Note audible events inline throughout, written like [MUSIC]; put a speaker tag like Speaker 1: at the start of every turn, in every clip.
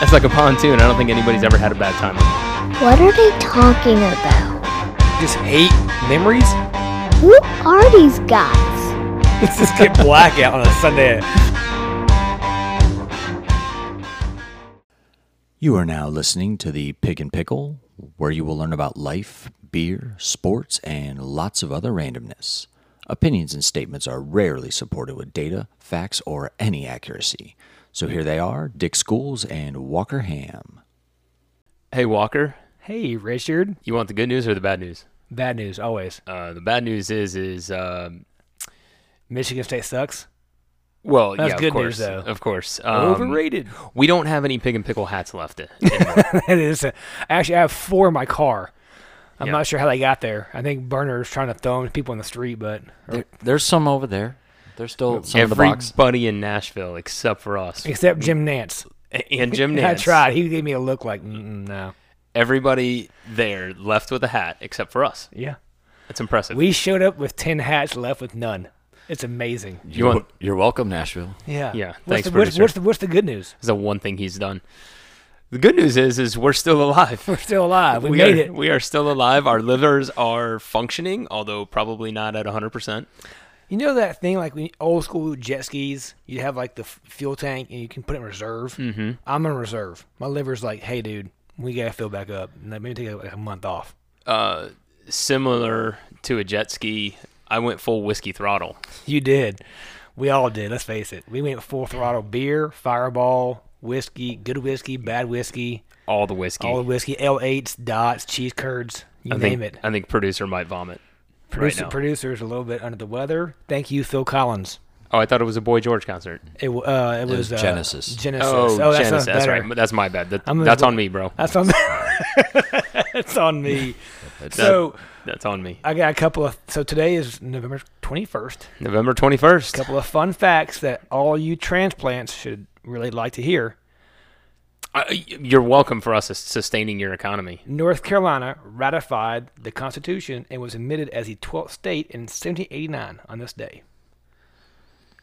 Speaker 1: That's like a pontoon. I don't think anybody's ever had a bad time. with
Speaker 2: What are they talking about?
Speaker 3: You just hate
Speaker 1: [LAUGHS]
Speaker 3: memories?
Speaker 2: Who are these guys?
Speaker 3: Let's just get [LAUGHS] blackout on a Sunday.
Speaker 4: You are now listening to the Pig and Pickle, where you will learn about life, beer, sports, and lots of other randomness. Opinions and statements are rarely supported with data, facts, or any accuracy. So here they are Dick Schools and Walker Ham.
Speaker 1: Hey, Walker,
Speaker 3: Hey, Richard.
Speaker 1: you want the good news or the bad news?
Speaker 3: Bad news, always.
Speaker 1: Uh, the bad news is, is um,
Speaker 3: Michigan State sucks.
Speaker 1: well,
Speaker 3: That's
Speaker 1: yeah,
Speaker 3: good
Speaker 1: of course,
Speaker 3: news, though.
Speaker 1: of course. Um,
Speaker 3: Overrated. [LAUGHS]
Speaker 1: We don't have any pig and pickle hats [LAUGHS] left.
Speaker 3: It is. Actually, I have four in my car. I'm
Speaker 1: Yeah.
Speaker 3: not sure how they got there. I think Burner's trying to throw them to people in the street, but
Speaker 5: There, there's some over there. There's still some in the box.
Speaker 1: Everybody in Nashville except for [LAUGHS] us
Speaker 3: except Jim Nance.
Speaker 1: [LAUGHS] and
Speaker 3: [LAUGHS]
Speaker 1: Jim
Speaker 3: I
Speaker 1: Nance.
Speaker 3: tried. He gave me a look like, Mm-mm, no.
Speaker 1: Everybody there left with a hat except for us.
Speaker 3: Yeah.
Speaker 1: That's impressive.
Speaker 3: We showed up with 10 hats, left with none. It's amazing.
Speaker 1: you want?
Speaker 5: You're welcome, Nashville.
Speaker 3: Yeah.
Speaker 1: Yeah.
Speaker 3: What's
Speaker 1: Thanks,
Speaker 3: the, what's,
Speaker 1: producer.
Speaker 3: what's, the, what's the good news?
Speaker 1: That's the one thing he's done. The good news is, is we're still alive.
Speaker 3: We're still alive. We,
Speaker 1: we
Speaker 3: made
Speaker 1: are,
Speaker 3: it.
Speaker 1: We are still alive. Our livers are functioning, although probably not at 100%.
Speaker 3: You know that thing like when old school jet skis, you have like the f- fuel tank and you can put it in reserve. Mm-hmm. I'm in reserve. My liver's like, hey, dude, we gotta fill back up. And that Maybe take like a month off.
Speaker 1: Uh, similar to a jet ski, I went full whiskey throttle.
Speaker 3: You did. We all did. Let's face it. We went full throttle beer, fireball, whiskey, good whiskey, bad whiskey,
Speaker 1: All the whiskey.
Speaker 3: all the whiskey, L8s, dots, cheese curds, you
Speaker 1: I
Speaker 3: name
Speaker 1: think,
Speaker 3: it.
Speaker 1: I think producer might vomit.
Speaker 3: Producer,
Speaker 1: now.
Speaker 3: Producer's a little bit under the weather. Thank you, Phil Collins.
Speaker 1: Oh, I thought it was a Boy George concert.
Speaker 3: It, w- uh, it, was,
Speaker 5: was
Speaker 3: uh,
Speaker 5: Genesis.
Speaker 1: Janice,
Speaker 3: Genesis. sounds
Speaker 1: Oh, that's
Speaker 3: Oh, better.
Speaker 1: right. That's my bad. That-
Speaker 3: I'm gonna-
Speaker 1: that's on me, bro.
Speaker 3: That's on. [LAUGHS] that's on me.
Speaker 1: That-
Speaker 3: so
Speaker 1: that's on me.
Speaker 3: I got a couple of. So today is November twenty first.
Speaker 1: November 21st.
Speaker 3: A couple of fun facts that all you transplants should really like to hear.
Speaker 1: Uh, y- you're welcome for us sustaining your economy.
Speaker 3: North Carolina ratified the Constitution and was admitted as the twelfth state in 1789 on this day.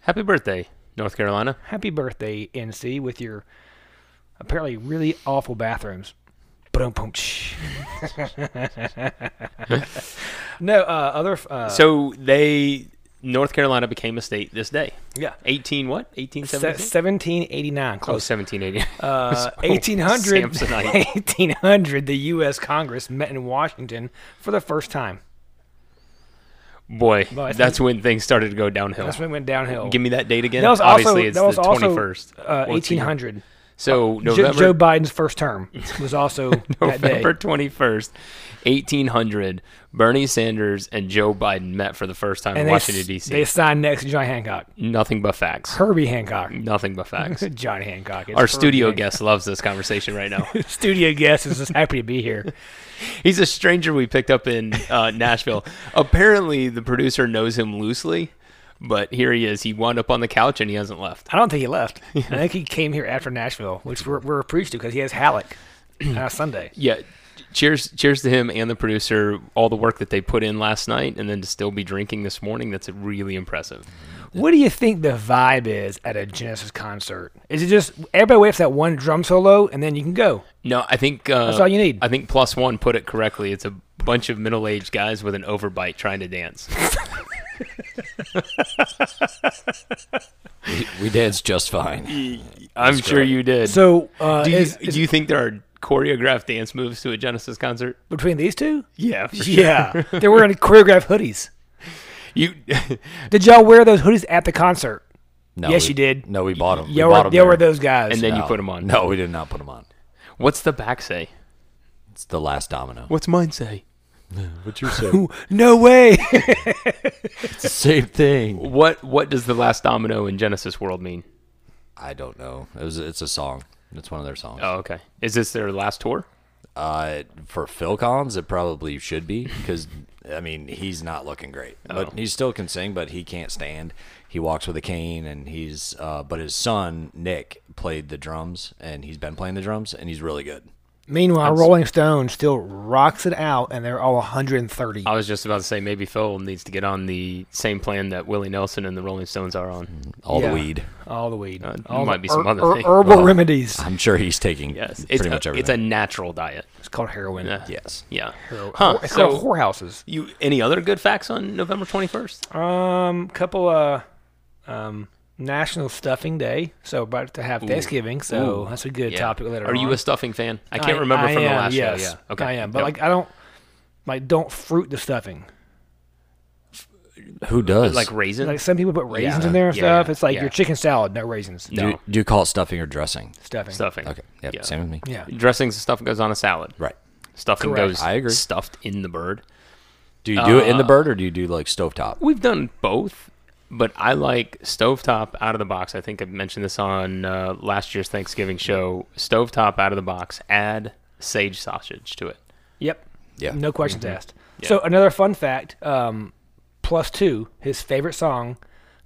Speaker 1: Happy birthday, North Carolina.
Speaker 3: Happy birthday, NC, with your apparently really awful bathrooms. Ba-dum-pum-tsh. [LAUGHS] no, uh, other. Uh,
Speaker 1: so they, North Carolina became a state this day.
Speaker 3: yeah.
Speaker 1: 18 what? 1876?
Speaker 3: Seventeen eighty nine,
Speaker 1: Oh,
Speaker 3: close.
Speaker 1: 1780.
Speaker 3: Uh, 1800,
Speaker 1: Samsonite.
Speaker 3: [LAUGHS] 1800, the U.S. Congress met in Washington for the first time.
Speaker 1: [LAUGHS] Boy,
Speaker 3: Well, I think-
Speaker 1: that's when things started to go downhill.
Speaker 3: That's when it went downhill.
Speaker 1: Give me that date again.
Speaker 3: that was also,
Speaker 1: Obviously, it's
Speaker 3: that was
Speaker 1: the
Speaker 3: also
Speaker 1: 21st.
Speaker 3: uh,
Speaker 1: What's the year?
Speaker 3: 1800.
Speaker 1: So
Speaker 3: Jo-
Speaker 1: November,
Speaker 3: Joe Biden's first term
Speaker 1: [LAUGHS]
Speaker 3: was also that day.
Speaker 1: November 21st, 1800, Bernie Sanders and Joe Biden met for the first time in
Speaker 3: And they,
Speaker 1: Washington,
Speaker 3: s-
Speaker 1: D.C.
Speaker 3: they signed next to John Hancock.
Speaker 1: Nothing but facts.
Speaker 3: Herbie Hancock.
Speaker 1: Nothing but
Speaker 3: [LAUGHS]
Speaker 1: facts.
Speaker 3: John Hancock. It's
Speaker 1: Our
Speaker 3: Herbie [LAUGHS]
Speaker 1: studio
Speaker 3: Hancock.
Speaker 1: guest loves this conversation right
Speaker 3: [LAUGHS]
Speaker 1: now.
Speaker 3: Studio guest is just happy to
Speaker 1: [LAUGHS]
Speaker 3: be here.
Speaker 1: He's a stranger we picked up in [LAUGHS] uh, Nashville. Apparently, the producer knows him loosely, but here he is. He wound up on the couch and he hasn't left.
Speaker 3: I don't think he left. I
Speaker 1: [LAUGHS]
Speaker 3: think he came here after Nashville, which we're, we're preached to because he has Halleck on a Sunday.
Speaker 1: Yeah. Cheers! Cheers to him and the producer. All the work that they put in last night, and then to still be drinking this morning—that's really impressive.
Speaker 3: What do you think the vibe is at a Genesis concert? Is it just everybody waits for that one drum solo and then you can go?
Speaker 1: No, I think uh,
Speaker 3: That's all you need.
Speaker 1: I think plus one put it correctly. It's a bunch of middle-aged guys with an overbite trying to dance.
Speaker 5: We, we danced just fine.
Speaker 1: I'm sure you did.
Speaker 3: So, uh,
Speaker 1: do you,
Speaker 3: is- is
Speaker 1: do you think there are choreographed dance moves to a Genesis concert?
Speaker 3: between these two?
Speaker 1: Yeah, for
Speaker 3: [LAUGHS] Yeah, they're wearing choreographed hoodies.
Speaker 1: [LAUGHS] You
Speaker 3: Did y'all wear those hoodies at the concert?
Speaker 5: No,
Speaker 3: Yes,
Speaker 5: we-
Speaker 3: you did.
Speaker 5: No, we bought them.
Speaker 3: Y'all were, y'all were those guys.
Speaker 1: and then you put them on.
Speaker 5: No, we did not put them on.
Speaker 1: What's the back say?
Speaker 5: It's the last domino.
Speaker 1: What's mine say?
Speaker 5: What you say?
Speaker 3: no [LAUGHS] way.
Speaker 5: it's the same thing.
Speaker 1: What What does the last domino in Genesis world mean?
Speaker 5: I don't know. It was. It's a song. It's one of their songs.
Speaker 1: Oh, okay. Is this their last tour?
Speaker 5: Uh, for Phil Collins, it probably should be because I mean he's not looking great, but he still can sing, but he can't stand. He walks with a cane, and he's. Uh, but his son Nick played the drums, and he's been playing the drums, and he's really good.
Speaker 3: Meanwhile, Rolling Stone still rocks it out, and they're all 130.
Speaker 1: I was just about to say maybe Phil needs to get on the same plan that Willie Nelson and the Rolling Stones are on.
Speaker 5: All
Speaker 3: Yeah.
Speaker 5: the weed.
Speaker 3: all the weed.
Speaker 1: Uh,
Speaker 3: all the
Speaker 1: might be some other thing.
Speaker 3: Herbal remedies.
Speaker 5: I'm sure he's taking
Speaker 1: Yes, it's
Speaker 5: pretty
Speaker 1: a, it's
Speaker 5: much
Speaker 1: a
Speaker 5: everything.
Speaker 1: natural diet.
Speaker 3: It's called heroin.
Speaker 1: Yeah.
Speaker 5: yes.
Speaker 1: Yeah.
Speaker 3: Hero-
Speaker 1: Huh,
Speaker 3: It's
Speaker 1: so-
Speaker 3: called whorehouses.
Speaker 1: You any other good facts on November twenty first?
Speaker 3: Um, couple uh, um, National Stuffing Day. So about to have Thanksgiving. So
Speaker 1: Ooh.
Speaker 3: that's a good topic later.
Speaker 1: Are you
Speaker 3: on.
Speaker 1: a stuffing fan? I can't remember
Speaker 3: I
Speaker 1: from the
Speaker 3: am,
Speaker 1: last
Speaker 3: yes,
Speaker 1: show. Yeah. Okay.
Speaker 3: I am, but
Speaker 1: Yep.
Speaker 3: like I don't like don't fruit the stuffing.
Speaker 5: Who does?
Speaker 1: like raisin.
Speaker 3: Like some people put raisins
Speaker 1: Yeah.
Speaker 3: in there and
Speaker 1: Yeah,
Speaker 3: stuff.
Speaker 1: yeah,
Speaker 3: It's like
Speaker 1: yeah.
Speaker 3: your chicken salad, no raisins.
Speaker 5: do,
Speaker 1: no.
Speaker 5: do you call it stuffing or dressing?
Speaker 3: Stuffing.
Speaker 1: stuffing.
Speaker 5: Okay. Yep,
Speaker 1: Yeah.
Speaker 5: Same with me.
Speaker 3: Yeah.
Speaker 1: Dressings and stuff goes on a salad.
Speaker 5: Right.
Speaker 1: Stuffing
Speaker 3: Correct.
Speaker 1: goes
Speaker 5: I agree.
Speaker 1: stuffed in the bird.
Speaker 5: Do you do it
Speaker 1: Uh,
Speaker 5: in the bird or do you do like stovetop?
Speaker 1: We've done both, but I like stovetop out of the box. I think I mentioned this on uh, last year's Thanksgiving show. Stovetop out of the box. Add sage sausage to it.
Speaker 3: Yep.
Speaker 5: Yeah.
Speaker 3: No questions asked. So another fun fact, um, plus two, his favorite song,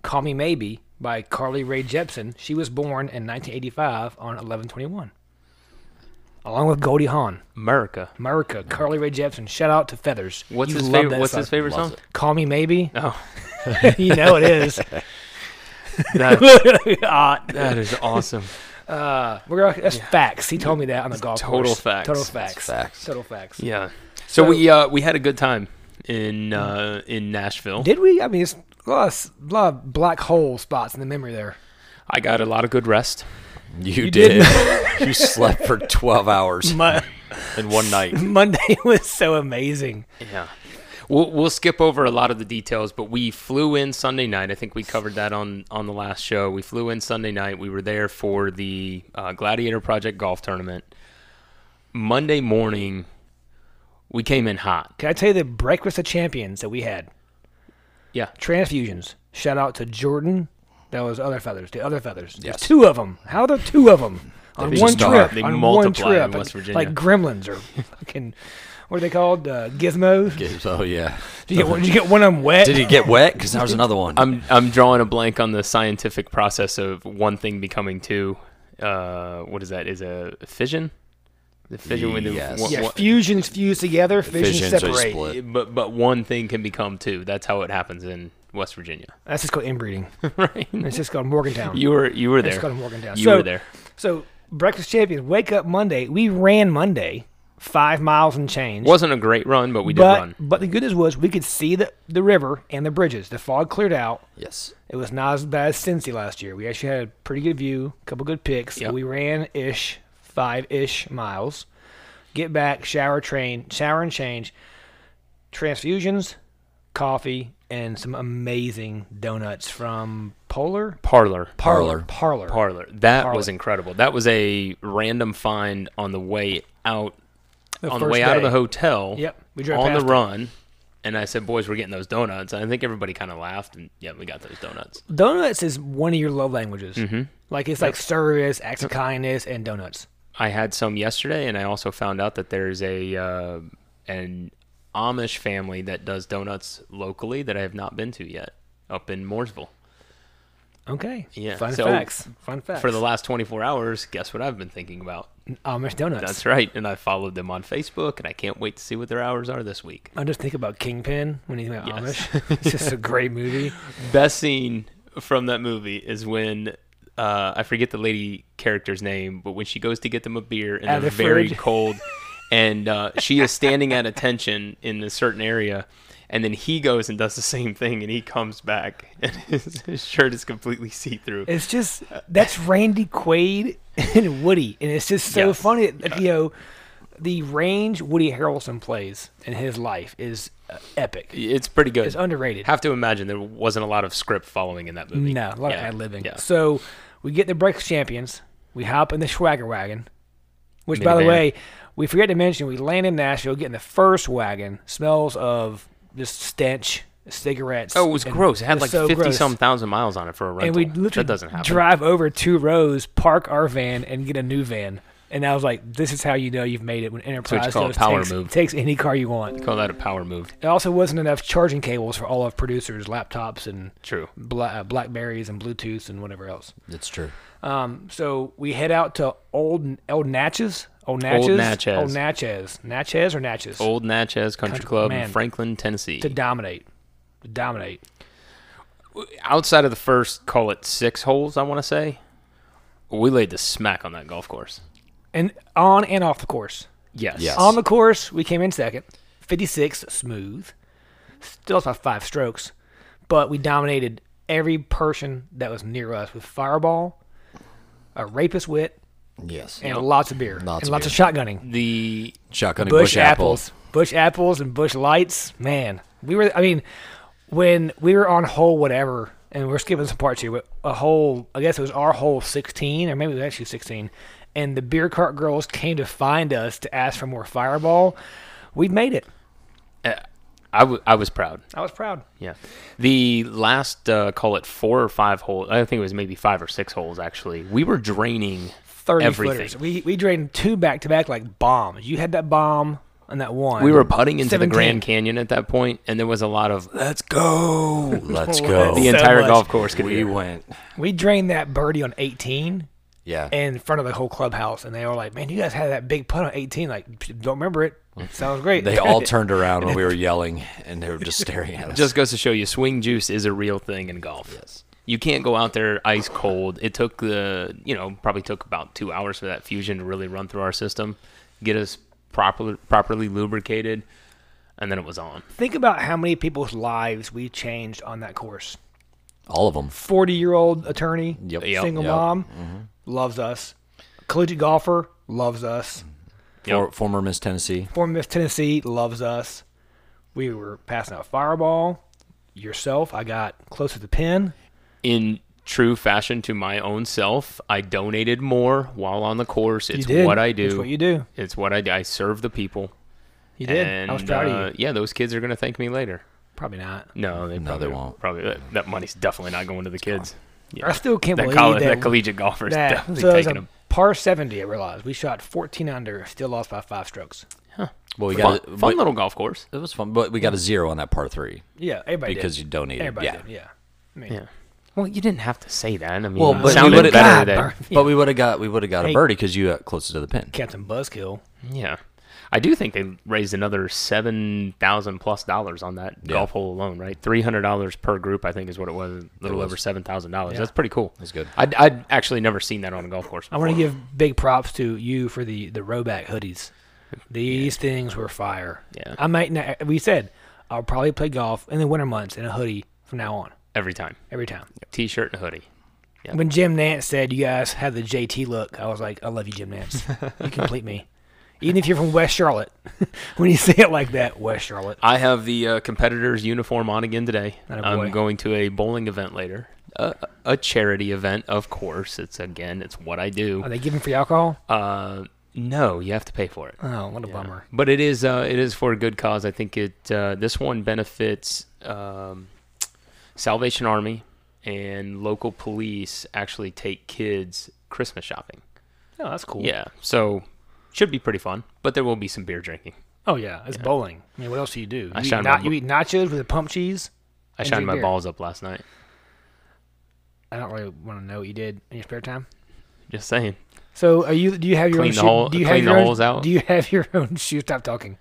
Speaker 3: "Call Me Maybe" by Carly Rae Jepsen. She was born in 1985 on 11/21, along with Goldie Hawn.
Speaker 1: America.
Speaker 3: America, Carly Rae Jepsen. Shout out to Feathers.
Speaker 1: What's
Speaker 3: You
Speaker 1: his
Speaker 3: love
Speaker 1: favorite?
Speaker 3: that
Speaker 1: What's
Speaker 3: song.
Speaker 1: his favorite song?
Speaker 3: Call
Speaker 1: [LAUGHS]
Speaker 3: Me Maybe. [LAUGHS]
Speaker 1: Oh,
Speaker 3: you know
Speaker 1: [LAUGHS]
Speaker 3: it is. Uh,
Speaker 1: that,
Speaker 3: Ah,
Speaker 1: that is awesome.
Speaker 3: we're gonna- that's facts. He told me that on the golf
Speaker 1: total
Speaker 3: course.
Speaker 1: facts.
Speaker 3: Total
Speaker 1: It's
Speaker 3: facts.
Speaker 5: facts.
Speaker 3: Total facts.
Speaker 1: Yeah. So, we uh, we had a good time in uh, in Nashville.
Speaker 3: Did we? I mean, it's a lot, of, s- a lot of black hole spots in the memory there.
Speaker 1: I got a lot of good rest.
Speaker 5: You, did. [LAUGHS] you slept for
Speaker 1: [LAUGHS]
Speaker 5: 12 hours
Speaker 3: Mon-
Speaker 5: in one
Speaker 3: [LAUGHS]
Speaker 5: night.
Speaker 3: Monday was so amazing.
Speaker 1: Yeah. We'll, we'll skip over a lot of the details, but we flew in Sunday night. I think we covered that on, on the last show. We flew in Sunday night. We were there for the uh, Gladiator Project golf tournament. Monday morning, we came in hot.
Speaker 3: Can I tell you the breakfast of champions that we had?
Speaker 1: Yeah.
Speaker 3: Transfusions. Shout out to Jordan. That was other feathers. The other feathers. There's
Speaker 5: Yes.
Speaker 3: two of them. How are there two of them on
Speaker 5: just
Speaker 3: one
Speaker 5: are.
Speaker 3: trip?
Speaker 1: They
Speaker 3: on one
Speaker 1: multiply in
Speaker 3: trip,
Speaker 1: West
Speaker 3: like-
Speaker 1: Virginia.
Speaker 3: like gremlins or fucking what are they called? Uh, gizmos.
Speaker 5: Oh, yeah.
Speaker 3: Did you, get one, did you get one of them wet?
Speaker 5: Did he get wet? Because that was another one.
Speaker 1: I'm, I'm drawing a blank on the scientific process of one thing becoming two. Uh, what is that? Is a fission? The fission when the
Speaker 5: Yes.
Speaker 1: one-
Speaker 3: Yeah,
Speaker 1: one-
Speaker 3: fusions fuse together, fissions
Speaker 5: Fissions are
Speaker 3: separate.
Speaker 5: split.
Speaker 1: but but one thing can become two. That's how it happens in West Virginia, [LAUGHS]
Speaker 3: That's just called inbreeding.
Speaker 1: right?
Speaker 3: It's just called Morgantown.
Speaker 1: You were you were
Speaker 3: It's
Speaker 1: there.
Speaker 3: called Morgantown.
Speaker 1: You
Speaker 3: So-
Speaker 1: were there.
Speaker 3: so breakfast champions wake up Monday. We ran Monday, five miles and change.
Speaker 1: Wasn't a great run, but we did
Speaker 3: but
Speaker 1: run.
Speaker 3: but the good news was we could see the the river and the bridges. The fog cleared out.
Speaker 5: yes.
Speaker 3: It was not as bad as Cincy last year. We actually had a pretty good view, a couple good picks.
Speaker 1: Yep.
Speaker 3: We ran ish five ish miles. Get back, shower, train, shower and change, transfusions, coffee, and some amazing donuts from Polar
Speaker 1: Parlor.
Speaker 5: Parlor.
Speaker 3: Parlor.
Speaker 1: Parlor. That
Speaker 3: Parlor.
Speaker 1: was incredible. That was a random find on the way out on the
Speaker 3: first
Speaker 1: way out of
Speaker 3: day.
Speaker 1: the hotel.
Speaker 3: Yep, we drove
Speaker 1: on the
Speaker 3: past it.
Speaker 1: run. And I said, "Boys, we're getting those donuts." And I think everybody kind of laughed, and yeah, we got those donuts.
Speaker 3: Donuts is one of your love languages.
Speaker 1: Mm-hmm.
Speaker 3: Like it's like service, acts of kindness, and donuts.
Speaker 1: I had some yesterday, and I also found out that there's a uh, an Amish family that does donuts locally that I have not been to yet, up in Mooresville.
Speaker 3: Okay.
Speaker 1: Yeah,
Speaker 3: Fun
Speaker 1: so
Speaker 3: facts. Fun facts.
Speaker 1: For the last 24 hours, guess what I've been thinking about?
Speaker 3: Amish donuts.
Speaker 1: That's right. And I followed them on Facebook, and I can't wait to see what their hours are this week.
Speaker 3: I just think about Kingpin when you think about
Speaker 1: Yes.
Speaker 3: Amish.
Speaker 1: [LAUGHS]
Speaker 3: It's just a great movie.
Speaker 1: Best scene from that movie is when uh, I forget the lady character's name, but when she goes to get them a beer and
Speaker 3: At
Speaker 1: they're
Speaker 3: the
Speaker 1: very
Speaker 3: fridge. [LAUGHS]
Speaker 1: cold, and uh, she is standing at attention in a certain area. And then he goes and does the same thing, and he comes back, [LAUGHS] and his, his shirt is completely see through.
Speaker 3: It's
Speaker 1: [LAUGHS]
Speaker 3: just that's Randy Quaid and Woody, and it's just so
Speaker 1: Yes.
Speaker 3: funny. That, You know, the range Woody Harrelson plays in his life is uh, epic.
Speaker 1: It's pretty good.
Speaker 3: It's underrated.
Speaker 1: Have to imagine there wasn't a lot of script following in that movie.
Speaker 3: No, a lot
Speaker 1: Yeah,
Speaker 3: of ad libbing.
Speaker 1: Yeah.
Speaker 3: So we get the breakfast champions. We hop in the swagger wagon, which, by the
Speaker 1: Minivan.
Speaker 3: way, we forget to mention we land in Nashville, get in the first wagon. Smells of just stench, cigarettes.
Speaker 1: Oh, it was
Speaker 3: and
Speaker 1: gross. It had
Speaker 3: was
Speaker 1: like
Speaker 3: so
Speaker 1: fifty
Speaker 3: gross.
Speaker 1: some thousand miles on it for a rental.
Speaker 3: And we literally
Speaker 1: that doesn't happen.
Speaker 3: drive over two rows, park our van, and get a new van. And I was like, "This is how you know you've made it when
Speaker 1: what you
Speaker 3: Enterprise
Speaker 1: call a
Speaker 3: knows
Speaker 1: power
Speaker 3: takes,
Speaker 1: move.
Speaker 3: takes any car you want."
Speaker 1: Call that a power move.
Speaker 3: There also wasn't enough charging cables for all of producers' laptops and
Speaker 1: True.
Speaker 3: Bla- uh, Blackberries and Bluetooths and whatever else.
Speaker 5: It's true.
Speaker 3: Um, so we head out to Old Old Natchez, Old Natchez.
Speaker 1: Old Natchez.
Speaker 3: Old Natchez. Natchez or Natchez?
Speaker 1: Old Natchez Country,
Speaker 3: Country-
Speaker 1: Club
Speaker 3: man.
Speaker 1: in Franklin, Tennessee.
Speaker 3: To dominate. To dominate.
Speaker 1: Outside of the first, call it six holes, I want to say. We laid the smack on that golf course.
Speaker 3: And on and off the course.
Speaker 1: Yes.
Speaker 5: Yes.
Speaker 3: On the course, we came in second. 56, smooth. Still lost by five strokes. But we dominated every person that was near us with fireball, a rapist wit,
Speaker 5: Yes.
Speaker 3: and lots of beer.
Speaker 5: Lots
Speaker 3: and
Speaker 5: of
Speaker 3: lots of shotgunning.
Speaker 1: The
Speaker 5: Shotgun and
Speaker 3: bush, apples. bush apples and bush lights. Man, we were. I mean, when we were on hole whatever, and we're skipping some parts here, but a hole. I guess it was our hole sixteen, or maybe it was actually sixteen. And the beer cart girls came to find us to ask for more fireball. We made it.
Speaker 1: I, w- I was proud.
Speaker 3: I was proud.
Speaker 1: Yeah. The last, uh, call it four or five holes. I think it was maybe five or six holes, actually. We were draining
Speaker 3: Thirty
Speaker 1: everything.
Speaker 3: footers. We we drained two back to back like bombs. You had that bomb and that one.
Speaker 1: We were putting into the
Speaker 3: 17.
Speaker 1: Grand Canyon at that point, and there was a lot of
Speaker 5: Let's go.
Speaker 1: [LAUGHS]
Speaker 5: Let's go.
Speaker 1: the
Speaker 3: So
Speaker 1: entire
Speaker 3: much.
Speaker 1: golf course could
Speaker 5: we
Speaker 1: hear.
Speaker 5: went.
Speaker 3: We drained that birdie on eighteen.
Speaker 5: Yeah.
Speaker 3: in front of the whole clubhouse, and they were like, "Man, you guys had that big putt on 18. Like, "Psh, don't remember it. Sounds great." [LAUGHS]
Speaker 5: they all turned around when we
Speaker 1: [LAUGHS]
Speaker 5: were yelling, and they were just staring at us.
Speaker 1: Just goes to show you, swing juice is a real thing in golf. Yes. You can't go out there ice cold. It took the, you know, probably took about two hours for that fusion to really run through our system, get us properly properly lubricated, and then it was on.
Speaker 3: Think about how many people's lives we changed on that course.
Speaker 5: all of them.
Speaker 3: Forty-year-old attorney,
Speaker 1: Yep.
Speaker 5: Yep.
Speaker 1: Mm-hmm.
Speaker 3: single
Speaker 5: Yep.
Speaker 3: mom, loves us. Collegiate golfer loves us.
Speaker 5: For, former Miss Tennessee.
Speaker 3: Former Miss Tennessee loves us. We were passing out fireball. Yourself, I got close to the pin.
Speaker 1: in true fashion to my own self. I donated more while on the course. It's
Speaker 3: did.
Speaker 1: what I do.
Speaker 3: It's what you do.
Speaker 1: It's what I do. I serve the people.
Speaker 3: You did.
Speaker 1: And,
Speaker 3: I was proud
Speaker 1: uh,
Speaker 3: of you.
Speaker 1: Yeah, those kids are going to thank me later.
Speaker 3: Probably not.
Speaker 1: No, they probably
Speaker 5: they won't.
Speaker 1: Probably that, that money's definitely not going to the
Speaker 3: [LAUGHS]
Speaker 1: kids. Yeah.
Speaker 3: I still can't
Speaker 1: that,
Speaker 3: believe
Speaker 1: colle-
Speaker 3: that,
Speaker 1: that collegiate golfers
Speaker 3: that-
Speaker 1: definitely
Speaker 3: so it was
Speaker 1: taking
Speaker 3: a
Speaker 1: them.
Speaker 3: par 70, I realized. We shot 14 under, still lost by five strokes.
Speaker 5: Well, we
Speaker 1: Fun,
Speaker 5: got a,
Speaker 1: fun
Speaker 5: but-
Speaker 1: little golf course.
Speaker 5: It was fun, but we got a zero on that par three
Speaker 3: Yeah, everybody
Speaker 5: because
Speaker 3: did.
Speaker 5: you donated.
Speaker 3: Everybody
Speaker 5: yeah.
Speaker 3: did, yeah. I mean,
Speaker 1: Yeah. Well, you didn't have to say that. I mean,
Speaker 5: Well,
Speaker 1: it
Speaker 5: but we
Speaker 1: sounded
Speaker 5: would've-
Speaker 1: better
Speaker 5: God,
Speaker 1: than
Speaker 5: But we would have got we would have got
Speaker 3: Hey.
Speaker 5: a birdie because you got closer to the pin.
Speaker 3: Captain Buzzkill.
Speaker 1: yeah. I do think they raised another seven thousand plus dollars on that
Speaker 5: Yeah.
Speaker 1: golf hole alone, right? Three hundred dollars per group, I think, is what it was. A little over seven thousand dollars. That's pretty cool. That's
Speaker 5: good.
Speaker 1: I'd, I'd actually never seen that on a golf course.
Speaker 3: I want to give big props to you for the, the Roback hoodies. These things were fire.
Speaker 1: Yeah.
Speaker 3: I might not, we said, I'll probably play golf in the winter months in a hoodie from now on,
Speaker 1: every time.
Speaker 3: every time.
Speaker 1: T-shirt and hoodie.
Speaker 3: When Jim Nance said you guys have the JT look, I was like, I love you, Jim Nance. [LAUGHS] you complete me. Even if you're from West Charlotte, [LAUGHS] when you say it like that, West Charlotte.
Speaker 1: I have the uh, competitor's uniform on again today.
Speaker 3: Atta boy.
Speaker 1: I'm going to a bowling event later. A, a charity event, of course. It's again, it's what I do.
Speaker 3: Are they giving free alcohol?
Speaker 1: Uh, no, you have to pay for it.
Speaker 3: Oh, what a bummer.
Speaker 1: But it is uh, it is for a good cause. I think it uh, this one benefits um, Salvation Army and local police actually take kids Christmas shopping.
Speaker 3: Oh, that's cool.
Speaker 1: Yeah, so should be pretty fun. But there will be some beer drinking.
Speaker 3: Oh yeah, it's bowling. I mean, what else do you do?
Speaker 1: I
Speaker 3: you, eat
Speaker 1: shine
Speaker 3: na-
Speaker 1: my-
Speaker 3: you eat nachos with a pump cheese.
Speaker 1: I
Speaker 3: And
Speaker 1: shined
Speaker 3: drink
Speaker 1: my
Speaker 3: beer.
Speaker 1: balls up last night.
Speaker 3: I don't really want to know what you did in your spare time.
Speaker 1: Just saying.
Speaker 3: So, are you? Do you have your
Speaker 1: Clean
Speaker 3: own?
Speaker 1: the
Speaker 3: shoe-
Speaker 1: hole-
Speaker 3: do you
Speaker 1: clean
Speaker 3: have your
Speaker 1: the
Speaker 3: own-
Speaker 1: holes out.
Speaker 3: Do you have your [LAUGHS] own shoe? Stop talking.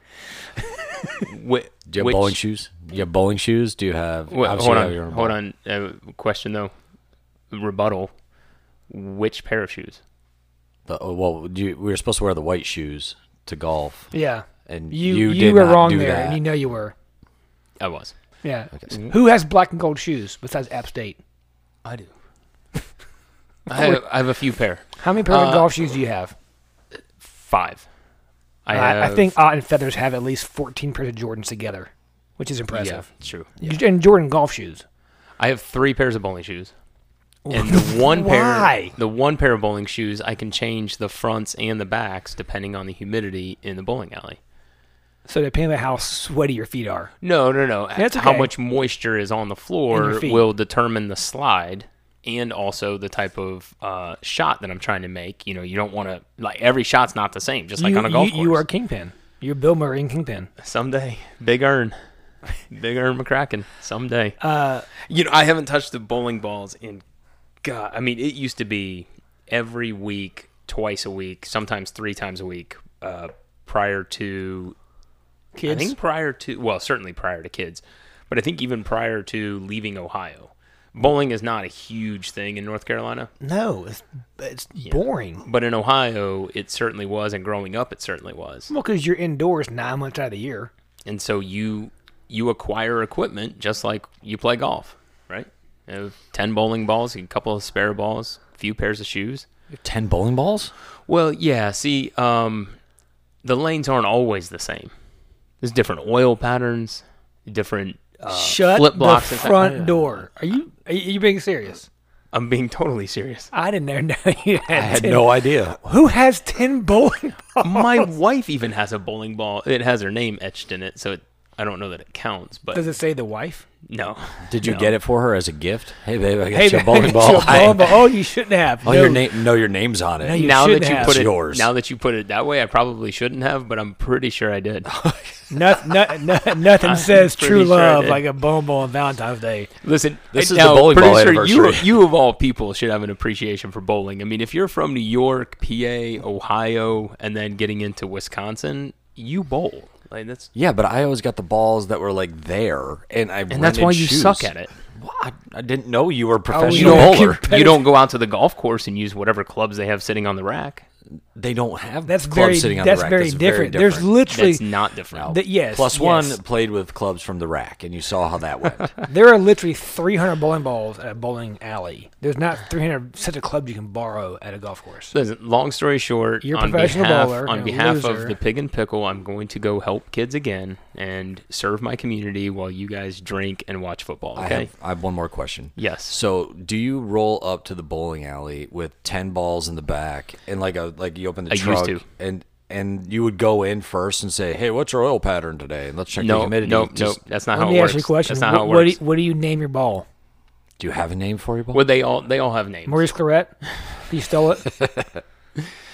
Speaker 1: Wh-
Speaker 5: Do you have
Speaker 1: which-
Speaker 5: bowling shoes? Do you have bowling shoes? Do you have?
Speaker 1: Wh- hold
Speaker 5: obviously you
Speaker 1: on,
Speaker 5: have your own
Speaker 1: hold
Speaker 5: bowl-
Speaker 1: on. Uh, question though, rebuttal. Which pair of shoes?
Speaker 5: The, oh, well, you, we were supposed to wear the white shoes to golf,
Speaker 3: Yeah,
Speaker 5: and
Speaker 3: you
Speaker 5: you
Speaker 3: you,
Speaker 5: did
Speaker 3: were
Speaker 5: not
Speaker 3: wrong
Speaker 5: do
Speaker 3: there,
Speaker 5: that.
Speaker 3: and you know you were.
Speaker 1: I was.
Speaker 3: Yeah. Who has black and gold shoes besides App State?
Speaker 1: I do. [LAUGHS] I have, I have a few pair.
Speaker 3: How many
Speaker 1: Uh,
Speaker 3: pairs of golf shoes do you have?
Speaker 1: Five. I,
Speaker 3: I, I
Speaker 1: have-
Speaker 3: think Ott and Feathers have at least fourteen pairs of Jordans together, which is
Speaker 1: Yeah,
Speaker 3: impressive.
Speaker 1: true.
Speaker 3: And Jordan golf shoes.
Speaker 1: I have three pairs of bowling shoes. And the one
Speaker 3: Why?
Speaker 1: pair, the one pair of bowling shoes, I can change the fronts and the backs depending on the humidity in the bowling alley.
Speaker 3: So depending on how sweaty your feet are.
Speaker 1: No, no, no.
Speaker 3: That's
Speaker 1: How
Speaker 3: okay.
Speaker 1: much moisture is on the
Speaker 3: In
Speaker 1: floor
Speaker 3: your feet.
Speaker 1: will determine the slide and also the type of uh, shot that I'm trying to make. You know, you don't want to like every shot's not the same. Just like
Speaker 3: you,
Speaker 1: on a golf
Speaker 3: you,
Speaker 1: course.
Speaker 3: you are kingpin. You're Bill Murray in kingpin.
Speaker 1: someday, Big Earn, Big Earn McCracken. Someday. Uh, you know, I haven't touched the bowling balls in God. I mean, it used to be every week twice a week, sometimes three times a week, uh, prior to
Speaker 3: Kids.
Speaker 1: I think prior to well, certainly prior to kids, but I think even prior to leaving Ohio, bowling is not a huge thing in North Carolina,
Speaker 3: no, it's it's boring.
Speaker 1: but in Ohio it certainly was, and growing up it certainly was.
Speaker 3: Well, because you're indoors nine months out of the year.
Speaker 1: And so you you acquire equipment just like you play golf, right? You know, ten bowling balls, a couple of spare balls, a few pairs of shoes.
Speaker 5: Ten bowling balls?
Speaker 1: Well, yeah. See, um, the lanes aren't always the same. There's different oil patterns, different. Uh,
Speaker 3: Shut
Speaker 1: flip blocks
Speaker 3: the
Speaker 1: and stuff.
Speaker 3: front door. Are you are you are you being serious?
Speaker 1: I'm being totally serious.
Speaker 3: I didn't know [LAUGHS] you had.
Speaker 5: I had
Speaker 3: 10
Speaker 5: no idea.
Speaker 3: Who has ten bowling? [LAUGHS] balls?
Speaker 1: My wife even has a bowling ball. It has her name etched in it, so it, I don't know that it counts. But
Speaker 3: Does it say the wife?
Speaker 1: no,
Speaker 5: Did you get it for her as a gift? Hey, babe, [LAUGHS] I got you
Speaker 3: [LAUGHS]
Speaker 5: a
Speaker 3: babe,
Speaker 5: bowling
Speaker 3: it's
Speaker 5: ball.
Speaker 3: your bowling ball. Oh, you shouldn't have.
Speaker 5: Oh,
Speaker 3: No.
Speaker 5: your name? No, your name's on it.
Speaker 3: No, you-
Speaker 1: now that
Speaker 3: shouldn't
Speaker 1: you
Speaker 3: have.
Speaker 1: put it
Speaker 5: Yours.
Speaker 1: now that you put it that way, I probably shouldn't have, but I'm pretty sure I
Speaker 5: [LAUGHS]
Speaker 1: did.
Speaker 3: Noth- no- no- nothing says
Speaker 1: pretty
Speaker 3: true
Speaker 1: sure I
Speaker 3: love
Speaker 1: did.
Speaker 3: like a bone ball on Valentine's Day.
Speaker 1: Listen, uh,
Speaker 5: This is the
Speaker 1: now,
Speaker 5: bowling ball
Speaker 1: producer,
Speaker 5: anniversary.
Speaker 1: You, you of all people should have an appreciation for bowling. I mean, if you're from New York, PA, Ohio, and then getting into Wisconsin, you bowl. Like that's
Speaker 5: yeah, but I always got the balls that were like there, and I
Speaker 1: and that's why you suck at it. Oh,
Speaker 5: Well, I, I didn't know you were a
Speaker 1: You
Speaker 5: professional
Speaker 1: don't,
Speaker 5: bowler.
Speaker 1: you don't go out to the golf course and use whatever clubs they have sitting on the rack.
Speaker 5: They don't have
Speaker 3: That's
Speaker 5: clubs
Speaker 3: very
Speaker 5: sitting on
Speaker 3: that's
Speaker 5: the rack.
Speaker 3: very, different. There's literally
Speaker 1: That's not different.
Speaker 3: th- yes.
Speaker 5: Plus
Speaker 3: yes.
Speaker 5: one played with clubs from the rack, and you saw how
Speaker 1: [LAUGHS]
Speaker 5: that went.
Speaker 3: There are literally 300 bowling balls at a bowling alley. There's not 300 such a club you can borrow at a golf course.
Speaker 1: Listen, long story short,
Speaker 3: You're a
Speaker 1: on
Speaker 3: professional
Speaker 1: behalf,
Speaker 3: bowler
Speaker 1: on
Speaker 3: and a
Speaker 1: behalf
Speaker 3: loser.
Speaker 1: of the pig and pickle, I'm going to go help kids again and serve my community while you guys drink and watch football.
Speaker 5: I,
Speaker 1: Okay.
Speaker 5: have, I have one more question.
Speaker 1: Yes.
Speaker 5: So, do you roll up to the bowling alley with ten balls in the back, and like a like you open the
Speaker 1: I used
Speaker 5: trunk,
Speaker 1: to.
Speaker 5: and and you would go in first and say, "Hey, what's your oil pattern today?" And let's check the
Speaker 1: no, no,
Speaker 5: humidity.
Speaker 1: no,
Speaker 5: Just-
Speaker 1: that's not
Speaker 3: Let
Speaker 1: how it
Speaker 3: me ask
Speaker 1: works.
Speaker 3: you a question.
Speaker 1: That's not
Speaker 3: what,
Speaker 1: how it
Speaker 3: what do
Speaker 1: works.
Speaker 3: you, what do you name your ball?
Speaker 5: Do you have a name for your ball?
Speaker 1: Well, they all they all have names.
Speaker 3: Maurice Claret? You stole it?
Speaker 1: [LAUGHS]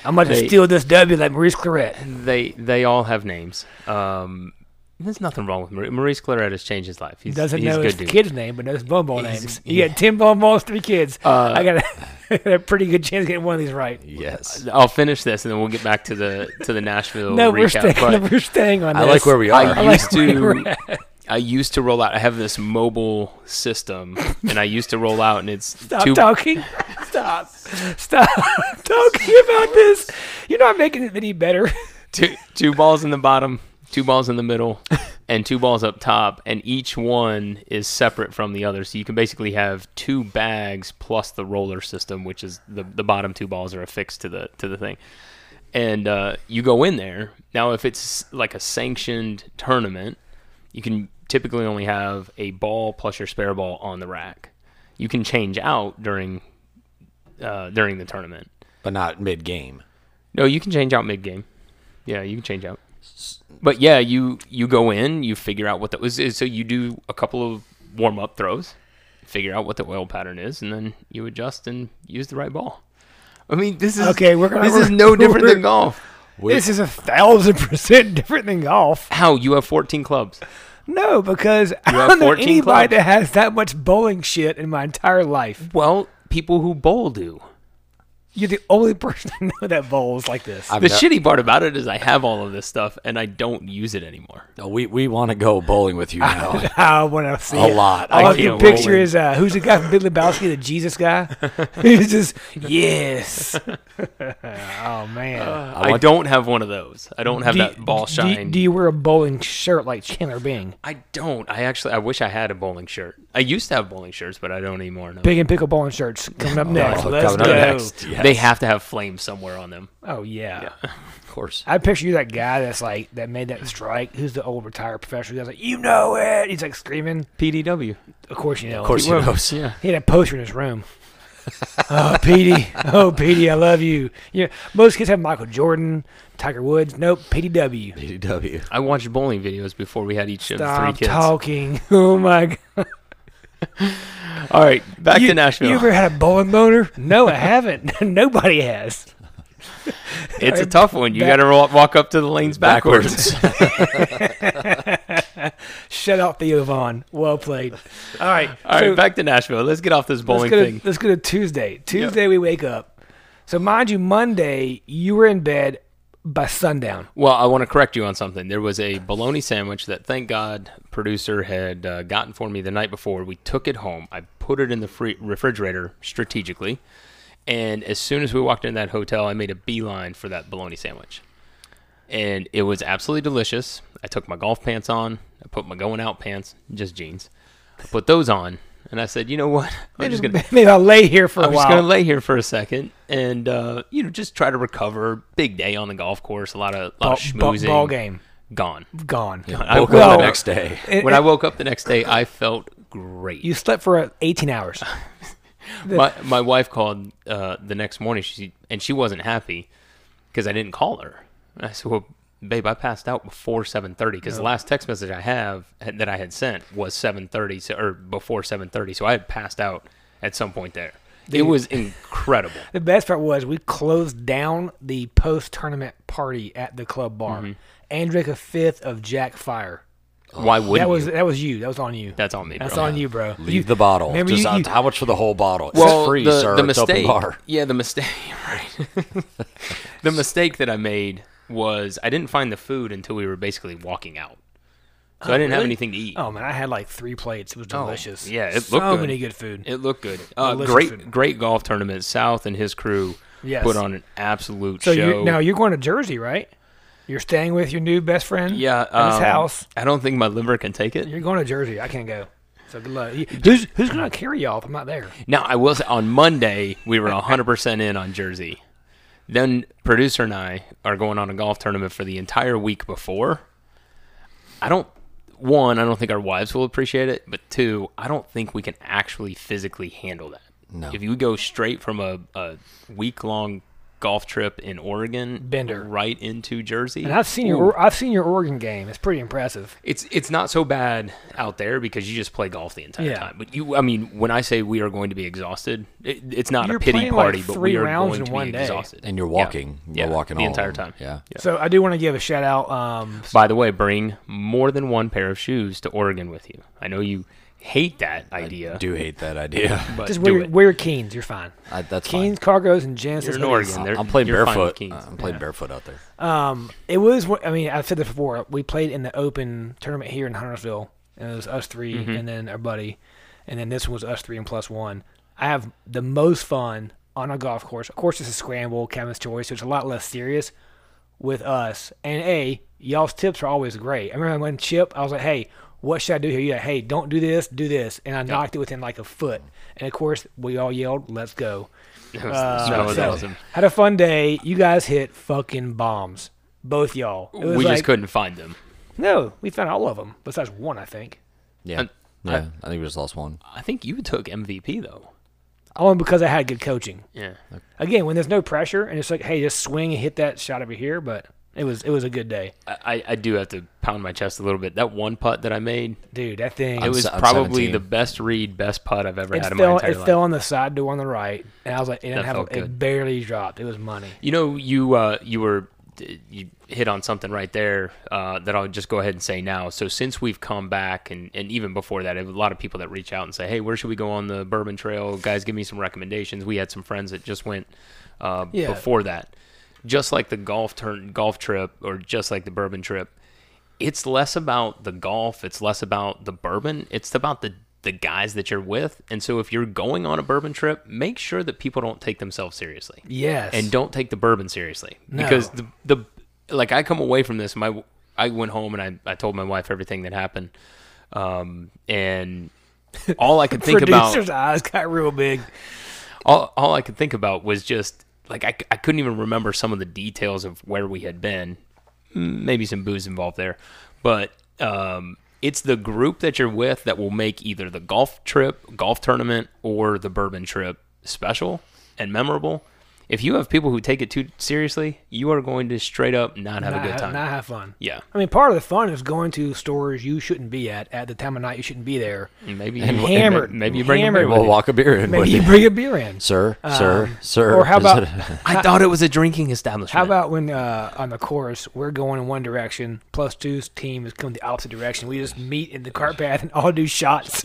Speaker 3: I'm about to
Speaker 1: Hey.
Speaker 3: steal this W like Maurice Claret.
Speaker 1: They they all have names. Um, there's nothing wrong with Maurice. Maurice Claret has changed his life. He's,
Speaker 3: Doesn't
Speaker 1: he's a
Speaker 3: know
Speaker 1: good
Speaker 3: his
Speaker 1: dude.
Speaker 3: kid's name, but knows bone ball
Speaker 1: He's-
Speaker 3: names. You got 10 bone balls, three kids. I got a, [LAUGHS] a pretty good chance of getting one of these right.
Speaker 5: yes.
Speaker 1: I'll finish this and then we'll get back to the to
Speaker 3: [LAUGHS]
Speaker 1: the Nashville
Speaker 3: No, we're
Speaker 1: recap.
Speaker 3: staying,
Speaker 1: but
Speaker 3: [LAUGHS] we're staying on
Speaker 5: I
Speaker 3: this.
Speaker 5: like where we are.
Speaker 1: I
Speaker 3: like
Speaker 1: used
Speaker 3: where we're
Speaker 1: to I used to roll out. I have this mobile system, and I used to roll out, and it's
Speaker 3: Stop
Speaker 1: two.
Speaker 3: talking. [LAUGHS] Stop. Stop [LAUGHS] talking about this. You're not making it any better. [LAUGHS]
Speaker 1: two, two balls in the bottom, two balls in the middle, and two balls up top, and each one is separate from the other. So you can basically have two bags plus the roller system, which is the the bottom two balls are affixed to the to the thing. And uh, you go in there now. If it's like a sanctioned tournament, you can typically only have a ball plus your spare ball on the rack. You can change out during uh, during the tournament.
Speaker 5: but not mid game.
Speaker 1: No, you can change out mid game. Yeah, you can change out. But yeah, you you go in, you figure out what that was. So you do a couple of warm up throws, figure out what the oil pattern is, and then you adjust and use the right ball. I mean, this is
Speaker 3: Okay, we're gonna-
Speaker 1: This is
Speaker 3: [LAUGHS] we're-
Speaker 1: no different
Speaker 3: we're-
Speaker 1: than golf.
Speaker 3: This is a thousand percent different than golf.
Speaker 1: How you have fourteen clubs?
Speaker 3: No, because [LAUGHS] I
Speaker 1: have
Speaker 3: don't know
Speaker 1: 14
Speaker 3: anybody
Speaker 1: clubs.
Speaker 3: that has that much bowling shit in my entire life.
Speaker 1: Well, people who bowl do.
Speaker 3: You're the only [LAUGHS] person I know that bowls like this.
Speaker 5: I've
Speaker 1: The
Speaker 5: no-
Speaker 1: shitty part about it is I have all of this stuff and I don't use it anymore.
Speaker 5: No, we we want to go bowling with you now.
Speaker 3: I want to see
Speaker 5: A
Speaker 3: it.
Speaker 5: lot.
Speaker 3: All
Speaker 5: I
Speaker 3: I, can
Speaker 1: can't
Speaker 3: picture
Speaker 1: roll in.
Speaker 3: is uh, who's the guy from Big Lebowski, the Jesus guy? He's just yes. oh man.
Speaker 1: I, don't have one of those. I don't Uh, have
Speaker 3: do,
Speaker 1: that ball
Speaker 3: do-
Speaker 1: shine.
Speaker 3: Do, you wear a bowling shirt like Chandler Bing?
Speaker 1: I don't. I actually. I wish I had a bowling shirt. I used to have bowling shirts, but I don't anymore. No.
Speaker 3: Big and pickle bowling shirts coming up next.
Speaker 5: coming
Speaker 3: Let's
Speaker 5: up
Speaker 3: go.
Speaker 5: next. Yes.
Speaker 1: They have to have flames somewhere on them.
Speaker 3: Oh yeah.
Speaker 5: of course.
Speaker 3: I picture you that guy that's like that made that strike. Who's the old retired professional? That's like you know it. He's like screaming.
Speaker 1: PDW.
Speaker 3: Of course you know.
Speaker 5: Of course he knows.
Speaker 1: Yeah.
Speaker 3: He had a poster in his room. [LAUGHS] oh, Petey. Oh, Petey, I love you. Yeah, most kids have Michael Jordan, Tiger Woods. Nope, PDW.
Speaker 5: PDW.
Speaker 1: I watched bowling videos before we had each of the three
Speaker 3: Stop
Speaker 1: kids.
Speaker 3: talking. [LAUGHS] Oh, my God.
Speaker 1: All right, back
Speaker 3: you,
Speaker 1: to Nashville.
Speaker 3: You ever had a bowling boner? No, I haven't. [LAUGHS] Nobody has.
Speaker 1: it's a tough one. You
Speaker 3: back-
Speaker 1: got to walk up to the lanes backwards.
Speaker 3: Shut up, Theo Vaughn. Well played. All right.
Speaker 1: [LAUGHS] All right,
Speaker 3: so
Speaker 1: back to Nashville. Let's get off this
Speaker 3: let's
Speaker 1: bowling
Speaker 3: go,
Speaker 1: thing.
Speaker 3: to, let's go to Tuesday. Tuesday, we wake up. So mind you, Monday you were in bed by sundown.
Speaker 1: Well, I want to correct you on something. There was a bologna sandwich that, thank God, producer had uh, gotten for me the night before. We took it home. I put it in the free- refrigerator strategically, and as soon as we walked into that hotel, I made a beeline for that bologna sandwich, and it was absolutely delicious. I took my golf pants on. I put my going out pants, just jeans. I put those on, and I said, "You know what? I'm just gonna
Speaker 3: [LAUGHS] Maybe I'll lay here for a
Speaker 1: I'm
Speaker 3: while.
Speaker 1: just going to lay here for a second and uh, you know just try to recover. Big day on the golf course, a lot of, lot
Speaker 3: ball,
Speaker 1: of schmoozing.
Speaker 3: ball game
Speaker 5: [LAUGHS]
Speaker 1: gone.
Speaker 3: gone.
Speaker 1: I
Speaker 5: Woke
Speaker 3: Well-
Speaker 5: up the next day.
Speaker 3: It-
Speaker 1: when
Speaker 3: it-
Speaker 1: I woke up the next day, I felt great.
Speaker 3: you slept for uh, 18 hours.
Speaker 1: [LAUGHS] my my wife called uh, the next morning, she and she wasn't happy because I didn't call her. And I said, "Well, babe, I passed out before 7:30 because the last text message I have had- that I had sent was 7:30 so, or before 7:30, so I had passed out at some point there. It was
Speaker 3: [SIGHS]
Speaker 1: incredible.
Speaker 3: The best part was we closed down the post tournament party at the club bar
Speaker 1: Mm-hmm.
Speaker 3: and drank a fifth of Jack Fire.
Speaker 1: Why wouldn't
Speaker 3: That was
Speaker 1: you?
Speaker 3: that was you. That was on you.
Speaker 1: That's on me.
Speaker 3: That's
Speaker 1: bro.
Speaker 3: on you, bro.
Speaker 5: Leave the bottle.
Speaker 3: remember
Speaker 5: Just
Speaker 3: you-
Speaker 5: on-
Speaker 3: you-
Speaker 5: how much for the whole bottle? It's free,
Speaker 1: the,
Speaker 5: sir.
Speaker 1: the
Speaker 5: it's open
Speaker 1: mistake,
Speaker 5: bar.
Speaker 1: yeah, the mistake, [LAUGHS] right? the mistake that I made was I didn't find the food until we were basically walking out, so I didn't have anything to eat.
Speaker 3: Oh man, I had like three plates. It was delicious.
Speaker 1: Oh, yeah, it
Speaker 3: so
Speaker 1: looked good.
Speaker 3: many good food.
Speaker 1: It looked good. Uh,
Speaker 3: Delicious
Speaker 1: great,
Speaker 3: food.
Speaker 1: great golf tournament. South and his crew
Speaker 3: Yes.
Speaker 1: put on an absolute
Speaker 3: so
Speaker 1: show.
Speaker 3: you now you're going to Jersey, right? You're staying with your new best friend.
Speaker 1: yeah,
Speaker 3: at his
Speaker 1: um,
Speaker 3: house.
Speaker 1: I don't think my liver can take it.
Speaker 3: You're going to Jersey. I can't go. So good luck. You- Who's who's going to carry y'all if I'm not there?
Speaker 1: Now, I will say on Monday, we were 100% in on Jersey. Then producer and I are going on a golf tournament for the entire week before. I don't, one, I don't think our wives will appreciate it, but two, I don't think we can actually physically handle that. No. If you go straight from a, a week long golf trip in Oregon,
Speaker 3: Bender.
Speaker 1: right into Jersey,
Speaker 3: And I've seen your I've seen your Oregon game. It's pretty impressive.
Speaker 1: it's it's not so bad out there because you just play golf the entire
Speaker 3: Yeah.
Speaker 1: time. But you, I mean, when I say we are going to be exhausted, it, it's not
Speaker 3: You're
Speaker 1: a pity
Speaker 3: playing, like,
Speaker 1: party, but
Speaker 3: three
Speaker 1: we are
Speaker 3: rounds
Speaker 1: going
Speaker 3: in
Speaker 1: to
Speaker 3: one
Speaker 1: be
Speaker 3: day.
Speaker 1: exhausted.
Speaker 5: And you're walking.
Speaker 1: Yeah,
Speaker 5: You're walking
Speaker 1: the
Speaker 5: all of
Speaker 1: entire
Speaker 5: them.
Speaker 1: time.
Speaker 5: Yeah.
Speaker 3: So I do want to give a shout out. Um,
Speaker 1: By the way, bring more than one pair of shoes to Oregon with you. I know you hate that idea,
Speaker 5: Do hate that [LAUGHS] idea.
Speaker 1: but
Speaker 3: just
Speaker 1: do
Speaker 3: wear, your-
Speaker 1: it.
Speaker 3: wear your Keens. You're fine.
Speaker 5: I, that's
Speaker 3: Keens, cargos, and Jansen's.
Speaker 1: You're in
Speaker 3: hoodies.
Speaker 1: Oregon.
Speaker 5: fine.
Speaker 1: They're-
Speaker 5: I'm playing
Speaker 1: you're fine with
Speaker 5: barefoot.
Speaker 1: Keens.
Speaker 5: Uh, I'm playing barefoot out there.
Speaker 3: Um, it was. one- I mean, I've said this before. We played in the open tournament here in Huntersville, and it was us 3 and then our buddy, and then this one was us three and plus one. I have the most fun on a golf course. Of course, it's a scramble, Kevin's choice, so it's a lot less serious with us. And a y'all's tips are always great. I remember when Chip, I was like, "Hey, what should I do here?" Yeah, hey, don't do this, do this, and I knocked it within like a foot. And of course, we all yelled, "Let's go!"
Speaker 1: [LAUGHS] That was- that was
Speaker 3: uh, so,
Speaker 1: awesome.
Speaker 3: Had a fun day. You guys hit fucking bombs, both y'all. It was
Speaker 1: We
Speaker 3: like,
Speaker 1: just couldn't find them.
Speaker 3: No, we found all of them besides one, I think.
Speaker 5: Yeah.
Speaker 1: And
Speaker 5: yeah. I, think we just lost one.
Speaker 1: I think you took MVP though.
Speaker 3: Only because I had good coaching.
Speaker 1: Yeah,
Speaker 3: Again, when there's no pressure and it's like, hey, just swing and hit that shot over here. But it was it was a good day,
Speaker 1: I, I- I do have to pound my chest a little bit. That one putt that I made,
Speaker 3: dude. That thing.
Speaker 1: it
Speaker 5: I'm
Speaker 1: was
Speaker 5: se- I'm
Speaker 1: probably
Speaker 5: 17.
Speaker 1: the best read, best putt I've ever
Speaker 3: it
Speaker 1: had in my
Speaker 3: fell.
Speaker 1: entire
Speaker 3: It
Speaker 1: life.
Speaker 3: fell on the side door on the right, and I was like, it didn't
Speaker 1: That
Speaker 3: have.
Speaker 1: felt
Speaker 3: It
Speaker 1: good.
Speaker 3: barely dropped. It was money.
Speaker 1: You know, you uh, you were you hit on something right there uh, that I'll just go ahead and say now. So since we've come back, and, and even before that, I have a lot of people that reach out and say, "Hey, where should we go on the Bourbon Trail? Guys, give me some recommendations." We had some friends that just went uh,
Speaker 3: Yeah.
Speaker 1: before that. Just like the golf turn golf trip, or just like the bourbon trip, it's less about the golf. It's less about the bourbon. It's about the the guys that you're with. And so if you're going on a bourbon trip, make sure that people don't take themselves seriously
Speaker 3: Yes.
Speaker 1: and don't take the bourbon seriously because the the like I come away from this my I went home and I, I told my wife everything that happened um and all I could
Speaker 3: [LAUGHS]
Speaker 1: think about
Speaker 3: Producer's eyes got real big.
Speaker 1: all, all I could think about was just like I, c- I couldn't even remember some of the details of where we had been. Mm, Maybe some booze involved there, but um, it's the group that you're with that will make either the golf trip, golf tournament, or the bourbon trip special and memorable. If you have people who take it too seriously, you are going to straight up not have
Speaker 3: Not
Speaker 1: a good
Speaker 3: ha-
Speaker 1: time.
Speaker 3: Not have fun.
Speaker 1: yeah,
Speaker 3: I mean, part of the fun is going to stores you shouldn't be at at the time of night you shouldn't be there.
Speaker 1: maybe
Speaker 3: And
Speaker 1: you,
Speaker 3: hammered.
Speaker 1: Maybe you bring them
Speaker 3: Hammered.
Speaker 1: with
Speaker 5: We'll
Speaker 1: you.
Speaker 5: walk a beer in with
Speaker 3: Maybe you
Speaker 5: you.
Speaker 3: bring a beer in. Um,
Speaker 5: Sir, sir, sir.
Speaker 3: or how about-
Speaker 1: I thought it was a [LAUGHS] drinking establishment.
Speaker 3: How about when uh, on the course we're going in one direction, plus two's team is going the opposite direction. We just meet in the cart path and all do shots.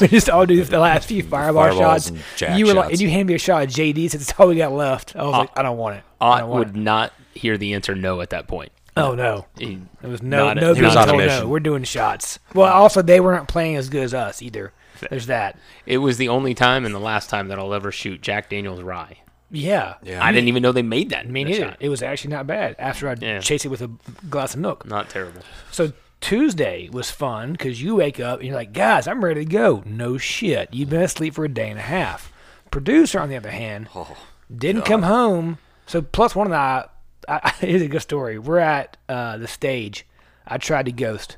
Speaker 3: [LAUGHS] we just all do the last few
Speaker 1: [LAUGHS]
Speaker 3: fireball
Speaker 5: Fireballs
Speaker 3: shots.
Speaker 5: and jack
Speaker 3: you were like,
Speaker 5: shots.
Speaker 3: and you handed me a shot of JD since it's all we got left. left. I was like, I don't want it. I
Speaker 1: Uh, Ott
Speaker 3: don't want
Speaker 1: would not hear the answer no at that point.
Speaker 3: it. Oh no,
Speaker 1: He-
Speaker 3: it was no
Speaker 1: Not-
Speaker 3: no.
Speaker 1: he was
Speaker 3: good
Speaker 1: on a
Speaker 3: call, no.
Speaker 5: mission.
Speaker 3: We're doing shots. Well, also they weren't playing as good as us either. There's that.
Speaker 1: it was the only time and the last time that I'll ever shoot Jack Daniels rye.
Speaker 3: Yeah. Yeah.
Speaker 1: I didn't even know they made that.
Speaker 3: Me
Speaker 1: that
Speaker 3: neither.
Speaker 1: shot.
Speaker 3: It was actually not bad after I
Speaker 1: Yeah.
Speaker 3: chased it with a glass of milk.
Speaker 1: Not terrible.
Speaker 3: So Tuesday was fun because you wake up and you're like, guys, I'm ready to go. No shit. You've been asleep for a day and a half. Producer, on the other hand,
Speaker 1: Oh,
Speaker 3: didn't come home. So plus one and I, I [LAUGHS] here's a good story. We're at uh, the stage. I tried to ghost.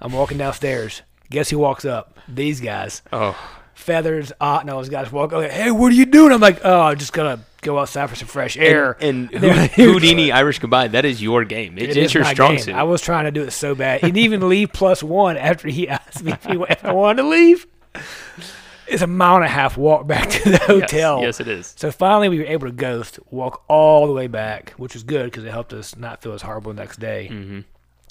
Speaker 3: I'm walking downstairs. Guess who walks up? These guys.
Speaker 1: Oh,
Speaker 3: Feathers, Ott, and all those guys walk. Okay, hey, what are you doing? I'm like, oh, I'm just gonna go outside for some fresh air.
Speaker 1: and
Speaker 3: [LAUGHS] They're-
Speaker 1: Houd- Houdini Irish goodbye. That is your game. It's,
Speaker 3: It
Speaker 1: it's
Speaker 3: is
Speaker 1: your
Speaker 3: my
Speaker 1: strong
Speaker 3: game.
Speaker 1: suit.
Speaker 3: I was trying to do it so bad. He'd even leave plus one after he [LAUGHS] asked me if, he, if I wanted to leave. It's a mile and a half walk back to the
Speaker 1: [LAUGHS]
Speaker 3: hotel.
Speaker 1: yes, it is.
Speaker 3: So finally, we were able to ghost, walk all the way back, which was good because it helped us not feel as horrible the next day. Mm-hmm.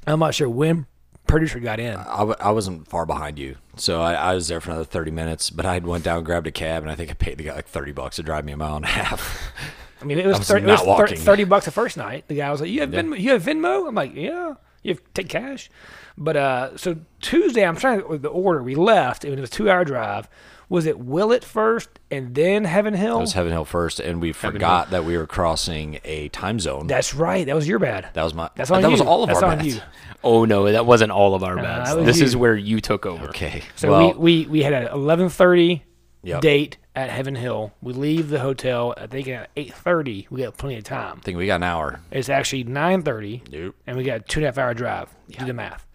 Speaker 3: I'm not sure when producer got in.
Speaker 5: I, w- I wasn't far behind you, so I, I was there for another thirty minutes. But I had went down, grabbed a cab, and I think I paid the guy like thirty bucks to drive me a mile and a half. [LAUGHS]
Speaker 3: I mean, it was,
Speaker 5: was
Speaker 3: 30, it
Speaker 5: not
Speaker 3: was thir-
Speaker 5: walking.
Speaker 3: 30 bucks the first night. The guy was like, "You have Venmo? You have Venmo?" I'm like, "Yeah." You have take cash, but uh, so Tuesday I'm trying to the order. We left and it was a two hour drive. Was it Willett first and then Heaven Hill?
Speaker 5: I was Heaven Hill first, and we forgot that we were crossing a time zone. That,
Speaker 3: That's right. That was your bad.
Speaker 5: was my.
Speaker 3: That's on
Speaker 5: that
Speaker 3: you.
Speaker 5: was all of
Speaker 3: That's
Speaker 5: our
Speaker 3: on
Speaker 5: bets.
Speaker 3: you.
Speaker 1: Oh no, that wasn't all of our bets.
Speaker 3: that Uh, was
Speaker 1: this
Speaker 3: you.
Speaker 1: is where you took over.
Speaker 5: Okay.
Speaker 3: So
Speaker 5: well,
Speaker 3: we, we we had an 11:30
Speaker 5: Yep.
Speaker 3: date at Heaven Hill. We leave the hotel. I think at 8:30 we got plenty of time.
Speaker 5: I think we got an hour.
Speaker 3: It's actually 9:30.
Speaker 5: Nope.
Speaker 3: and we got a two and a half hour drive. Do the math.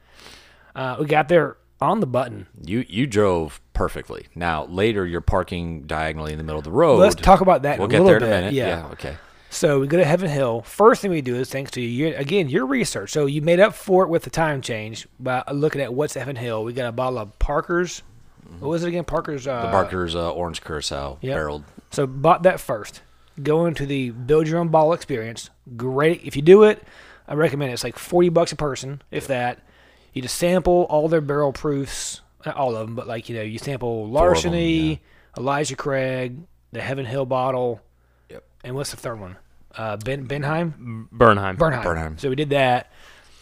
Speaker 3: Uh, we got there on the button.
Speaker 5: You you drove perfectly. Now later you're parking diagonally in the middle of the road.
Speaker 3: Let's talk about that in
Speaker 5: We'll
Speaker 3: a
Speaker 5: get
Speaker 3: little
Speaker 5: there
Speaker 3: bit.
Speaker 5: in a minute.
Speaker 3: Yeah.
Speaker 5: Okay.
Speaker 3: So we go to Heaven Hill. First thing we do is thanks to you again your research. So you made up for it with the time change by looking at what's Heaven Hill. We got a bottle of Parker's. What was it again? Parker's. Uh,
Speaker 5: The Barker's uh, orange curacao
Speaker 3: yep.
Speaker 5: barreled.
Speaker 3: So bought that first. Go into the build your own bottle experience. Great if you do it. I recommend it. It's like forty bucks a person, if that. You just sample all their barrel proofs, not all of them, but like you know, you sample
Speaker 5: of 'em,
Speaker 3: Larceny, Elijah Craig, the Heaven Hill bottle,
Speaker 5: Yep.
Speaker 3: and what's the third one? Uh, ben Benheim,
Speaker 1: Bernheim.
Speaker 3: Bernheim.
Speaker 5: Bernheim.
Speaker 3: So we did that.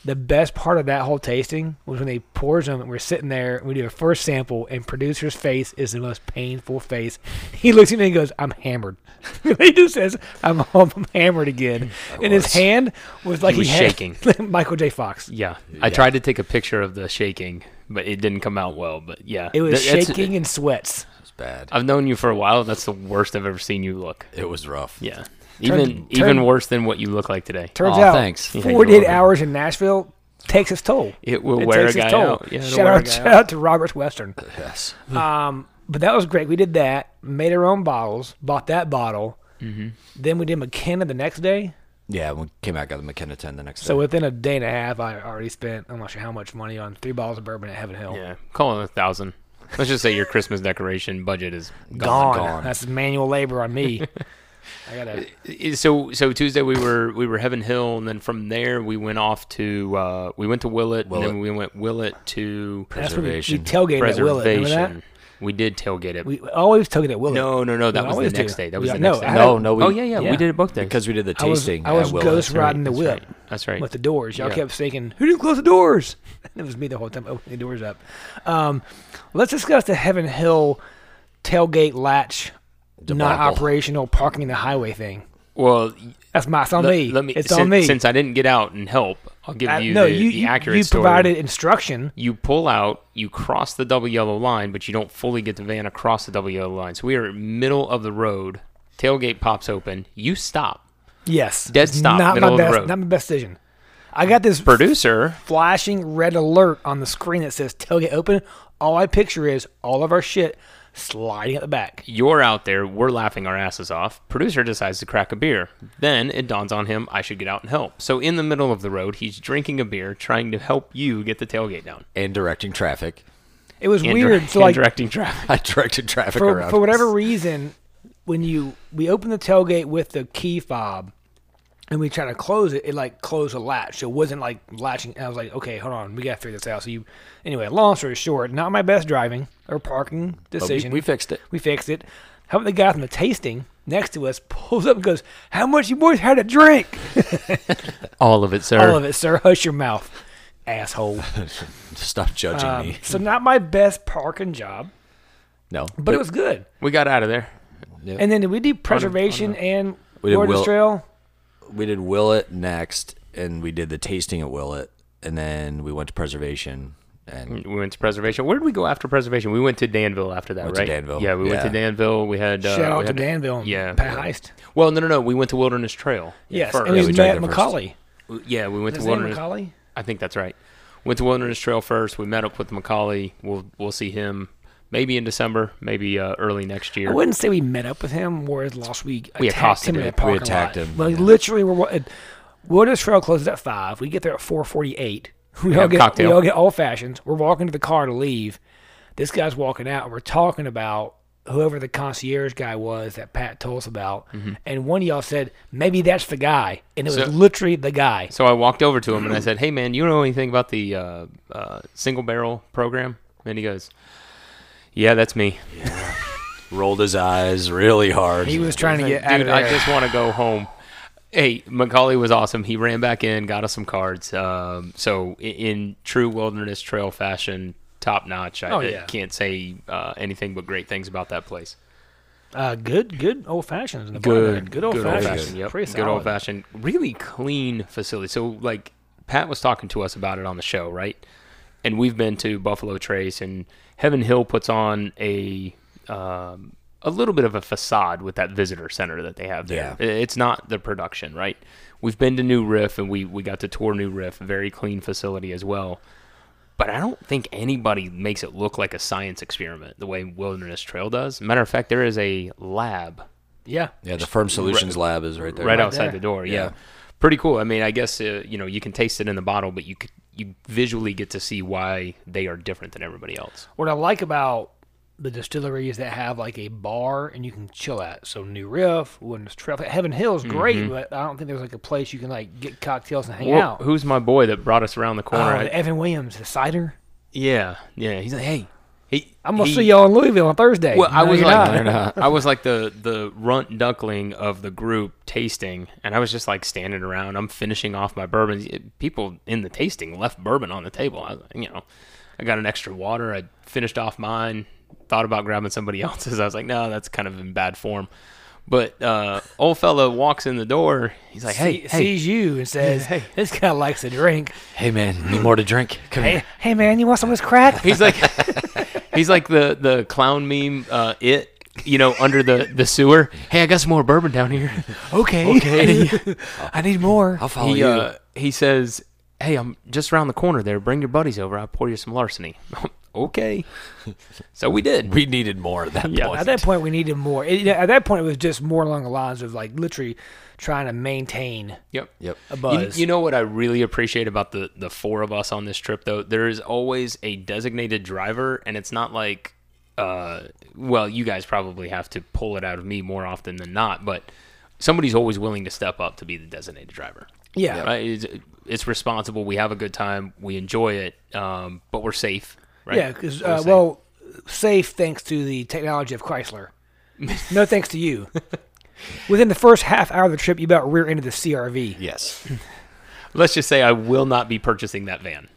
Speaker 3: The best part of that whole tasting was when they pours them. and We're sitting there. We do a first sample, and producer's face is the most painful face. [LAUGHS] He looks at me and goes, "I'm hammered." [LAUGHS] he just says, "I'm, I'm hammered again," and his
Speaker 5: was.
Speaker 3: hand was like
Speaker 1: He was
Speaker 3: had-
Speaker 1: shaking.
Speaker 3: [LAUGHS] Michael J. Fox.
Speaker 1: Yeah. I tried to take a picture of the shaking, but it didn't come out well. But yeah,
Speaker 3: It was
Speaker 1: Th- that's-
Speaker 3: shaking and sweats.
Speaker 5: It's bad.
Speaker 3: Uh,
Speaker 1: I've known you for a while. That's the worst I've ever seen you look.
Speaker 5: It was rough.
Speaker 1: Yeah. Even
Speaker 3: turn-
Speaker 1: even worse than what you look like today.
Speaker 3: Turns
Speaker 5: Aw,
Speaker 3: out,
Speaker 5: thanks. Yeah,
Speaker 1: you're
Speaker 3: forty-eight
Speaker 1: welcome.
Speaker 3: hours in Nashville takes its toll.
Speaker 1: It will wear a
Speaker 3: takes its
Speaker 1: guy
Speaker 3: toll.
Speaker 1: out. Yeah, it'll
Speaker 3: shout
Speaker 1: wear a
Speaker 3: out,
Speaker 1: guy
Speaker 3: shout
Speaker 1: out.
Speaker 3: out to Roberts Western.
Speaker 5: Yes.
Speaker 3: [LAUGHS] Um, but that was great. We did that, made our own bottles, bought that bottle.
Speaker 1: Mm-hmm.
Speaker 3: Then we did McKenna the next day.
Speaker 5: Yeah. We came back got the McKenna ten the next
Speaker 3: So
Speaker 5: day.
Speaker 3: within a day and a half, I already spent I'm not sure how much money on three bottles of bourbon at Heaven Hill.
Speaker 1: Yeah. Call it a thousand. Let's just say your Christmas decoration budget is gone.
Speaker 3: Gone.
Speaker 5: gone.
Speaker 3: That's manual labor on
Speaker 1: [LAUGHS]
Speaker 3: me. I gotta.
Speaker 1: So so Tuesday we were we were Heaven Hill, and then from there we went off to uh, we went to Willett, and then we went Willett to
Speaker 3: That's where we, we
Speaker 5: Preservation.
Speaker 3: tailgated at Willet. Remember that?
Speaker 1: Preservation. We did tailgate it.
Speaker 3: We always tailgate at Willet.
Speaker 1: no, no, no. That
Speaker 3: We
Speaker 1: was the
Speaker 3: always
Speaker 1: next
Speaker 3: do.
Speaker 1: day. That
Speaker 3: We
Speaker 1: was
Speaker 3: got-
Speaker 1: the
Speaker 3: no,
Speaker 1: next day.
Speaker 3: I-
Speaker 5: no, no. We,
Speaker 1: oh yeah, yeah,
Speaker 3: yeah.
Speaker 1: We did it both days
Speaker 5: Because we did the
Speaker 3: I was,
Speaker 5: tasting.
Speaker 3: I was
Speaker 5: at Willis.
Speaker 3: ghost
Speaker 1: right.
Speaker 3: riding the
Speaker 1: That's
Speaker 3: whip
Speaker 1: right. That's right.
Speaker 3: with the doors. Y'all
Speaker 1: Yeah.
Speaker 3: kept thinking, "Who didn't close the doors?" [LAUGHS] it was me the whole time opening the doors up. Um, let's discuss the Heaven Hill tailgate latch, not
Speaker 5: Debacle.
Speaker 3: operational parking in the highway thing.
Speaker 1: Well, y-
Speaker 3: That's my. It's on
Speaker 1: let,
Speaker 3: me.
Speaker 1: let me.
Speaker 3: It's
Speaker 1: since,
Speaker 3: on me.
Speaker 1: Since I didn't get out and help, I'll give
Speaker 3: I-
Speaker 1: you
Speaker 3: no,
Speaker 1: the,
Speaker 3: you
Speaker 1: the
Speaker 3: you,
Speaker 1: accurate
Speaker 3: you
Speaker 1: story.
Speaker 3: provided instruction.
Speaker 1: you pull out, you cross the double yellow line, but you don't fully get the van across the double yellow line. So we are middle of the road. Tailgate pops open. You stop.
Speaker 3: Yes.
Speaker 1: Dead
Speaker 3: It's
Speaker 1: stop,
Speaker 3: Not
Speaker 1: middle
Speaker 3: my
Speaker 1: of the
Speaker 3: best.
Speaker 1: road.
Speaker 3: Not my best decision. I got this
Speaker 1: Producer,
Speaker 3: flashing red alert on the screen that says tailgate open. All I picture is all of our shit sliding at the back.
Speaker 1: you're out there. We're laughing our asses off. Producer decides to crack a beer. Then it dawns on him, I should get out and help. So in the middle of the road, he's drinking a beer, trying to help you get the tailgate down.
Speaker 5: and directing traffic. [LAUGHS]
Speaker 3: It was
Speaker 1: And
Speaker 3: weird.
Speaker 1: direct-
Speaker 3: so
Speaker 1: and
Speaker 3: like
Speaker 1: directing traffic.
Speaker 5: I directed traffic
Speaker 3: for,
Speaker 5: around.
Speaker 3: for whatever reason, when you we open the tailgate with the key fob and we try to close it, it like closed a latch. So it wasn't like latching. And I was like, okay, hold on, we gotta figure this out. So you, anyway, long story short, not my best driving or parking
Speaker 5: But we,
Speaker 3: decision.
Speaker 5: we fixed it.
Speaker 3: We fixed it. Helped the guy from the tasting next to us pulls up and goes, "How much you boys had to drink?"
Speaker 1: All of it, sir.
Speaker 3: All of it, sir. Hush your mouth, asshole.
Speaker 5: Stop judging
Speaker 3: Um,
Speaker 5: me.
Speaker 3: so not my best parking job,
Speaker 5: No,
Speaker 3: but it was good.
Speaker 1: We got out of there.
Speaker 3: And then did we do preservation and
Speaker 5: We did
Speaker 3: Wilderness
Speaker 5: Will-
Speaker 3: Trail?
Speaker 5: we did Willet next, and we did the tasting at Willet, and then we went to Preservation, and
Speaker 1: We went to preservation. Where did we go after preservation? We went to Danville after that,
Speaker 5: Went to
Speaker 1: right?
Speaker 5: Danville.
Speaker 1: Yeah, we went to
Speaker 5: Yeah.
Speaker 1: Danville. We had uh,
Speaker 3: Shout
Speaker 1: we
Speaker 3: out to
Speaker 1: had-
Speaker 3: Danville. And
Speaker 1: Yeah.
Speaker 3: Pat Heist.
Speaker 1: Well, no, no, no. We went to Wilderness Trail.
Speaker 3: Yes,
Speaker 1: first.
Speaker 3: and we,
Speaker 5: we drank
Speaker 3: met
Speaker 5: there first.
Speaker 3: Macaulay.
Speaker 1: yeah, we went
Speaker 3: Is
Speaker 1: to
Speaker 3: his name
Speaker 1: Wilderness.
Speaker 3: Macaulay?
Speaker 1: I think that's right. Went to Wilderness Trail first. We met up with Macaulay. We'll we'll see him maybe in December, maybe uh, early next year.
Speaker 3: I wouldn't say we met up with him. Whereas last week,
Speaker 1: We
Speaker 3: attacked
Speaker 1: accosted
Speaker 3: him in
Speaker 1: him.
Speaker 3: that parking
Speaker 5: We attacked
Speaker 3: lot.
Speaker 5: him,
Speaker 3: Like
Speaker 5: yeah.
Speaker 3: literally, we're wa- at- Wilderness Trail closes at five. We get there at four forty-eight. We all
Speaker 1: have
Speaker 3: get
Speaker 1: cocktail.
Speaker 3: we all get old fashions. We're walking to the car to leave. This guy's walking out, and we're talking about whoever the concierge guy was that Pat told us about. And one of y'all said maybe that's the guy, and it was
Speaker 1: Mm-hmm. So-
Speaker 3: literally the guy.
Speaker 1: So I walked over to him and I said, "Hey, man, you know anything about the uh, uh, single barrel program?" And he goes, "Yeah, that's me,
Speaker 5: rolled his eyes really hard.
Speaker 3: He was trying to get out
Speaker 1: dude.
Speaker 3: of there.
Speaker 1: I just want to go home." Hey, Macaulay was awesome. He ran back in, got us some cards. Um, so i- in true wilderness trail fashion, top notch. I,
Speaker 3: Oh,
Speaker 1: I
Speaker 3: yeah.
Speaker 1: can't say uh, anything but great things about that place.
Speaker 3: Uh, good, good old fashions. In the bar there. good old fashions.
Speaker 1: Yep.
Speaker 3: Pretty
Speaker 1: Good old
Speaker 3: solid.
Speaker 1: fashioned, really clean facility. So like Pat was talking to us about it on the show, right? And we've been to Buffalo Trace, and Heaven Hill puts on a um, a little bit of a facade with that visitor center that they have there.
Speaker 5: Yeah.
Speaker 1: I- It's not the production, right? We've been to New Riff, and we we got to tour New Riff, very clean facility as well. But I don't think anybody makes it look like a science experiment the way Wilderness Trail does. Matter of fact, there is a lab
Speaker 3: Yeah.
Speaker 5: yeah, the Firm Solutions Lab is right there.
Speaker 1: right, outside
Speaker 3: there.
Speaker 1: the door. Yeah.
Speaker 5: Yeah.
Speaker 1: pretty cool. I mean, I guess uh, you know you can taste it in the bottle, but you c- you visually get to see why they are different than everybody else.
Speaker 3: What I like about the distilleries that have like a bar and you can chill at. So New Riff, Wilderness Trail, Heaven Hill's great, but I don't think there's like a place you can like get cocktails and hang
Speaker 1: Mm-hmm. Well,
Speaker 3: out.
Speaker 1: who's my boy that brought us around the
Speaker 3: Oh,
Speaker 1: corner?
Speaker 3: the Evan Williams, the cider.
Speaker 1: yeah, yeah. He's like, hey, he,
Speaker 3: I'm gonna
Speaker 1: he-
Speaker 3: see y'all in Louisville on Thursday.
Speaker 1: Well, I
Speaker 3: No,
Speaker 1: was
Speaker 3: you're
Speaker 1: like, [LAUGHS]
Speaker 3: not.
Speaker 1: I was like the the runt duckling of the group tasting, and I was just like standing around. I'm finishing off my bourbons. It- People in the tasting left bourbon on the table. I, you know, I got an extra water. I finished off mine. Thought about grabbing somebody [LAUGHS] else's. I was like, no, that's kind of in bad form. But uh, old fella walks in the door. He's like, hey,
Speaker 3: See-
Speaker 1: hey,
Speaker 3: sees you and says, "This guy likes to drink."
Speaker 5: Hey man, need more to drink? Come
Speaker 3: Hey,
Speaker 5: here.
Speaker 3: hey man, you want some of this crack?
Speaker 1: He's like he's like the the clown meme uh, it you know under the the sewer. Hey, I got some more bourbon down here.
Speaker 3: [LAUGHS]
Speaker 1: [LAUGHS]
Speaker 3: okay, [LAUGHS] I need more.
Speaker 5: I'll follow
Speaker 1: he
Speaker 5: Oh, you.
Speaker 1: uh, he says, "Hey, I'm just around the corner there. Bring your buddies over. I'll pour you some larceny." [LAUGHS]
Speaker 5: [LAUGHS]
Speaker 1: okay. so we did.
Speaker 5: we needed more at that
Speaker 1: Yeah.
Speaker 5: point.
Speaker 1: I
Speaker 3: At that point, we needed more. It, at that point, it was just more along the lines of like literally trying to maintain
Speaker 1: Yep.
Speaker 5: Yep.
Speaker 3: a
Speaker 1: You,
Speaker 3: buzz.
Speaker 1: you know what I really appreciate about the the four of us on this trip though? There is always a designated driver and it's not like uh well, you guys probably have to pull it out of me more often than not, but somebody's always willing to step up to be the designated driver.
Speaker 3: yeah,
Speaker 1: Right? It's, it's responsible. We have a good time. We enjoy it. Um, but we're safe. Right?
Speaker 3: yeah. Because uh, well, safe thanks to the technology
Speaker 1: [LAUGHS]
Speaker 3: of Chrysler. no thanks to you. Within the first half hour of the trip, you about rear-ended the CRV.
Speaker 5: yes.
Speaker 1: let's just say I will not be purchasing that van.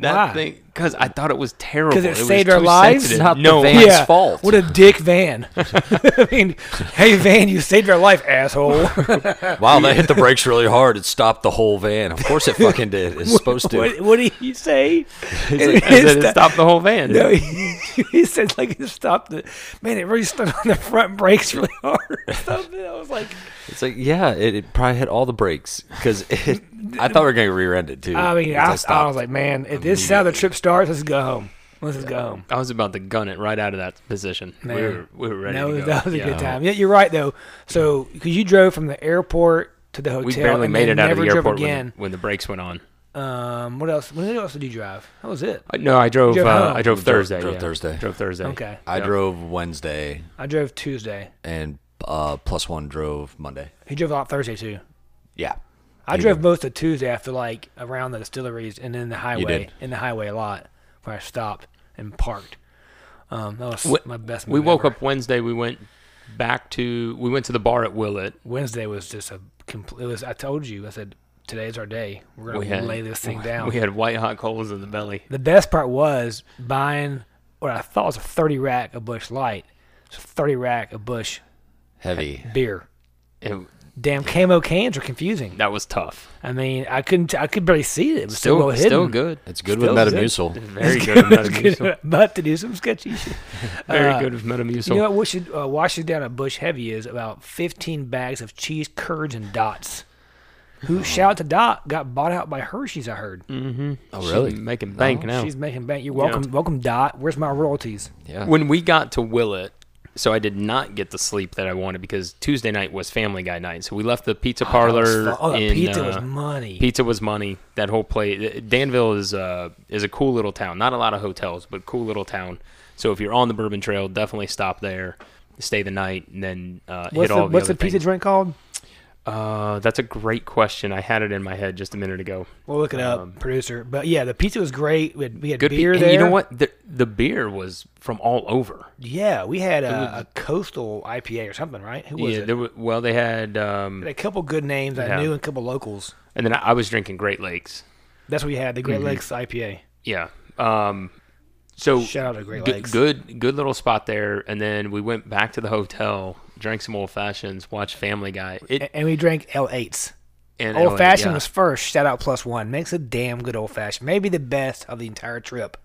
Speaker 1: That
Speaker 3: Why?
Speaker 1: thing, because I thought it was terrible.
Speaker 3: 'Cause it
Speaker 1: was
Speaker 3: saved our
Speaker 1: too
Speaker 3: lives?
Speaker 1: sensitive.
Speaker 5: Not the
Speaker 1: no,
Speaker 5: van. Van's fault.
Speaker 3: What a dick van.
Speaker 1: [LAUGHS]
Speaker 3: [LAUGHS] I mean, hey van, you saved our life, asshole.
Speaker 5: Wow, that hit the brakes really hard. It stopped the whole van. Of course, it fucking
Speaker 3: [LAUGHS]
Speaker 5: did. It's supposed to.
Speaker 3: what, what did he say?
Speaker 1: I said it stopped the whole van.
Speaker 3: No, [LAUGHS] he, he said like it stopped. The, man, it really stood on the front brakes really hard. or something. I was like,
Speaker 5: It's like, yeah, it, it probably hit all the brakes because it. I thought we were gonna rear-end it too.
Speaker 3: I mean,
Speaker 5: Once
Speaker 3: I, I
Speaker 5: stopped.
Speaker 3: was like, man, if this is how the trip starts, let's go home. Let's just go home.
Speaker 1: I was about to gun it right out of that position. We
Speaker 3: Man.
Speaker 1: were, we were ready
Speaker 3: that
Speaker 1: to
Speaker 3: was
Speaker 1: go.
Speaker 3: that was a
Speaker 1: Yeah.
Speaker 3: good time. Yeah, you're right though. So because you drove from the airport to the hotel,
Speaker 1: We barely
Speaker 3: and
Speaker 1: made it
Speaker 3: then
Speaker 1: out of
Speaker 3: never
Speaker 1: the
Speaker 3: drove
Speaker 1: airport when,
Speaker 3: again.
Speaker 1: the- when the brakes went on.
Speaker 3: Um, what else? When else did you drive? That was it.
Speaker 1: Uh, No, I drove.
Speaker 3: drove
Speaker 1: Uh,
Speaker 3: home.
Speaker 1: I drove
Speaker 5: Drove-
Speaker 1: Thursday.
Speaker 5: drove
Speaker 1: yeah.
Speaker 5: Thursday.
Speaker 1: Drove Thursday.
Speaker 3: Okay,
Speaker 5: I drove Wednesday,
Speaker 3: I drove Tuesday.
Speaker 5: and uh, plus one drove Monday.
Speaker 3: He drove a lot Thursday too.
Speaker 5: Yeah,
Speaker 3: I drove most of Tuesday after like around the distilleries and then the highway
Speaker 5: did.
Speaker 3: in the highway a lot where I stopped and parked. Um, that was
Speaker 1: Wh-
Speaker 3: my best.
Speaker 1: We
Speaker 3: move
Speaker 1: woke
Speaker 3: ever.
Speaker 1: up Wednesday. We went back to we went to the bar at Willett.
Speaker 3: Wednesday was just a complete. It was. I told you. I said today's our day. We're gonna
Speaker 1: We had
Speaker 3: lay this thing down.
Speaker 1: [LAUGHS] We had white hot coals in the belly.
Speaker 3: the best part was buying what I thought was a thirty rack of Bush Light, It's a thirty rack of Bush
Speaker 5: Heavy.
Speaker 3: beer.
Speaker 1: It-
Speaker 3: Damn camo cans are confusing.
Speaker 1: that was tough.
Speaker 3: I mean, I couldn't. I could barely see it. It was so
Speaker 1: Still,
Speaker 3: well hidden.
Speaker 1: still
Speaker 3: [LAUGHS]
Speaker 1: good.
Speaker 5: It's good
Speaker 3: Still
Speaker 5: with
Speaker 3: good.
Speaker 5: Metamucil.
Speaker 1: Very good.
Speaker 3: [LAUGHS]
Speaker 1: with Metamucil.
Speaker 3: but to do some sketchy shit.
Speaker 1: Very
Speaker 3: Uh,
Speaker 1: good with Metamucil.
Speaker 3: You know what? What should uh, wash it down a bush heavy is about 15 bags of cheese curds and dots. Who shout out to Dot got bought out by Hershey's? I heard
Speaker 5: Oh, really?
Speaker 1: She's making bank now.
Speaker 3: she's making bank. You're welcome, welcome Dot. Where's my royalties?
Speaker 5: Yeah.
Speaker 1: when we got to Willett, so I did not get the sleep that I wanted because Tuesday night was Family Guy night. So we left the pizza parlor.
Speaker 3: Oh, that
Speaker 1: in,
Speaker 3: pizza was
Speaker 1: uh,
Speaker 3: money.
Speaker 1: Pizza was money. That whole place. Danville is uh, is a cool little town. Not a lot of hotels, but cool little town. So if you're on the Bourbon Trail, definitely stop there, stay the night, and then uh,
Speaker 3: what's
Speaker 1: hit
Speaker 3: the,
Speaker 1: all the
Speaker 3: what's
Speaker 1: other
Speaker 3: the pizza
Speaker 1: things.
Speaker 3: joint called?
Speaker 1: Uh, that's a great question. I had it in my head just a minute ago.
Speaker 3: We'll look it up, producer. But yeah, the pizza was great. We had, we had
Speaker 1: Um, Good
Speaker 3: beer
Speaker 1: and
Speaker 3: there.
Speaker 1: You know what? The, the beer was from all over.
Speaker 3: Yeah, we had a, a coastal IPA or something, right? Who was
Speaker 1: yeah,
Speaker 3: it?
Speaker 1: there were, well they had, um,
Speaker 3: Had a couple good names I
Speaker 1: Yeah.
Speaker 3: knew and a couple locals.
Speaker 1: and then I, I was drinking Great Lakes.
Speaker 3: That's what we had. The
Speaker 1: Mm-hmm.
Speaker 3: Great Lakes IPA.
Speaker 1: Yeah. Um, so
Speaker 3: Shout out to Great
Speaker 1: good-
Speaker 3: Lakes.
Speaker 1: good, good little spot there. And then we went back to the hotel, drank some old fashions, watched Family Guy. It
Speaker 3: A- And we drank L8s.
Speaker 1: and
Speaker 3: Old fashioned
Speaker 1: yeah.
Speaker 3: was first. Shout out plus one makes a damn good old fashioned. Maybe the best of the entire trip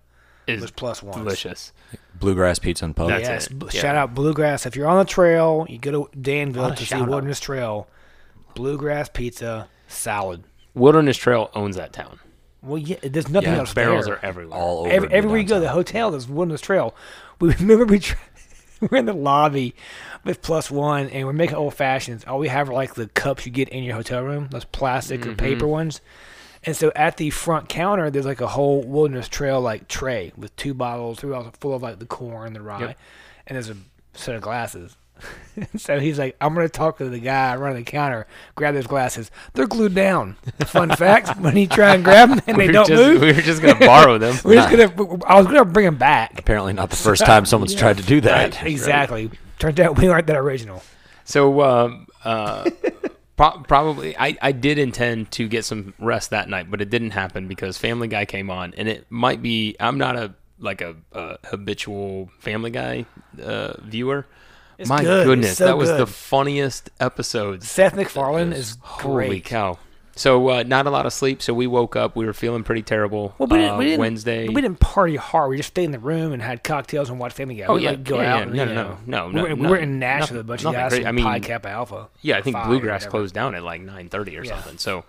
Speaker 1: It's
Speaker 3: was plus one.
Speaker 1: delicious.
Speaker 5: Bluegrass pizza and pub.
Speaker 1: That's
Speaker 3: Yes.
Speaker 1: it.
Speaker 3: b-
Speaker 1: Yeah.
Speaker 3: Shout out bluegrass. If you're on the trail, you go to Danville to see
Speaker 1: shout out.
Speaker 3: Wilderness Trail. Bluegrass pizza salad.
Speaker 1: Wilderness Trail owns that town.
Speaker 3: Well, yeah, there's nothing
Speaker 5: Yeah,
Speaker 3: else.
Speaker 1: Barrels
Speaker 3: there.
Speaker 1: are everywhere. [LAUGHS]
Speaker 5: all over.
Speaker 3: Every,
Speaker 5: the
Speaker 3: everywhere you go, the
Speaker 5: downtown.
Speaker 3: hotel, there's Wilderness Trail. [LAUGHS] We remember we tr [LAUGHS] we're in the lobby with plus one, and we're making old fashions. All we have are like the cups you get in your hotel room, those plastic
Speaker 1: Mm-hmm.
Speaker 3: or paper ones. And so at the front counter, there's like a whole Wilderness Trail like tray with two bottles, three bottles full of like the corn, the rye,
Speaker 1: Yep.
Speaker 3: and there's a set of glasses. [LAUGHS] so he's like, I'm gonna talk to the guy running the counter, grab those glasses. They're glued down.
Speaker 1: [LAUGHS]
Speaker 3: Fun fact: when he try and grab them and they
Speaker 1: we, were
Speaker 3: don't
Speaker 1: just,
Speaker 3: move,
Speaker 1: we were just gonna borrow
Speaker 3: [LAUGHS]
Speaker 1: them.
Speaker 3: we're just gonna. w- w- I was gonna bring him back.
Speaker 5: Apparently, not the first time
Speaker 3: [LAUGHS]
Speaker 5: someone's tried to do that.
Speaker 3: Exactly. Turned out we aren't that original.
Speaker 1: So um, uh, [LAUGHS] pro- probably I, I did intend to get some rest that night, but it didn't happen because Family Guy came on, and it might be I'm not a like a, a habitual Family Guy uh, viewer. My
Speaker 3: good. It's
Speaker 1: goodness,
Speaker 3: so
Speaker 1: that was the
Speaker 3: good.
Speaker 1: funniest episode.
Speaker 3: Seth MacFarlane is
Speaker 1: Holy
Speaker 3: great.
Speaker 1: cow! So uh, not a lot of sleep. So we woke up. We were feeling pretty terrible.
Speaker 3: Well, we didn't,
Speaker 1: uh,
Speaker 3: we didn't,
Speaker 1: Wednesday.
Speaker 3: We didn't party hard. We just stayed in the room and had cocktails and watched Family Guy.
Speaker 1: Oh,
Speaker 3: we
Speaker 1: yeah.
Speaker 3: like go
Speaker 1: Yeah, yeah.
Speaker 3: out. and,
Speaker 1: No,
Speaker 3: you
Speaker 1: no,
Speaker 3: know,
Speaker 1: no, no,
Speaker 3: We were,
Speaker 1: no,
Speaker 3: we were in
Speaker 1: no,
Speaker 3: Nashville with a bunch
Speaker 1: nothing
Speaker 3: of guys.
Speaker 1: crazy.
Speaker 3: from
Speaker 1: I mean,
Speaker 3: Pi Kappa Alpha.
Speaker 1: Yeah, I think
Speaker 3: Phi or
Speaker 1: Bluegrass
Speaker 3: whatever.
Speaker 1: closed down at like nine thirty or
Speaker 3: Yeah.
Speaker 1: something. So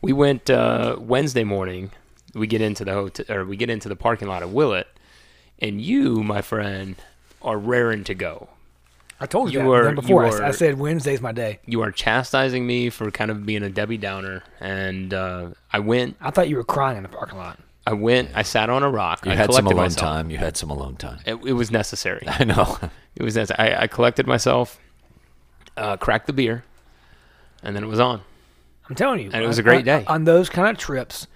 Speaker 1: we went uh, Wednesday morning. We get into the hotel, or we get into the parking lot of Willett, and you, my friend, are raring to go.
Speaker 3: I told you,
Speaker 1: You
Speaker 3: that
Speaker 1: were-
Speaker 3: then before. I
Speaker 1: you
Speaker 3: s-
Speaker 1: were-
Speaker 3: I said Wednesday's my day.
Speaker 1: You are chastising me for kind of being a Debbie Downer, and uh, I went.
Speaker 3: I thought you were crying in the parking lot.
Speaker 1: I went. I sat on a rock.
Speaker 5: You
Speaker 1: I
Speaker 5: had some
Speaker 1: collected
Speaker 5: alone
Speaker 1: myself.
Speaker 5: time. You had some alone time. [LAUGHS]
Speaker 1: It, it was necessary.
Speaker 5: I know.
Speaker 1: It was necessary. I, I collected myself, uh, cracked the beer, and then it was on.
Speaker 3: I'm telling you,
Speaker 1: And it was
Speaker 3: on-
Speaker 1: a great
Speaker 3: on-
Speaker 1: day.
Speaker 3: On those kind of trips,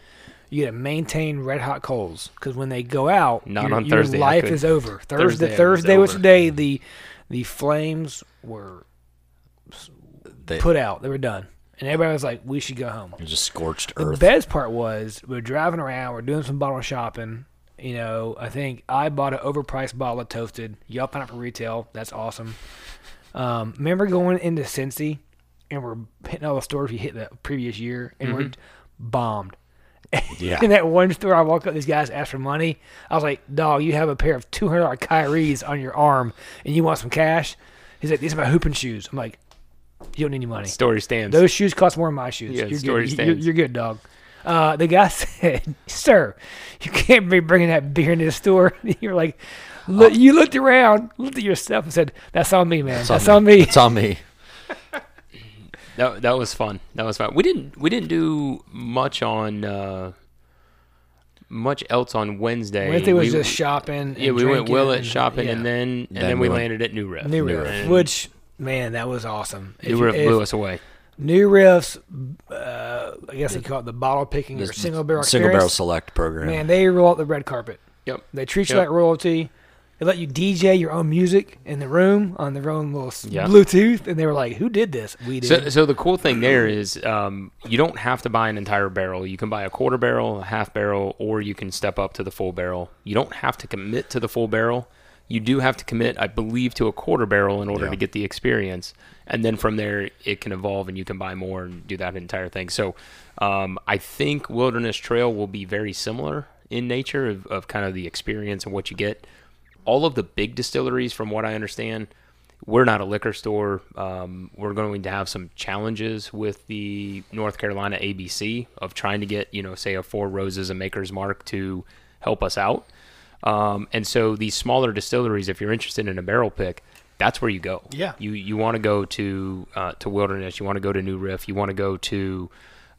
Speaker 3: you gotta maintain red hot coals because when they go out,
Speaker 1: Not
Speaker 3: your,
Speaker 1: on
Speaker 3: your
Speaker 1: Thursday, I
Speaker 3: life
Speaker 1: couldn't.
Speaker 3: is over.
Speaker 1: Thursday
Speaker 3: Thursday,
Speaker 1: was
Speaker 3: Thursday, was,
Speaker 1: over. Mm.
Speaker 3: the day the the flames were
Speaker 5: They
Speaker 3: put out. They were done, and everybody was like, "We should go home."
Speaker 5: just scorched
Speaker 3: The
Speaker 5: earth.
Speaker 3: best part was we are driving around, we're doing some bottle shopping. You know, I think I bought an overpriced bottle of toasted. Y'all found it for retail. That's awesome. Um, remember going into Cincy and we're hitting all the stores we hit the previous year and we're bombed.
Speaker 5: Mm-hmm. Yeah.
Speaker 3: [LAUGHS] In that one store, I walked up, these guys asked for money. I was like, dog, you have a pair of $200 Kyries on your arm and you want some cash? He's like, these are my hooping shoes. I'm like, you don't need any money.
Speaker 1: Story stands.
Speaker 3: Those shoes cost more than my shoes.
Speaker 1: Yeah,
Speaker 3: you're,
Speaker 1: story
Speaker 3: good. You're,
Speaker 1: stands.
Speaker 3: you're good, dog. Uh, the guy [LAUGHS] said, "Sir, you can't be bringing that beer into the store." [LAUGHS] You're like,
Speaker 1: Oh.
Speaker 3: look, you looked around, looked at yourself, and said, "That's on me, man. That's
Speaker 1: [LAUGHS]
Speaker 3: on me."
Speaker 5: It's on me.
Speaker 1: That that was fun. That was fun. We didn't we didn't do much on uh, much else on Wednesday.
Speaker 3: Wednesday was
Speaker 1: we,
Speaker 3: just shopping.
Speaker 1: yeah.
Speaker 3: and
Speaker 1: We went
Speaker 3: drinking
Speaker 1: Willet
Speaker 3: and-
Speaker 1: shopping
Speaker 3: yeah.
Speaker 1: and then and then,
Speaker 5: Then
Speaker 1: we
Speaker 5: we went-
Speaker 1: landed at New Riff.
Speaker 3: New Riff, which man, that was awesome. If
Speaker 1: New
Speaker 3: you-
Speaker 1: Riff
Speaker 3: if
Speaker 1: blew us away.
Speaker 3: New Riffs, uh, I guess they call it the bottle picking or
Speaker 5: This
Speaker 3: single barrel.
Speaker 5: single barrel
Speaker 3: experience.
Speaker 5: select program.
Speaker 3: Man, they roll out the red carpet.
Speaker 1: Yep.
Speaker 3: They treat you
Speaker 1: Yep.
Speaker 3: like royalty. They let you DJ your own music in the room on their own little s-
Speaker 1: Yeah.
Speaker 3: Bluetooth, and they were like, "Who did this? We did."
Speaker 1: So, so the cool thing there is um, you don't have to buy an entire barrel. You can buy a quarter barrel, a half barrel, or you can step up to the full barrel. You don't have to commit to the full barrel. You do have to commit, I believe, to a quarter barrel in order to get the experience. And then from there, it can evolve and you can buy more and do that entire thing. So um, I think Wilderness Trail will be very similar in nature of, of kind of the experience and what you get. All of the big distilleries, from what I understand, we're not a liquor store. Um, we're going to have some challenges with the North Carolina ABC of trying to get, you know, say a Four Roses, a Maker's Mark to help us out. Um, and so these smaller distilleries, if you're interested in a barrel pick, that's where you go.
Speaker 3: Yeah.
Speaker 1: You you want to go to uh, to Wilderness. You want to go to New Riff. You want to go to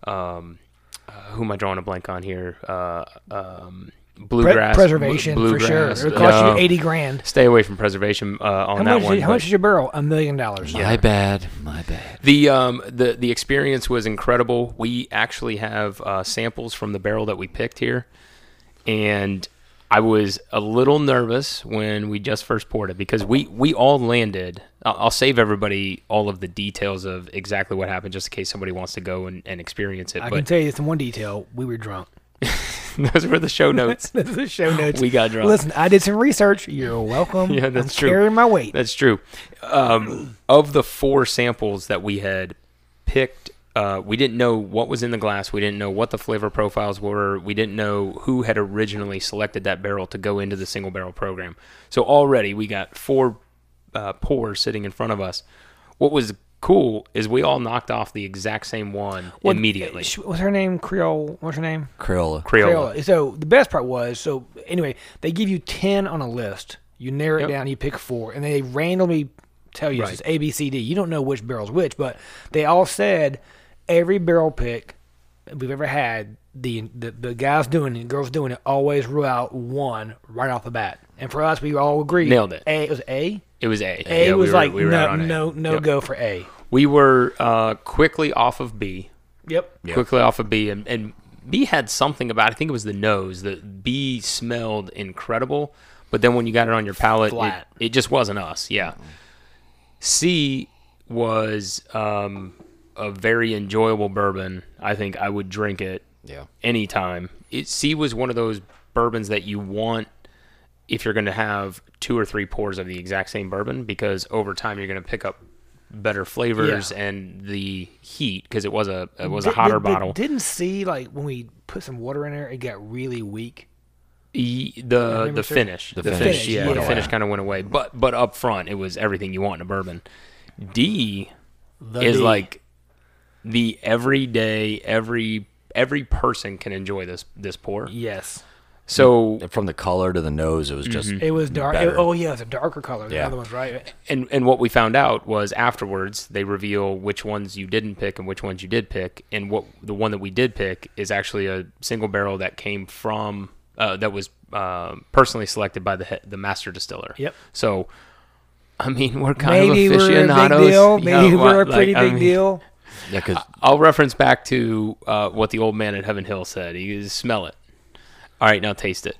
Speaker 1: um, uh, who am I drawing a blank on here? Uh, um,
Speaker 3: Pre-
Speaker 1: bluegrass Blu-
Speaker 3: preservation for sure.
Speaker 1: Bluegrass.
Speaker 3: It would cost
Speaker 1: Um,
Speaker 3: you eighty grand.
Speaker 1: Stay away from preservation uh, on
Speaker 3: How
Speaker 1: that
Speaker 3: much,
Speaker 1: one.
Speaker 3: is, how
Speaker 1: but-
Speaker 3: much is your barrel? A million dollars.
Speaker 5: My bad. My bad.
Speaker 1: the um the the experience was incredible. We actually have uh, samples from the barrel that we picked here, and I was a little nervous when we just first poured it because we we all landed. I'll, I'll save everybody all of the details of exactly what happened just in case somebody wants to go and, and experience it.
Speaker 3: I can
Speaker 1: but
Speaker 3: tell you this in one detail: we
Speaker 1: [LAUGHS]
Speaker 3: were drunk.
Speaker 1: those were the
Speaker 3: [LAUGHS]
Speaker 1: show notes.
Speaker 3: this is the show notes.
Speaker 1: We got drunk.
Speaker 3: Listen, I did some research. You're
Speaker 1: [LAUGHS]
Speaker 3: welcome.
Speaker 1: Yeah, that's
Speaker 3: I'm
Speaker 1: true.
Speaker 3: Carrying my weight.
Speaker 1: That's true. Um, of the four samples that we had picked, uh, we didn't know what was in the glass. We didn't know what the flavor profiles were. We didn't know who had originally selected that barrel to go into the single barrel program. So already we got four uh, pours sitting in front of us. What was cool is we all knocked off the exact same one
Speaker 3: What-
Speaker 1: immediately.
Speaker 3: Sh- What's her name? Creole. What's her name?
Speaker 5: Crayola.
Speaker 1: Crayola.
Speaker 3: Crayola. So the best part was so anyway, they give you ten on a list. You narrow
Speaker 1: Yep.
Speaker 3: it down. You pick four, and they randomly tell you it's A, B, C, D. You don't know which barrel's which, but they all said every barrel pick we've ever had. The, the the guys doing it, girls doing it, always rule out one right off the bat. And for us, we all agreed.
Speaker 1: Nailed it.
Speaker 3: A it was A.
Speaker 1: It was A.
Speaker 3: A
Speaker 1: Yeah, we
Speaker 3: was
Speaker 1: were-
Speaker 3: like
Speaker 1: we were out on
Speaker 3: no
Speaker 1: A.
Speaker 3: no no
Speaker 1: Yep.
Speaker 3: go for A.
Speaker 1: We were uh, quickly off of B.
Speaker 3: Yep.
Speaker 1: quickly off of B, and, and B had something about I think it was the nose. The B smelled incredible, but then when you got it on your palate, it,
Speaker 3: Flat. Mm-hmm.
Speaker 1: it just wasn't us. Yeah, C was um, a very enjoyable bourbon. I think I would drink it
Speaker 5: Yeah.
Speaker 1: anytime. It, C was one of those bourbons that you want if you're going to have two or three pours of the exact same bourbon because over time you're going to pick up better flavors
Speaker 3: Yeah.
Speaker 1: and the heat because it was a it was a
Speaker 3: Did-
Speaker 1: hotter
Speaker 3: did-
Speaker 1: bottle.
Speaker 3: Didn't see like when we put some water in there, it got really weak.
Speaker 1: E- the
Speaker 3: remember
Speaker 1: the
Speaker 3: sure.
Speaker 1: finish, the, finish,
Speaker 3: finish,
Speaker 1: yeah, the
Speaker 3: yeah.
Speaker 1: finish kind of went away. But but up front, it was everything you want in a bourbon. D
Speaker 3: The
Speaker 1: is
Speaker 3: D.
Speaker 1: like the everyday, every every person can enjoy this this pour.
Speaker 3: yes,
Speaker 1: So
Speaker 5: From the color to the nose, it was just.
Speaker 3: it was dark.
Speaker 5: Better.
Speaker 3: oh yeah, it's a darker color than
Speaker 5: Yeah.
Speaker 3: the other ones, right?
Speaker 1: and and what we found out was afterwards they reveal which ones you didn't pick and which ones you did pick and what the one that we did pick is actually a single barrel that came from uh, that was uh, personally selected by the he- the master distiller
Speaker 3: Yep.
Speaker 1: so i mean we're kind
Speaker 3: Maybe
Speaker 1: of
Speaker 3: we're a big
Speaker 1: aficionados
Speaker 3: deal.
Speaker 1: Yeah,
Speaker 3: Maybe
Speaker 1: what-
Speaker 3: we're a
Speaker 1: like,
Speaker 3: pretty
Speaker 1: I
Speaker 3: big
Speaker 1: mean,
Speaker 3: deal.
Speaker 5: Yeah, because
Speaker 1: i'll reference back to uh, what the old man at heaven hill said he is smell it all right now taste it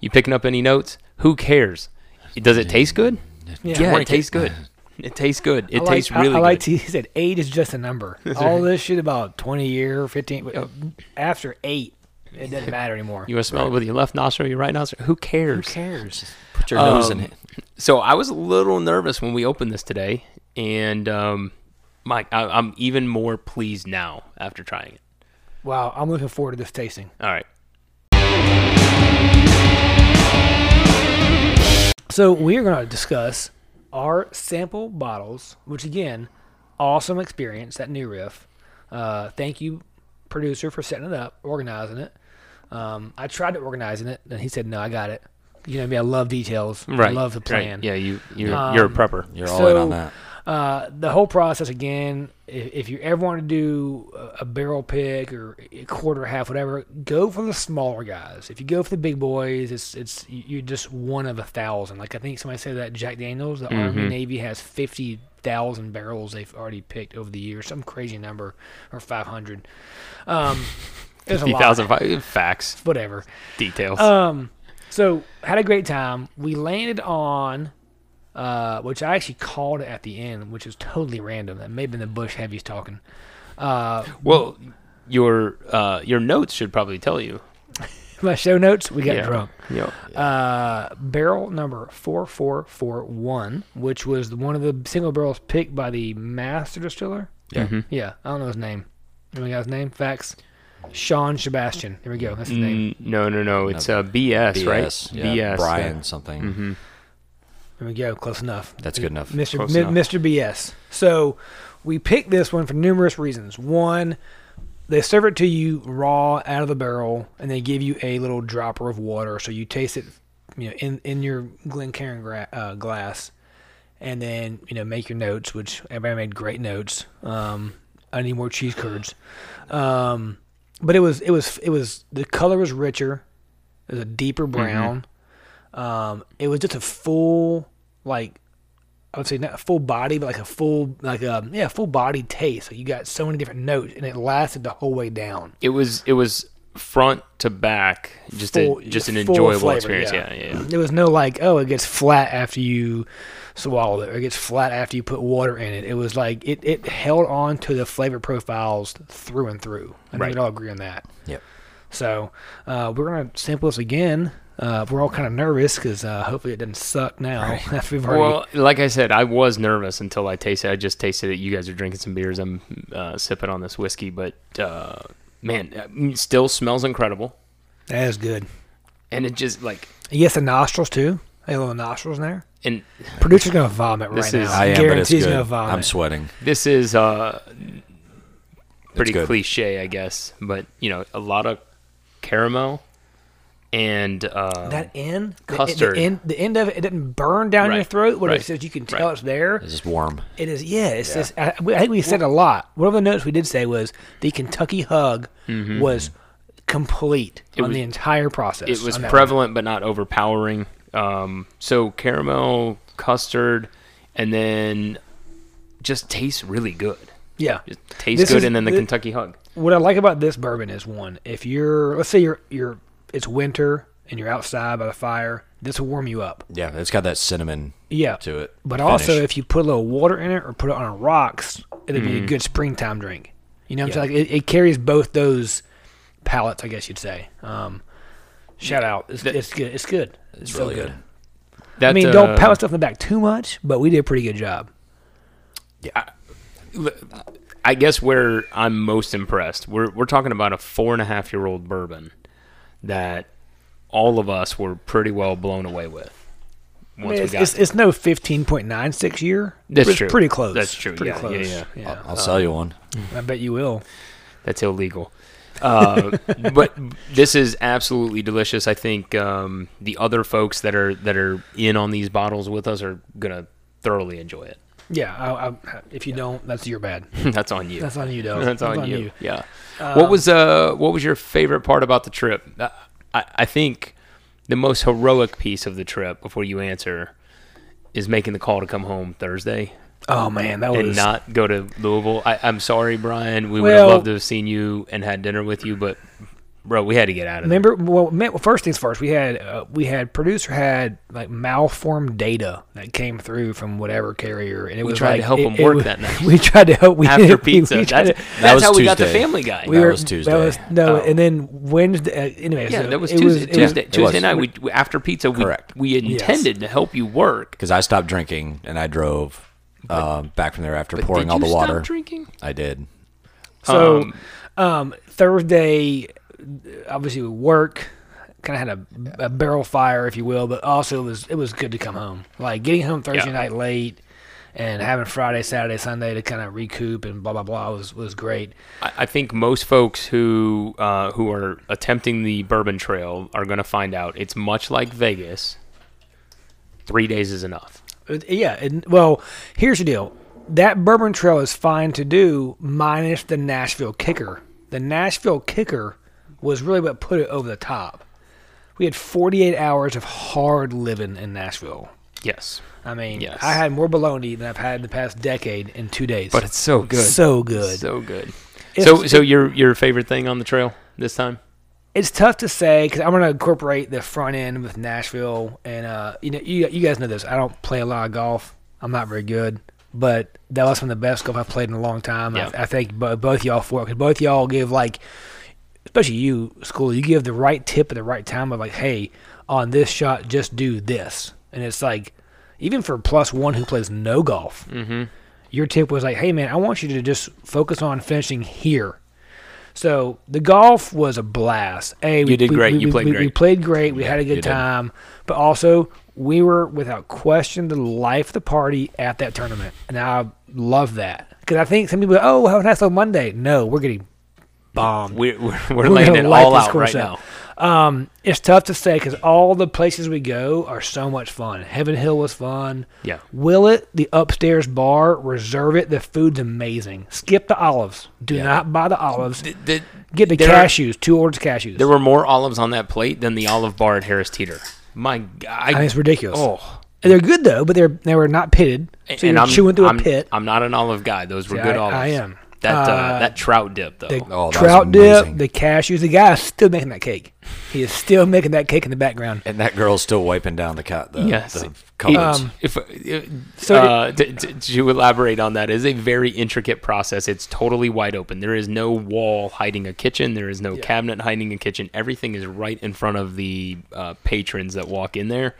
Speaker 1: you picking up any notes who cares does it taste good
Speaker 3: Yeah.
Speaker 1: yeah, it
Speaker 3: Drink it.
Speaker 1: tastes
Speaker 3: [LAUGHS]
Speaker 1: good. It tastes good. It
Speaker 3: I like-
Speaker 1: tastes
Speaker 3: I-
Speaker 1: really
Speaker 3: I,
Speaker 1: good.
Speaker 3: like to. He said eight is just a
Speaker 1: [LAUGHS]
Speaker 3: number. All this shit about twenty year, fifteen. After eight, it
Speaker 1: [LAUGHS]
Speaker 3: doesn't matter anymore.
Speaker 1: you want to smell it with your left nostril, or your right nostril? Who cares?
Speaker 5: cares? Put your nose in it.
Speaker 1: So I was a little nervous when we opened this today, and um, Mike, I, I'm even more pleased now after trying it.
Speaker 3: wow, I'm looking forward to this tasting.
Speaker 1: All right,
Speaker 3: So we are going to discuss our sample bottles, which again, awesome experience at New Riff. Uh, thank you, producer, for setting it up, organizing it. Um, I tried to organizing it, and he said, "No, I got it." You know me; I love details. I
Speaker 1: right.
Speaker 3: love the
Speaker 1: right.
Speaker 3: plan.
Speaker 1: Yeah, you you're,
Speaker 3: Um,
Speaker 1: you're a prepper.
Speaker 5: You're all in on
Speaker 3: So-
Speaker 5: that.
Speaker 3: Uh, the whole process again. If, if you ever want to do a- a barrel pick or a quarter half, whatever, go for the smaller guys. If you go for the big boys, it's it's you- you're just one of a thousand. Like I think somebody said that Jack Daniels, the
Speaker 5: Mm-hmm.
Speaker 3: Army Navy has fifty thousand barrels they've already picked over the years, some crazy number, or five hundred. Um, it's a
Speaker 1: Fifty
Speaker 3: lot.
Speaker 1: thousand facts,
Speaker 3: Whatever.
Speaker 1: details.
Speaker 3: Um, So had a great time. We landed on, uh, which I actually called at the end, which is totally random. That may have been the Bush heavies talking. Uh,
Speaker 1: Well, your uh, your notes should probably tell you.
Speaker 3: my show notes. We got drunk.
Speaker 1: Yeah.
Speaker 3: Uh, barrel number four four four one, which was the- one of the single barrels picked by the master distiller.
Speaker 5: Yeah.
Speaker 3: Yeah, I don't know his name. Anyone got his name? Facts. Sean Sebastian. There we go. That's his name.
Speaker 1: Mm, no, no, no. It's uh, BS, right?
Speaker 5: BS, yeah,
Speaker 1: BS.
Speaker 5: Brian something.
Speaker 3: Mm-hmm. There we go. Close enough.
Speaker 5: That's good enough.
Speaker 3: Mr.
Speaker 1: Close
Speaker 3: Mi-
Speaker 1: enough.
Speaker 3: Mr. BS. So we picked this one for numerous reasons. One, they serve it to you raw out of the barrel, and they give you a little dropper of water, so you taste it, you know, in in your Glencairn gra- uh, glass, and then you know make your notes, which everybody made great notes. Um, I need more cheese curds, um, but it was it was it was the color was richer, it was a
Speaker 1: Mm-hmm.
Speaker 3: deeper brown. Um, it was just a full like I would say not full body, but like a full like a yeah full body taste. So you got so many different notes, and it lasted the whole way down.
Speaker 1: It was it was front to back, just
Speaker 3: Full-
Speaker 1: a just an
Speaker 3: full
Speaker 1: enjoyable
Speaker 3: flavor,
Speaker 1: experience.
Speaker 3: yeah.
Speaker 1: Yeah, yeah. yeah.
Speaker 3: There was no like oh it gets flat after you swallow it, or it gets flat after you put water in it. It was like it it held on to the flavor profiles through and through. I think
Speaker 1: Right.
Speaker 3: we'd all agree on that.
Speaker 5: Yep.
Speaker 3: So uh, we're gonna sample this again. Uh, we're all kind of nervous because uh, hopefully it doesn't suck now [LAUGHS] after we've already.
Speaker 1: Well, like I said, I was nervous until I tasted. I just tasted it. You guys are drinking some beers. I'm uh, sipping on this whiskey, but uh, man, it still smells incredible.
Speaker 3: that is good.
Speaker 1: And it just like
Speaker 3: Yes, the nostrils too. A little nostrils in there.
Speaker 1: and
Speaker 3: Producer's gonna vomit
Speaker 1: This
Speaker 3: right
Speaker 1: is-
Speaker 3: now.
Speaker 5: I am, but it's
Speaker 3: Guarantees
Speaker 5: good.
Speaker 3: gonna vomit.
Speaker 5: I'm sweating.
Speaker 1: this is uh, pretty
Speaker 5: good.
Speaker 1: cliche, I guess. But you know, a lot of caramel and uh,
Speaker 3: that end, the-
Speaker 1: Custard.
Speaker 3: The, end, the end of it, it didn't burn down your
Speaker 1: Right,
Speaker 3: throat. What
Speaker 1: right,
Speaker 3: it says, you can tell
Speaker 1: right.
Speaker 3: it's there.
Speaker 5: It's just warm.
Speaker 3: It is, yeah. It's This, I, I think we said a lot. One of the notes we did say was the Kentucky hug was complete on
Speaker 1: Mm-hmm. was-
Speaker 3: the entire process.
Speaker 1: it was
Speaker 3: on that
Speaker 1: prevalent but not overpowering. Um, so caramel, custard, and then just tastes really good.
Speaker 3: one. Yeah.
Speaker 1: It tastes
Speaker 3: This
Speaker 1: good,
Speaker 3: is-
Speaker 1: and then the
Speaker 3: thi-
Speaker 1: Kentucky hug.
Speaker 3: What I like about this bourbon is one. If you're, let's say you're, you're, it's winter and you're outside by the fire, this will warm you up.
Speaker 5: Yeah, it's got that cinnamon
Speaker 3: Yeah.
Speaker 5: to it.
Speaker 3: But
Speaker 5: finish.
Speaker 3: also, if you put a little water in it or put it on a rocks, it'd be
Speaker 1: Mm-hmm.
Speaker 3: a good springtime drink. You know what I'm saying? Like, it, it carries both those palettes, I guess you'd say. Um, shout out. It's, it's good. It's good. It's so
Speaker 5: really good.
Speaker 1: That,
Speaker 3: I mean,
Speaker 1: uh,
Speaker 3: don't pat stuff in the back too much, but we did a pretty good job.
Speaker 1: I guess where I'm most impressed, we're we're talking about a four and a half year old bourbon that all of us were pretty well blown away with. Once we
Speaker 3: It's,
Speaker 1: got
Speaker 3: it's, it's no 15.96 year.
Speaker 1: That's
Speaker 3: but it's
Speaker 1: true.
Speaker 3: pretty close.
Speaker 1: That's true.
Speaker 3: Pretty
Speaker 1: Yeah, yeah,
Speaker 3: close.
Speaker 1: yeah.
Speaker 5: I'll sell you one.
Speaker 3: I bet you will.
Speaker 1: That's illegal. Uh, [LAUGHS] but this is absolutely delicious. I think um, the other folks that are that are in on these bottles with us are gonna thoroughly enjoy it. [LAUGHS]
Speaker 3: Yeah. I, I, if you don't, that's your bad.
Speaker 1: That's on you.
Speaker 3: That's on you, Um,
Speaker 1: [LAUGHS]
Speaker 3: though.
Speaker 1: That's on, you. Yeah. what was uh What was your favorite part about the trip? Uh, I I think the most heroic piece of the trip, before you answer, is making the call to come home Thursday
Speaker 3: Oh, man. That
Speaker 1: and
Speaker 3: was.
Speaker 1: not go to Louisville. I, I'm sorry, Brian. We would have
Speaker 3: Well-
Speaker 1: loved to have seen you and had dinner with you, but bro, we had to get out of there.
Speaker 3: Remember, well, ma- well, first things first, we had uh, we had producer had like malformed data that came through from whatever carrier, and it
Speaker 1: We
Speaker 3: was
Speaker 1: tried to
Speaker 3: like-
Speaker 1: help
Speaker 3: it-
Speaker 1: him
Speaker 3: it
Speaker 1: work
Speaker 3: was-
Speaker 1: that night.
Speaker 3: [LAUGHS] We tried to help. [LAUGHS] We
Speaker 1: after
Speaker 3: did- we-
Speaker 1: pizza.
Speaker 3: we tried
Speaker 1: that's
Speaker 3: to-
Speaker 1: that's
Speaker 5: was
Speaker 1: how we got the
Speaker 5: Tuesday.
Speaker 1: Family Guy.
Speaker 3: we
Speaker 5: that
Speaker 3: were-
Speaker 5: was Tuesday.
Speaker 3: was- no,
Speaker 1: Oh.
Speaker 3: and then Wednesday. Uh, anyway,
Speaker 1: yeah,
Speaker 3: so
Speaker 1: that was
Speaker 3: it
Speaker 1: Tuesday.
Speaker 3: it
Speaker 1: Tuesday,
Speaker 3: it
Speaker 1: Tuesday
Speaker 5: was-
Speaker 1: night. We, we- after pizza, we
Speaker 5: Correct.
Speaker 1: we intended to help you work.
Speaker 5: Because I stopped drinking and I drove um, back from there after pouring
Speaker 1: Did
Speaker 5: all
Speaker 1: you
Speaker 5: the
Speaker 1: stop
Speaker 5: water.
Speaker 1: drinking.
Speaker 5: I did.
Speaker 3: So
Speaker 1: Um,
Speaker 3: um, Thursday, obviously we work. Kind of had a, a barrel fire, if you will, but also it was it was good to come home. Like getting home Thursday
Speaker 1: Yeah.
Speaker 3: night late and having Friday, Saturday, Sunday to kind of recoup and blah blah blah was was great.
Speaker 1: I I think most folks who uh, who are attempting the Bourbon Trail are going to find out it's much like Vegas. Three days is enough.
Speaker 3: It- Yeah, and well, here's the deal: that Bourbon Trail is fine to do, minus the Nashville kicker. The Nashville kicker was really what put it over the top. We had 48 hours of hard living in Nashville.
Speaker 1: Yes,
Speaker 3: I mean,
Speaker 1: Yes.
Speaker 3: I had more bologna than I've had in the past decade in two days.
Speaker 1: but it's so good,
Speaker 3: so good.
Speaker 1: so good.
Speaker 3: It's-
Speaker 1: so, so your your favorite thing on the trail this time?
Speaker 3: it's tough to say because I'm gonna incorporate the front end with Nashville, and uh, you know, you, you guys know this. I don't play a lot of golf. I'm not very good, but that was one of the best golf I've played in a long time.
Speaker 1: Yeah.
Speaker 3: I, I thank bo- both y'all for it because both y'all give like, especially you, school, you give the right tip at the right time of like, hey, on this shot, just do this, and it's like, even for plus one who plays no golf, your tip was like, hey man, I want you to just focus on finishing here. So the golf was a blast. A, we,
Speaker 1: You did
Speaker 3: we-
Speaker 1: great.
Speaker 3: We,
Speaker 1: You
Speaker 3: we-
Speaker 1: played
Speaker 3: we- We
Speaker 1: great.
Speaker 3: played great. We had a
Speaker 5: you
Speaker 3: good
Speaker 5: did.
Speaker 3: time, but also we were without question the life of the party at that tournament, and I love that because I think some people, oh, have a nice little Monday. No, we're getting bombed.
Speaker 1: We're, we're, we're
Speaker 3: We're
Speaker 1: laying
Speaker 3: gonna
Speaker 1: it
Speaker 3: light
Speaker 1: all
Speaker 3: this
Speaker 1: out
Speaker 3: course
Speaker 1: right now.
Speaker 3: Um, it's tough to say because all the places we go are so much fun. Heaven Hill was fun.
Speaker 1: Yeah.
Speaker 3: Will it? The upstairs bar. Reserve it. The food's amazing. Skip the olives. Do not buy the olives. Get the
Speaker 1: there-
Speaker 3: cashews. Two orders of cashews.
Speaker 1: There were more olives on that plate than the olive bar at Harris Teeter. My God,
Speaker 3: I mean, it's ridiculous.
Speaker 1: Oh,
Speaker 3: And they're good though, but they're they were not pitted. So you're
Speaker 1: I'm
Speaker 3: chewing through
Speaker 1: I'm-
Speaker 3: a pit.
Speaker 1: I'm not an olive guy. Those were
Speaker 3: See,
Speaker 1: good
Speaker 3: I-
Speaker 1: olives.
Speaker 3: I am.
Speaker 1: That uh,
Speaker 3: Uh,
Speaker 1: that trout dip though.
Speaker 3: the
Speaker 5: Oh, that was
Speaker 3: trout dip,
Speaker 5: amazing.
Speaker 3: the cashews. The guy is still making that cake. He is still making that cake in the background.
Speaker 5: And that girl's still wiping down the cut. The,
Speaker 1: Yes.
Speaker 5: the
Speaker 1: He-
Speaker 5: cupboards.
Speaker 3: Um,
Speaker 1: if, if-
Speaker 3: So
Speaker 1: uh, to, to, to elaborate on that, it is a very intricate process. It's totally wide open. There is no wall hiding a kitchen. There is no cabinet hiding a kitchen. Everything is right in front of the uh, patrons that walk in there.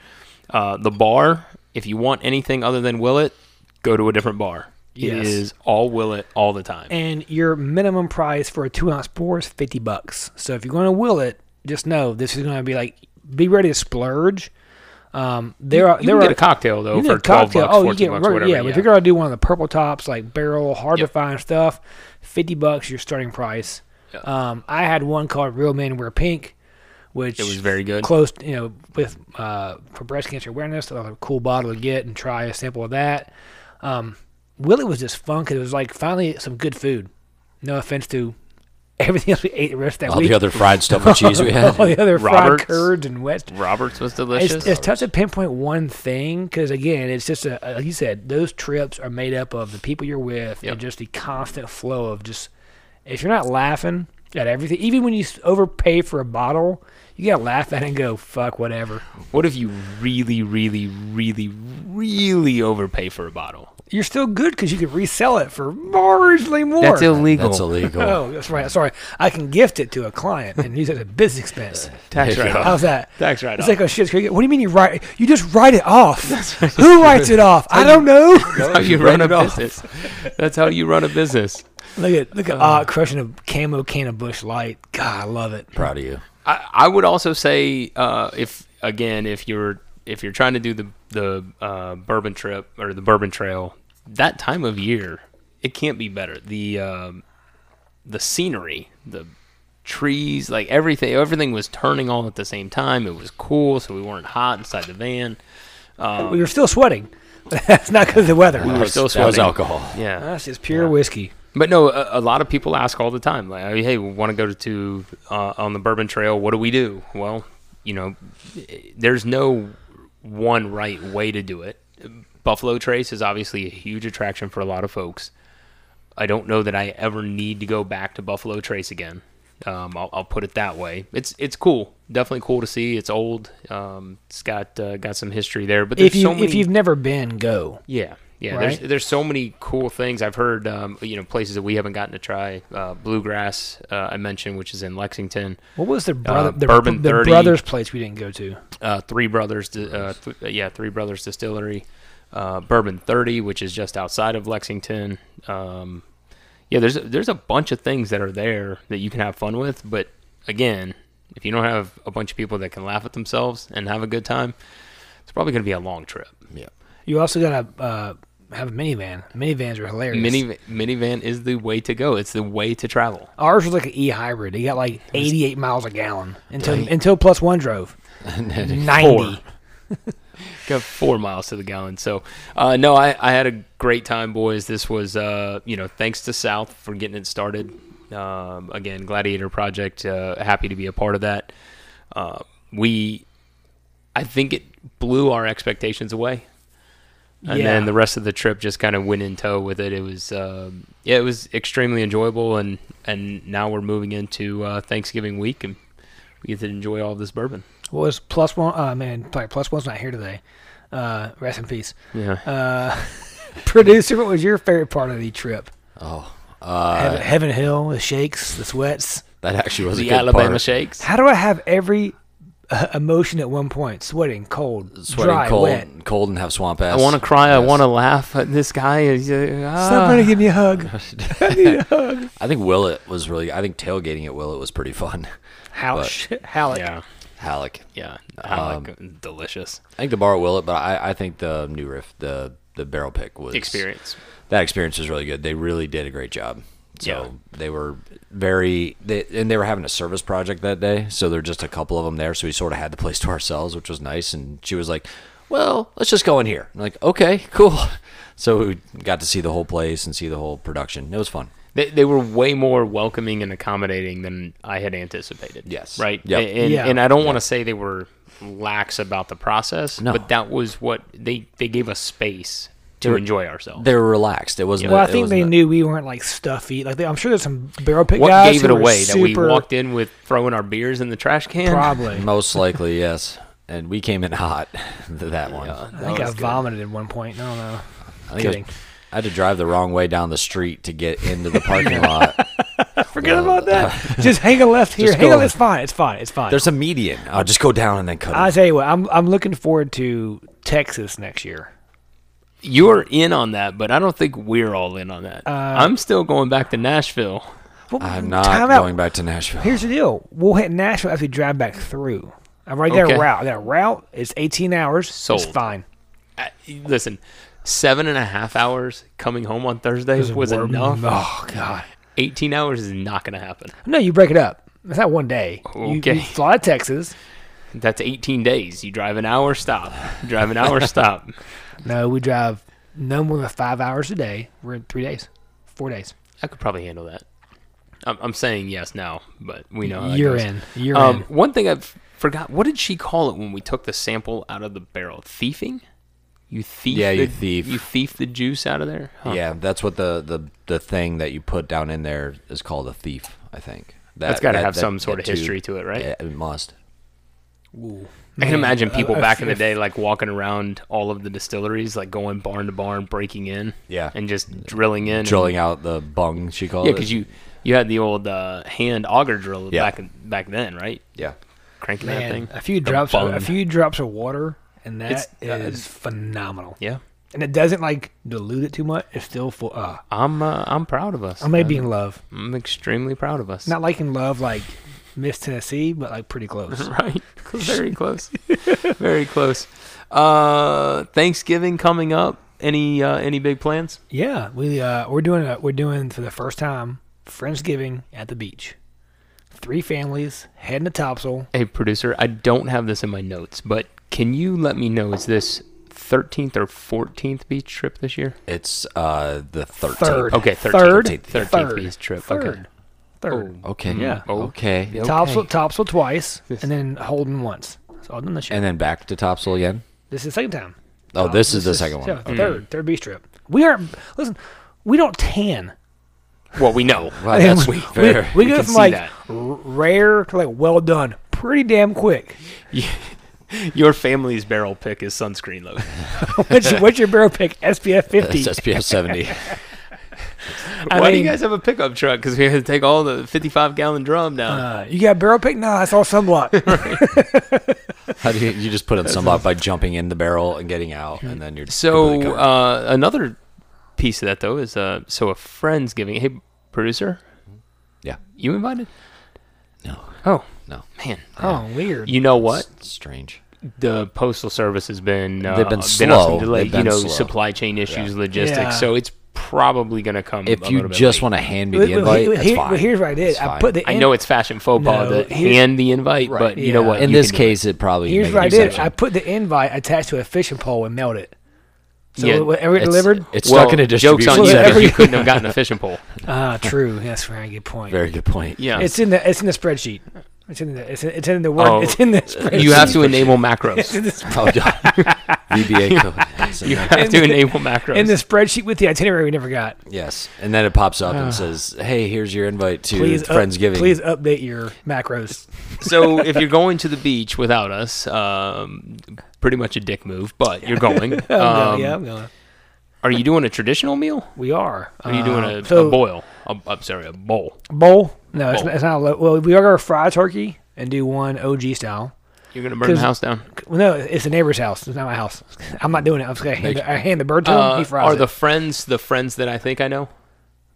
Speaker 1: Uh, the bar, if you want anything other than Willet, go to a different bar. It
Speaker 3: Yes.
Speaker 1: is all Willet all the time.
Speaker 3: And your minimum price for a two ounce pour is fifty bucks. So if you're going to will it, just know this is going to be like be ready to splurge. Um, there are
Speaker 1: you
Speaker 3: there
Speaker 1: can
Speaker 3: are
Speaker 1: get a cocktail though
Speaker 3: you can
Speaker 1: for
Speaker 3: get a
Speaker 1: twelve
Speaker 3: cocktail.
Speaker 1: bucks,
Speaker 3: oh, you
Speaker 1: fourteen
Speaker 3: get
Speaker 1: bucks,
Speaker 3: right-
Speaker 1: whatever.
Speaker 3: yeah. But if you're going to do one of the purple tops like barrel, hard
Speaker 1: Yep.
Speaker 3: to find stuff, fifty bucks your starting price. Um, I had one called Real Men Wear Pink, which
Speaker 1: It was very good.
Speaker 3: Close, you know, with uh, for breast cancer awareness, that was a cool bottle to get and try a sample of that. Um, Willie was just fun 'cause it was like finally some good food. No offense to everything [LAUGHS] else we ate the rest of that
Speaker 5: All
Speaker 3: week.
Speaker 5: the other fried stuff and cheese we had.
Speaker 3: [LAUGHS]
Speaker 1: [LAUGHS]
Speaker 3: all the other
Speaker 1: Roberts.
Speaker 3: fried curds and wet
Speaker 1: Roberts was
Speaker 3: it's,
Speaker 1: delicious.
Speaker 3: it's tough to pinpoint one thing because again, it's just a like you said, those trips are made up of the people you're with
Speaker 1: Yep.
Speaker 3: and just the constant flow of just if you're not laughing at everything, even when you s- overpay for a bottle, you gotta laugh at it and go fuck whatever.
Speaker 1: What if you really, really, really, really overpay for a bottle?
Speaker 3: You're still good because you can resell it for marginally more.
Speaker 1: That's illegal.
Speaker 5: That's illegal.
Speaker 3: Oh, that's right. Sorry, I can gift it to a client and use it as a business expense.
Speaker 1: [LAUGHS] Tax
Speaker 5: There you go.
Speaker 1: write-off.
Speaker 3: How's that?
Speaker 1: Tax write-off.
Speaker 3: It's like oh shit. What do you mean you write? You just write it off. Who writes it off? I don't know.
Speaker 1: That's how Oh, you run a business. That's how you run a business.
Speaker 3: Look at look at uh, crushing a camo can of Bush Light. God, I love it.
Speaker 5: Proud of you.
Speaker 1: I, I would also say uh, if again if you're if you're trying to do the the uh, bourbon trip or the bourbon trail that time of year it can't be better the um, the scenery the trees like everything everything was turning all at the same time it was cool so we weren't hot inside the van
Speaker 3: we were still sweating. [LAUGHS] That's not because of the weather.
Speaker 1: we were still
Speaker 5: That was
Speaker 1: sweating.
Speaker 5: alcohol.
Speaker 1: yeah
Speaker 3: That's just pure whiskey.
Speaker 1: But no, a, a lot of people ask all the time, like, "Hey, we want to go to uh, on the Bourbon Trail. What do we do?" Well, you know, there's no one right way to do it. Buffalo Trace is obviously a huge attraction for a lot of folks. I don't know that I ever need to go back to Buffalo Trace again. Um, I'll, I'll put it that way. It's it's cool, definitely cool to see. It's old. Um, it's got uh, got some history there. But there's
Speaker 3: If you
Speaker 1: so many...
Speaker 3: if you've never been, go.
Speaker 1: Yeah, yeah.
Speaker 3: Right?
Speaker 1: There's there's so many cool things I've heard. Um, you know, places that we haven't gotten to try. Uh, Bluegrass uh, I mentioned, which is in Lexington.
Speaker 3: What was the brother
Speaker 1: Uh,
Speaker 3: the,
Speaker 1: Bourbon
Speaker 3: the
Speaker 1: 30.
Speaker 3: brothers place we didn't go to?
Speaker 1: Uh, Three Brothers, di- uh, th- yeah, Three Brothers Distillery. Uh, Bourbon Thirty, which is just outside of Lexington. Um, yeah, there's there's a bunch of things that are there that you can have fun with. But again, if you don't have a bunch of people that can laugh at themselves and have a good time, it's probably going to be a long trip.
Speaker 5: Yeah.
Speaker 3: You also gotta uh, have a minivan. Minivans are hilarious.
Speaker 1: Mini minivan is the way to go. It's the way to travel.
Speaker 3: Ours was like an e hybrid. It got like eighty eight miles a gallon until until plus one drove ninety.
Speaker 1: [LAUGHS] got four miles to the gallon. So, uh, no, I, I had a great time, boys. This was, uh, you know, thanks to South for getting it started. Um, again, Gladiator Project, uh, happy to be a part of that. Uh, we, I think it blew our expectations away. And
Speaker 3: Yeah.
Speaker 1: then the rest of the trip just kind of went in tow with it. It was, um yeah, it was extremely enjoyable, and and now we're moving into uh, Thanksgiving week, and we get to enjoy all of this bourbon.
Speaker 3: What was plus one? Uh, man, sorry, plus one's not here today. Uh, rest in peace.
Speaker 1: Yeah.
Speaker 3: Uh, [LAUGHS] producer, what was your favorite part of the trip?
Speaker 5: Oh,
Speaker 3: Heaven,
Speaker 5: uh,
Speaker 3: Heaven Hill, the shakes, the sweats.
Speaker 5: that actually was a
Speaker 1: the
Speaker 5: good
Speaker 1: Alabama
Speaker 5: part.
Speaker 1: shakes.
Speaker 3: How do I have every uh, emotion at one point? Sweating, cold,
Speaker 5: Sweating
Speaker 3: dry,
Speaker 5: cold,
Speaker 3: wet.
Speaker 5: cold, and have swamp ass.
Speaker 1: I want to cry. I
Speaker 5: Yes.
Speaker 1: want to laugh. Uh, This guy is. Uh, ah.
Speaker 3: Somebody give me a
Speaker 5: [LAUGHS]
Speaker 3: hug. [LAUGHS]
Speaker 5: I think Willet was really. I think tailgating at Willet was pretty fun. [LAUGHS]
Speaker 3: Halleck. Halleck.
Speaker 1: Yeah.
Speaker 5: Halleck.
Speaker 1: Yeah. I like delicious
Speaker 5: I think the bar at Willet, but I, I think the new riff, the the barrel pick was
Speaker 1: experience.
Speaker 5: That experience was really good. They really did a great job. So
Speaker 1: Yeah.
Speaker 5: they were very, they, and they were having a service project that day. So there were just a couple of them there. So we sort of had the place to ourselves, which was nice. And she was like, "Well, let's just go in here." I'm like, "Okay, cool." [LAUGHS] So we got to see the whole place and see the whole production. It was fun.
Speaker 1: They, they were way more welcoming and accommodating than I had anticipated.
Speaker 5: Yes.
Speaker 1: Right.
Speaker 5: Yep.
Speaker 1: And,
Speaker 3: Yeah.
Speaker 1: and I don't want to say they were lax about the process,
Speaker 5: No.
Speaker 1: but that was what they, they gave us space to
Speaker 5: They're-
Speaker 1: enjoy ourselves.
Speaker 5: They were relaxed. It wasn't.
Speaker 3: Well, I
Speaker 5: a- it
Speaker 3: think
Speaker 5: wasn't
Speaker 3: they
Speaker 5: a-
Speaker 3: knew we weren't like stuffy. Like they, I'm sure there's some barrel pick
Speaker 1: What
Speaker 3: guys
Speaker 1: gave
Speaker 3: who
Speaker 1: it
Speaker 3: were
Speaker 1: away that we
Speaker 3: super-
Speaker 1: walked in with throwing our beers in the trash can?
Speaker 3: Probably.
Speaker 5: Most likely, yes. And we came in hot. [LAUGHS] That one.
Speaker 3: I think I vomited at one point. I don't know.
Speaker 5: I think I was-
Speaker 3: Kidding.
Speaker 5: I had to drive the wrong way down the street to get into
Speaker 3: [LAUGHS]
Speaker 5: the parking lot.
Speaker 3: Forget about
Speaker 5: [LAUGHS]
Speaker 3: that. Just hang a left here.
Speaker 5: Just
Speaker 3: Hang
Speaker 5: go.
Speaker 3: a It's fine. It's fine. It's fine.
Speaker 5: There's a median. I'll just go down and then cut.
Speaker 3: I
Speaker 5: it.
Speaker 3: tell you what, I'm I'm looking forward to Texas next year.
Speaker 1: You're in on that, but I don't think we're all in on
Speaker 3: Uh,
Speaker 1: that. I'm still going back to Nashville.
Speaker 3: Well,
Speaker 5: I'm not
Speaker 3: time out.
Speaker 5: going back to Nashville.
Speaker 3: Here's the deal: we'll hit Nashville as we drive back through. I'm right there.
Speaker 1: Okay.
Speaker 3: Route that route is 18 hours. It's
Speaker 1: Sold.
Speaker 3: fine.
Speaker 1: I, listen, seven and a half hours coming home on Thursday was
Speaker 3: We're-
Speaker 1: enough.
Speaker 3: Oh God.
Speaker 1: 18 hours is not going to happen.
Speaker 3: No, you break it up. It's not one day. You-
Speaker 1: Okay.
Speaker 3: You, fly to Texas.
Speaker 1: That's 18 days. You drive an hour, stop. Drive an hour, stop.
Speaker 3: No, we drive no more than five hours a day. We're in three days, four days.
Speaker 1: I could probably handle that. I'm, I'm saying yes now, but we know how that
Speaker 3: You're
Speaker 1: goes.
Speaker 3: in. You're
Speaker 1: Um,
Speaker 3: in.
Speaker 1: one thing I have forgot. What did she call it when we took the sample out of the barrel? Thiefing? You thief.
Speaker 5: Yeah, you
Speaker 1: the,
Speaker 5: thief.
Speaker 1: You thief the juice out of there. Huh.
Speaker 5: Yeah, that's what the, the the thing that you put down in there is called a thief. I think that,
Speaker 1: That's gotta
Speaker 5: that-
Speaker 1: have
Speaker 5: that-
Speaker 1: some sort
Speaker 5: that
Speaker 1: of history to it, right?
Speaker 5: Yeah, it must.
Speaker 1: I can
Speaker 3: Man,
Speaker 1: imagine
Speaker 3: a-
Speaker 1: people
Speaker 3: a
Speaker 1: back in the
Speaker 3: thief.
Speaker 1: day like walking around all of the distilleries, like going barn to barn, breaking in.
Speaker 5: Yeah.
Speaker 1: And just drilling in. and-
Speaker 5: Drilling out the bung, she
Speaker 1: Mm-hmm.
Speaker 5: called
Speaker 1: yeah,
Speaker 5: it.
Speaker 1: because you you had the old uh, hand auger drill
Speaker 5: Yeah.
Speaker 1: back in, back then, right?
Speaker 5: yeah,
Speaker 1: Cranking that
Speaker 3: Man,
Speaker 1: thing.
Speaker 3: a few
Speaker 1: The
Speaker 3: drops, of, a
Speaker 1: bung.
Speaker 3: few drops of water, and that is
Speaker 1: It's- uh,
Speaker 3: phenomenal.
Speaker 1: Yeah.
Speaker 3: And it doesn't like dilute it too much. It's still full. Uh,
Speaker 1: I'm uh, I'm proud of us.
Speaker 3: I may
Speaker 1: man.
Speaker 3: be in love.
Speaker 1: I'm extremely proud of us. [LAUGHS]
Speaker 3: Not like in love, like Miss Tennessee, but like
Speaker 1: [LAUGHS]
Speaker 3: pretty close. [LAUGHS]
Speaker 1: right. Very close. Very close. Uh, Thanksgiving coming up. Any uh, any big plans?
Speaker 3: yeah, we uh, we're doing a, we're doing for the first time Friendsgiving at the beach. Three families heading to Topsail.
Speaker 1: Hey, producer, I don't have this in my notes, but can you let me know is this 13th or 14th beach trip this year?
Speaker 5: it's uh the thirteenth.
Speaker 3: Third.
Speaker 1: Okay, 13th.
Speaker 3: Third.
Speaker 1: 13th,
Speaker 3: Third.
Speaker 1: beach trip.
Speaker 3: Third.
Speaker 1: Okay.
Speaker 3: Third.
Speaker 5: Okay.
Speaker 3: Yeah.
Speaker 5: Oh,
Speaker 1: Oh.
Speaker 5: Okay.
Speaker 3: Topsail, Topsail twice, and then Holden once. So I've done this year.
Speaker 5: And then back to Topsail again.
Speaker 3: this is the second time.
Speaker 5: Oh,
Speaker 3: Top-
Speaker 5: this is the second one. Mm.
Speaker 3: yeah, Third, third beach trip. We aren't. Listen, we don't tan.
Speaker 1: Well, we know.
Speaker 5: Wow,
Speaker 3: [LAUGHS]
Speaker 5: that's
Speaker 3: we,
Speaker 5: fair.
Speaker 3: We, we
Speaker 1: can
Speaker 3: go from
Speaker 1: see
Speaker 3: like
Speaker 1: that.
Speaker 3: r- rare to like well done, pretty damn quick. [LAUGHS]
Speaker 1: Your family's barrel pick is sunscreen load.
Speaker 3: What's your, what's your barrel pick? SPF 50.
Speaker 5: [LAUGHS] It's SPF seventy. [LAUGHS]
Speaker 3: I
Speaker 1: Why do
Speaker 3: mean-
Speaker 1: you guys have a pickup truck? Because we have to take all the 55 gallon drum down.
Speaker 3: Uh, you got barrel pick? Nah, I saw [LAUGHS] sunblock.
Speaker 5: How do you, you just put in some up by jumping in the barrel and getting out, and then you're completely
Speaker 1: So
Speaker 5: covered.
Speaker 1: uh, another piece of that though is uh, so a friend's giving. Hey, producer,
Speaker 5: yeah,
Speaker 1: you invited?
Speaker 5: no,
Speaker 1: Oh
Speaker 5: no,
Speaker 1: man,
Speaker 3: oh, weird.
Speaker 1: you know what?
Speaker 5: It's strange.
Speaker 1: The postal service has been uh,
Speaker 5: They've been
Speaker 1: on some
Speaker 5: slow.
Speaker 1: delay.
Speaker 5: They've been
Speaker 1: you know,
Speaker 5: slow.
Speaker 1: supply chain issues, logistics.
Speaker 3: Yeah.
Speaker 1: So it's probably going to come.
Speaker 5: If
Speaker 1: a
Speaker 5: you
Speaker 1: little bit
Speaker 5: just
Speaker 1: late.
Speaker 5: want to hand me
Speaker 3: Well,
Speaker 5: the
Speaker 3: well,
Speaker 5: invite,
Speaker 3: he- well,
Speaker 5: that's
Speaker 3: here-
Speaker 5: fine.
Speaker 3: well, here's what I did.
Speaker 5: That's
Speaker 3: I
Speaker 5: fine.
Speaker 3: put the.
Speaker 1: I
Speaker 3: in-
Speaker 1: know it's fashion faux pas
Speaker 3: No,
Speaker 1: to
Speaker 3: here's-
Speaker 1: hand the invite, but you know
Speaker 3: Yeah.
Speaker 1: what?
Speaker 5: In
Speaker 1: You
Speaker 5: this
Speaker 1: can do it.
Speaker 5: case, it probably
Speaker 3: Here's
Speaker 5: make
Speaker 3: what
Speaker 5: an
Speaker 3: I did.
Speaker 5: exception.
Speaker 3: I put the invite attached to a fishing pole and mailed it. So
Speaker 1: Yeah,
Speaker 3: whatever it
Speaker 5: It's-
Speaker 3: delivered.
Speaker 5: It's
Speaker 1: well,
Speaker 5: stuck in a
Speaker 1: joke's
Speaker 5: distribution
Speaker 1: on you
Speaker 3: center.
Speaker 1: because you couldn't have gotten a fishing pole.
Speaker 3: [LAUGHS] Ah, true. That's very good point.
Speaker 5: [LAUGHS] Very good point. [LAUGHS]
Speaker 1: Yeah,
Speaker 3: It's in the. It's in the spreadsheet. It's in the. It's in, it's in the word.
Speaker 1: Oh,
Speaker 3: [LAUGHS] it's in the. Spreadsheet.
Speaker 1: you have to enable macros.
Speaker 5: Oh, yeah. VBA code. yes,
Speaker 1: [LAUGHS]
Speaker 5: and
Speaker 1: You
Speaker 5: then-
Speaker 1: have to enable macros.
Speaker 3: In the spreadsheet with the itinerary we never got.
Speaker 5: yes, and then it pops
Speaker 3: [SIGHS]
Speaker 5: up and says, "Hey, here's your invite to
Speaker 3: Please up-
Speaker 5: Friendsgiving."
Speaker 3: please update your macros.
Speaker 1: so if you're going to the beach without us, um, pretty much a dick move, but you're
Speaker 3: [LAUGHS]
Speaker 1: going. Um,
Speaker 3: I'm going, Oh, yeah, I'm going.
Speaker 1: Are you doing a traditional meal?
Speaker 3: We are.
Speaker 1: Or are you doing a,
Speaker 3: Uh, so
Speaker 1: a boil? A, I'm sorry, a bowl.
Speaker 3: bowl? No, It's,
Speaker 1: Bowl.
Speaker 3: not, it's not. A low, well, we are gonna fry turkey and do one OG style.
Speaker 1: You're gonna burn the
Speaker 3: 'Cause-
Speaker 1: house down.
Speaker 3: Well, no, it's the neighbor's house. It's not my house. [LAUGHS] I'm not doing it. I'm just gonna hand, I hand the bird to him.
Speaker 1: Uh,
Speaker 3: oh, he fries
Speaker 1: are
Speaker 3: it.
Speaker 1: the friends the friends that I think I know?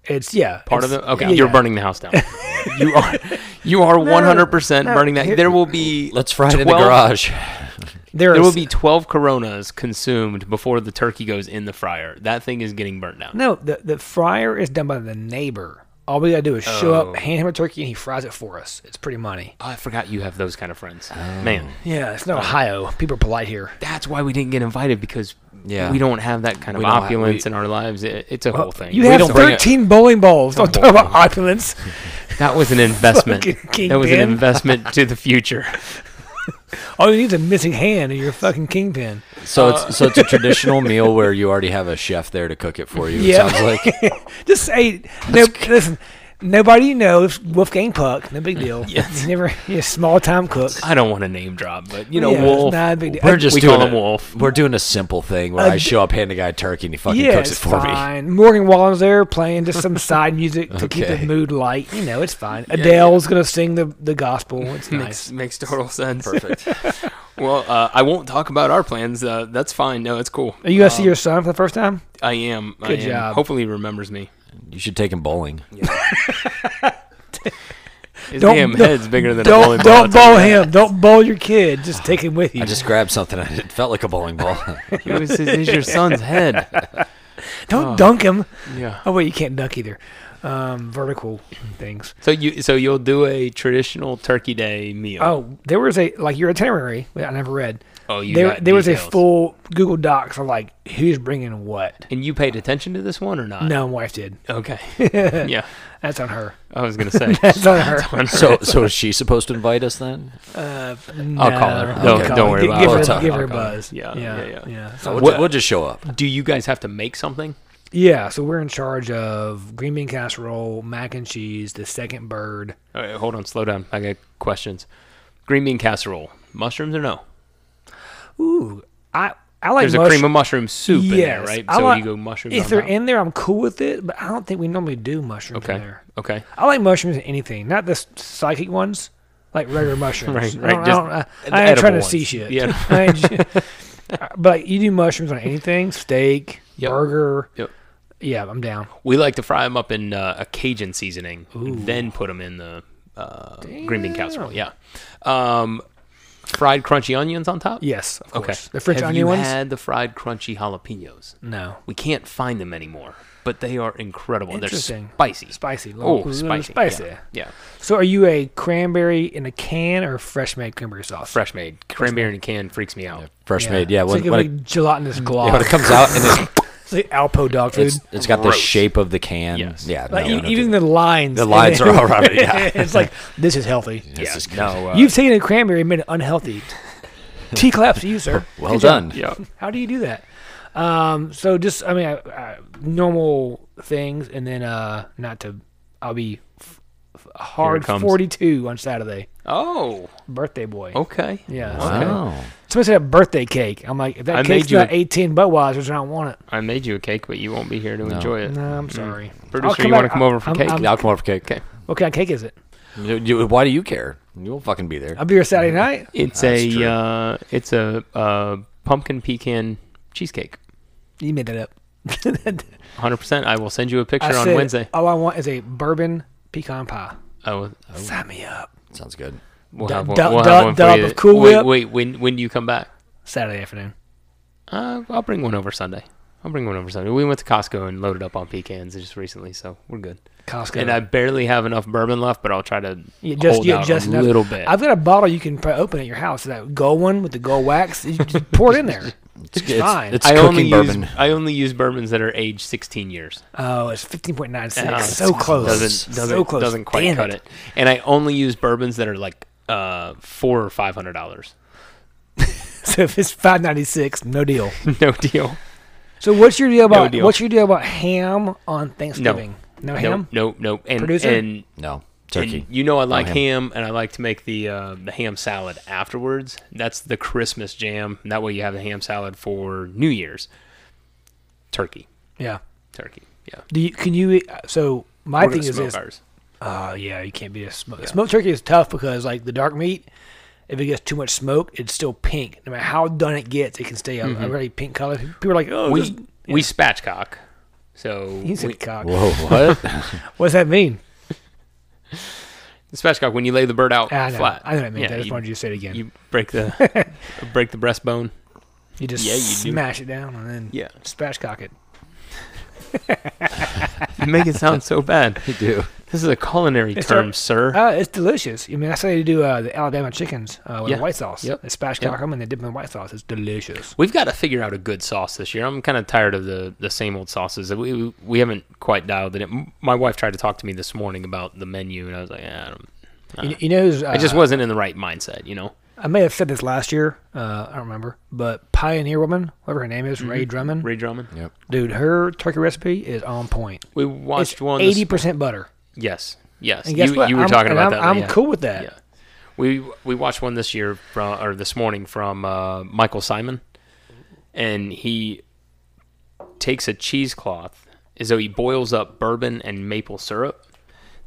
Speaker 3: it's yeah.
Speaker 1: Part of
Speaker 3: it's-
Speaker 1: them. Okay,
Speaker 3: yeah,
Speaker 1: you're
Speaker 3: yeah.
Speaker 1: burning the house
Speaker 3: [LAUGHS]
Speaker 1: down. you are you are 100 percent
Speaker 3: no,
Speaker 1: burning that.
Speaker 3: here-
Speaker 1: There will be
Speaker 5: Let's fry it in the
Speaker 1: 12
Speaker 5: garage.
Speaker 3: There,
Speaker 1: There will
Speaker 3: is-
Speaker 1: be 12 Coronas consumed before the turkey goes in the fryer. That thing is getting burnt down.
Speaker 3: no. The the fryer is done by the neighbor. All we gotta do is show up, hand him a turkey, and he fries it for us. It's pretty money.
Speaker 1: Oh, I forgot you have those kind of
Speaker 5: Oh.
Speaker 1: friends. Man,
Speaker 3: Yeah, it's not Ohio. People are polite here.
Speaker 1: that's why we didn't get invited because
Speaker 5: Yeah.
Speaker 1: we don't have that kind of
Speaker 5: We don't have-
Speaker 1: opulence
Speaker 5: we-
Speaker 1: in our lives. It, it's a whole thing.
Speaker 3: You
Speaker 1: We
Speaker 3: have
Speaker 1: don't-
Speaker 5: bring it-
Speaker 3: 13 bowling balls. Don't talk about opulence.
Speaker 1: that was an investment.
Speaker 3: Fucking King
Speaker 1: that was an
Speaker 3: Ben.
Speaker 1: investment to the
Speaker 3: [LAUGHS]
Speaker 1: future.
Speaker 3: All you need is a missing hand and you're a fucking kingpin.
Speaker 5: So
Speaker 1: uh,
Speaker 5: it's
Speaker 1: [LAUGHS]
Speaker 5: so it's a traditional meal where you already have a chef there to cook it for you.
Speaker 3: Yeah.
Speaker 5: It sounds
Speaker 3: [LAUGHS]
Speaker 5: like
Speaker 3: Just say, no, listen, nobody you know is Wolfgang Puck. No big deal.
Speaker 1: Yes.
Speaker 3: He's never, he's a small time cook.
Speaker 1: [LAUGHS] I don't want to name drop, but you know,
Speaker 3: Yeah, it's
Speaker 1: Wolf. [LAUGHS]
Speaker 3: not a big deal.
Speaker 1: We're
Speaker 3: I-
Speaker 1: just
Speaker 5: we
Speaker 1: doing
Speaker 5: call
Speaker 1: a,
Speaker 5: him
Speaker 1: Wolf.
Speaker 5: we're doing a simple thing where I show up, hand a guy a turkey, and he fucking
Speaker 3: Uh, yeah,
Speaker 5: cooks it
Speaker 3: it's
Speaker 5: for me.
Speaker 3: fine. Morgan Wallen's there playing just
Speaker 5: [LAUGHS]
Speaker 3: some side music to keep the
Speaker 5: Okay.
Speaker 3: mood light. You know, it's fine. Adele's going to sing the, the gospel. It's
Speaker 1: Makes,
Speaker 3: nice.
Speaker 1: makes total sense. Perfect. [LAUGHS] well, uh, I won't talk about our plans. Uh, that's fine. No, it's cool.
Speaker 3: Are you
Speaker 5: um,
Speaker 3: going to see your son for the first time?
Speaker 1: I am. I
Speaker 3: Good
Speaker 1: am.
Speaker 3: job.
Speaker 1: Hopefully, he remembers me.
Speaker 5: [LAUGHS] You should take him bowling.
Speaker 1: His
Speaker 3: Don't-
Speaker 1: [LAUGHS] damn
Speaker 3: don't-
Speaker 1: head's bigger than a bowling
Speaker 3: Don't,
Speaker 1: ball.
Speaker 3: don't
Speaker 1: That's all [LAUGHS]
Speaker 3: bowl
Speaker 1: I
Speaker 3: him. Don't bowl your kid. Just take him with you.
Speaker 5: Oh, I just grabbed something. and It felt like a bowling ball.
Speaker 1: It was his, your son's head.
Speaker 5: oh.
Speaker 3: don't dunk him.
Speaker 1: [LAUGHS] Yeah.
Speaker 3: Oh wait, you can't duck either. Um, vertical things.
Speaker 1: So you so you'll do a traditional Turkey Day meal.
Speaker 3: Oh, there was a like your itinerary. that I never read.
Speaker 1: Oh, you
Speaker 3: there
Speaker 1: got
Speaker 3: there was a
Speaker 1: details.
Speaker 3: full Google Docs of like who's bringing what.
Speaker 1: And you paid attention to this one or not?
Speaker 3: No, my wife did. [LAUGHS]
Speaker 1: Okay. yeah.
Speaker 3: That's on her.
Speaker 1: I was
Speaker 3: [LAUGHS]
Speaker 1: gonna say.
Speaker 3: That's
Speaker 1: [LAUGHS]
Speaker 3: on her.
Speaker 5: so so is she supposed to invite us then?
Speaker 3: Uh,
Speaker 1: I'll call her.
Speaker 3: no,
Speaker 1: Don't-
Speaker 3: call
Speaker 1: don't
Speaker 3: her.
Speaker 1: worry
Speaker 3: Gi-
Speaker 1: about
Speaker 3: give
Speaker 1: it.
Speaker 5: I'll
Speaker 3: Her,
Speaker 5: talk-
Speaker 3: give her
Speaker 1: I'll
Speaker 3: a
Speaker 1: call her.
Speaker 3: buzz.
Speaker 1: Yeah,
Speaker 3: yeah,
Speaker 1: yeah, yeah.
Speaker 3: So,
Speaker 5: We'll,
Speaker 3: what-
Speaker 5: ju- we'll just show up.
Speaker 1: Do you guys have to make something?
Speaker 3: yeah. So we're in charge of green bean casserole, mac and cheese, the second bird.
Speaker 1: All right, hold on, slow down. I got questions. Green bean casserole, mushrooms or no?
Speaker 3: Ooh, I I like
Speaker 1: There's a
Speaker 3: mush-
Speaker 1: cream of mushroom soup in there, right?
Speaker 3: I
Speaker 1: so
Speaker 3: like-
Speaker 1: you go mushrooms.
Speaker 3: If
Speaker 1: on
Speaker 3: they're
Speaker 1: top.
Speaker 3: in there, I'm cool with it, but I don't think we normally do mushrooms
Speaker 1: okay,
Speaker 3: in there.
Speaker 1: okay.
Speaker 3: I like mushrooms in anything, not the s- psychic ones, like regular mushrooms.
Speaker 1: [LAUGHS] Right,
Speaker 3: I
Speaker 1: right,
Speaker 3: don't- I,
Speaker 1: just
Speaker 3: don't- I-
Speaker 1: the
Speaker 3: I ain't
Speaker 1: edible
Speaker 3: trying to
Speaker 1: ones.
Speaker 3: see shit.
Speaker 1: Yeah.
Speaker 3: [LAUGHS] I ain't sh- but like, you do mushrooms on anything, steak,
Speaker 1: Yep.
Speaker 3: burger.
Speaker 1: Yep.
Speaker 3: Yeah, I'm down.
Speaker 1: We like to fry them up in uh, a Cajun seasoning, and then put them in the uh, green bean casserole. Yeah, um, fried crunchy onions on top.
Speaker 3: Yes, of
Speaker 1: Okay.
Speaker 3: course. The French
Speaker 1: Have
Speaker 3: onion
Speaker 1: you
Speaker 3: ones?
Speaker 1: had the fried crunchy jalapenos?
Speaker 3: no.
Speaker 1: We can't find them anymore, but they are incredible. They're
Speaker 3: Interesting.
Speaker 1: spicy.
Speaker 3: Spicy.
Speaker 1: Oh,
Speaker 3: little- little
Speaker 1: spicy.
Speaker 3: Spicy.
Speaker 1: Yeah. yeah.
Speaker 3: So are you a cranberry in a can or fresh made cranberry sauce?
Speaker 1: Fresh made. Cranberry in a can freaks me out.
Speaker 5: Fresh made. Yeah.
Speaker 3: It's
Speaker 5: When,
Speaker 3: like a
Speaker 5: when,
Speaker 1: Mm.
Speaker 3: big gelatinous glob.
Speaker 5: it, when it comes out and it's,
Speaker 3: It's like Alpo dog food.
Speaker 5: it's, it's got
Speaker 1: Gross.
Speaker 5: the shape of the can.
Speaker 1: Yes.
Speaker 5: Yeah.
Speaker 3: Like, e-
Speaker 5: no, we don't do
Speaker 3: even
Speaker 5: that.
Speaker 3: the lines.
Speaker 5: The lines are
Speaker 3: [LAUGHS]
Speaker 5: all right, yeah.
Speaker 3: it's like this is healthy.
Speaker 5: This
Speaker 1: Yeah,
Speaker 5: is good.
Speaker 1: no. Uh,
Speaker 3: You've taken a cranberry and made it unhealthy. [LAUGHS] T claps to you, sir.
Speaker 5: well
Speaker 3: Good job.
Speaker 5: done.
Speaker 1: yeah.
Speaker 3: How do you do that? Um, so just I mean, I, I, normal things, and then uh, not to. I'll be f- f- hard
Speaker 1: comes.
Speaker 3: forty two on Saturday.
Speaker 1: Oh,
Speaker 3: Birthday boy.
Speaker 1: okay.
Speaker 3: Yeah. So
Speaker 5: Wow.
Speaker 3: somebody said a birthday cake. I'm like, if that
Speaker 1: I made
Speaker 3: cake's
Speaker 1: you
Speaker 3: not
Speaker 1: a-
Speaker 3: eighteen Budweisers, I don't want it.
Speaker 1: I made you a cake, but you won't be here to enjoy it. Mm.
Speaker 3: No, I'm sorry.
Speaker 1: Producer,
Speaker 3: come
Speaker 1: Mm-hmm. you want to
Speaker 3: back.
Speaker 1: come
Speaker 3: I-
Speaker 1: over for
Speaker 3: I'm-
Speaker 1: cake?
Speaker 3: I'm-
Speaker 5: Yeah, I'll come over for cake.
Speaker 1: Okay.
Speaker 3: What kind of cake is it?
Speaker 5: You- you- why do you care? You won't fucking be there.
Speaker 3: I'll be here
Speaker 1: Mm.
Speaker 3: Saturday night.
Speaker 1: It's
Speaker 5: That's
Speaker 1: a
Speaker 5: true.
Speaker 1: uh, it's a uh, pumpkin pecan cheesecake.
Speaker 3: You made that up. [LAUGHS]
Speaker 1: 100%. I will send you a picture
Speaker 3: I
Speaker 1: on
Speaker 3: said, uh,
Speaker 1: Wednesday.
Speaker 3: All I want is a bourbon pecan pie.
Speaker 1: I will,
Speaker 3: Sign me up.
Speaker 5: Sounds good.
Speaker 1: we'll
Speaker 3: Dub-
Speaker 1: have one,
Speaker 3: dub-
Speaker 1: we'll
Speaker 3: dub-
Speaker 1: have one for
Speaker 3: dub
Speaker 1: you.
Speaker 3: of Cool
Speaker 1: wait,
Speaker 3: Whip.
Speaker 1: wait, when when do you come back?
Speaker 3: Saturday afternoon.
Speaker 1: Uh, I'll bring one over Sunday. I'll bring one over Sunday. We went to Costco and loaded up on pecans just recently, so we're good.
Speaker 3: Costco.
Speaker 1: And I barely have enough bourbon left, but I'll try to
Speaker 3: Yeah, just,
Speaker 1: hold
Speaker 3: yeah,
Speaker 1: out
Speaker 3: just
Speaker 1: a
Speaker 3: enough.
Speaker 1: little bit.
Speaker 3: I've got a bottle you can probably open at your house. That gold one with the gold wax. You just pour it
Speaker 1: [LAUGHS]
Speaker 3: in there. It's, fine.
Speaker 5: it's-
Speaker 1: I only
Speaker 5: cooking bourbon.
Speaker 1: use I only use bourbons that are aged 16 years.
Speaker 3: oh, it's fifteen point nine six.
Speaker 1: Uh,
Speaker 3: so close.
Speaker 1: Doesn't doesn't
Speaker 3: so close.
Speaker 1: doesn't quite
Speaker 3: Damn
Speaker 1: cut it.
Speaker 3: [LAUGHS]
Speaker 1: And I only use bourbons that are like uh four or five hundred dollars.
Speaker 3: So if it's five ninety six, [LAUGHS] no deal.
Speaker 1: no deal. [LAUGHS]
Speaker 3: So what's your deal about
Speaker 1: deal.
Speaker 3: what's your deal about ham on Thanksgiving? No,
Speaker 1: no,
Speaker 3: ham.
Speaker 1: no, no. And
Speaker 3: Producer?
Speaker 1: and
Speaker 5: No,
Speaker 1: and
Speaker 5: turkey.
Speaker 1: you know I like
Speaker 5: ham.
Speaker 1: ham. and I like to make the uh, the ham salad afterwards. That's the Christmas jam. That way you have the ham salad for New Year's. Turkey,
Speaker 3: Yeah.
Speaker 1: turkey. Yeah.
Speaker 3: Do you can you eat- so my
Speaker 1: We're gonna
Speaker 3: thing is
Speaker 1: smoke
Speaker 3: this.
Speaker 1: ours.
Speaker 3: Oh yeah, you can't be a smoke. Smoked turkey is tough because like the dark meat, if it gets too much smoke, it's still pink. No matter how done it gets, it can stay a, a really pink color. People are like, oh,
Speaker 1: Mm-hmm. We
Speaker 3: just,
Speaker 1: we spatchcock. So
Speaker 3: he's a
Speaker 1: we-
Speaker 3: cock.
Speaker 5: Whoa, what?
Speaker 3: What does that mean?
Speaker 1: spatchcock when you lay the bird out
Speaker 3: Ah, I know.
Speaker 1: flat.
Speaker 3: I know what it means.
Speaker 1: Yeah,
Speaker 3: I just
Speaker 1: you,
Speaker 3: wanted you to say it again. You,
Speaker 1: you break [LAUGHS] the break the breastbone.
Speaker 3: just
Speaker 1: yeah, you do.
Speaker 3: smash it down and then
Speaker 1: Yeah.
Speaker 3: spatchcock it.
Speaker 1: You make it [LAUGHS] sound so bad.
Speaker 5: you do.
Speaker 1: This is a culinary
Speaker 3: It's
Speaker 1: term,
Speaker 3: our-
Speaker 1: sir.
Speaker 3: Uh, it's delicious. I mean, that's how you do uh, the Alabama chickens uh, with
Speaker 1: Yeah.
Speaker 3: white sauce.
Speaker 1: Yep.
Speaker 3: They spatchcock
Speaker 1: Yep.
Speaker 3: them and they dip them in white sauce. It's delicious.
Speaker 1: We've got to figure out a good sauce this year. I'm kind of tired of the, the same old sauces. We we haven't quite dialed it. in. My wife tried to talk to me this morning about the menu, and I was like, "Eh, I, don't,
Speaker 3: you, you know, who's, uh,
Speaker 1: I just wasn't in the right mindset, you know.
Speaker 3: I may have said this last year. Uh, I don't remember, but Pioneer Woman, whatever her name is,
Speaker 1: Mm-hmm.
Speaker 3: Ray Drummond,
Speaker 1: Ray Drummond.
Speaker 5: Yep.
Speaker 3: dude, her turkey recipe is on point.
Speaker 1: We watched
Speaker 3: It's
Speaker 1: one.
Speaker 3: eighty
Speaker 1: Eighty.
Speaker 3: percent butter.
Speaker 1: yes. Yes.
Speaker 3: And guess
Speaker 1: you,
Speaker 3: what?
Speaker 1: you were
Speaker 3: I'm,
Speaker 1: talking
Speaker 3: and
Speaker 1: about
Speaker 3: I'm,
Speaker 1: that.
Speaker 3: I'm
Speaker 1: yeah.
Speaker 3: cool with that.
Speaker 1: Yeah. We we watched one this year from or this morning from uh, Michael Simon, and he takes a cheesecloth as though he boils up bourbon and maple syrup.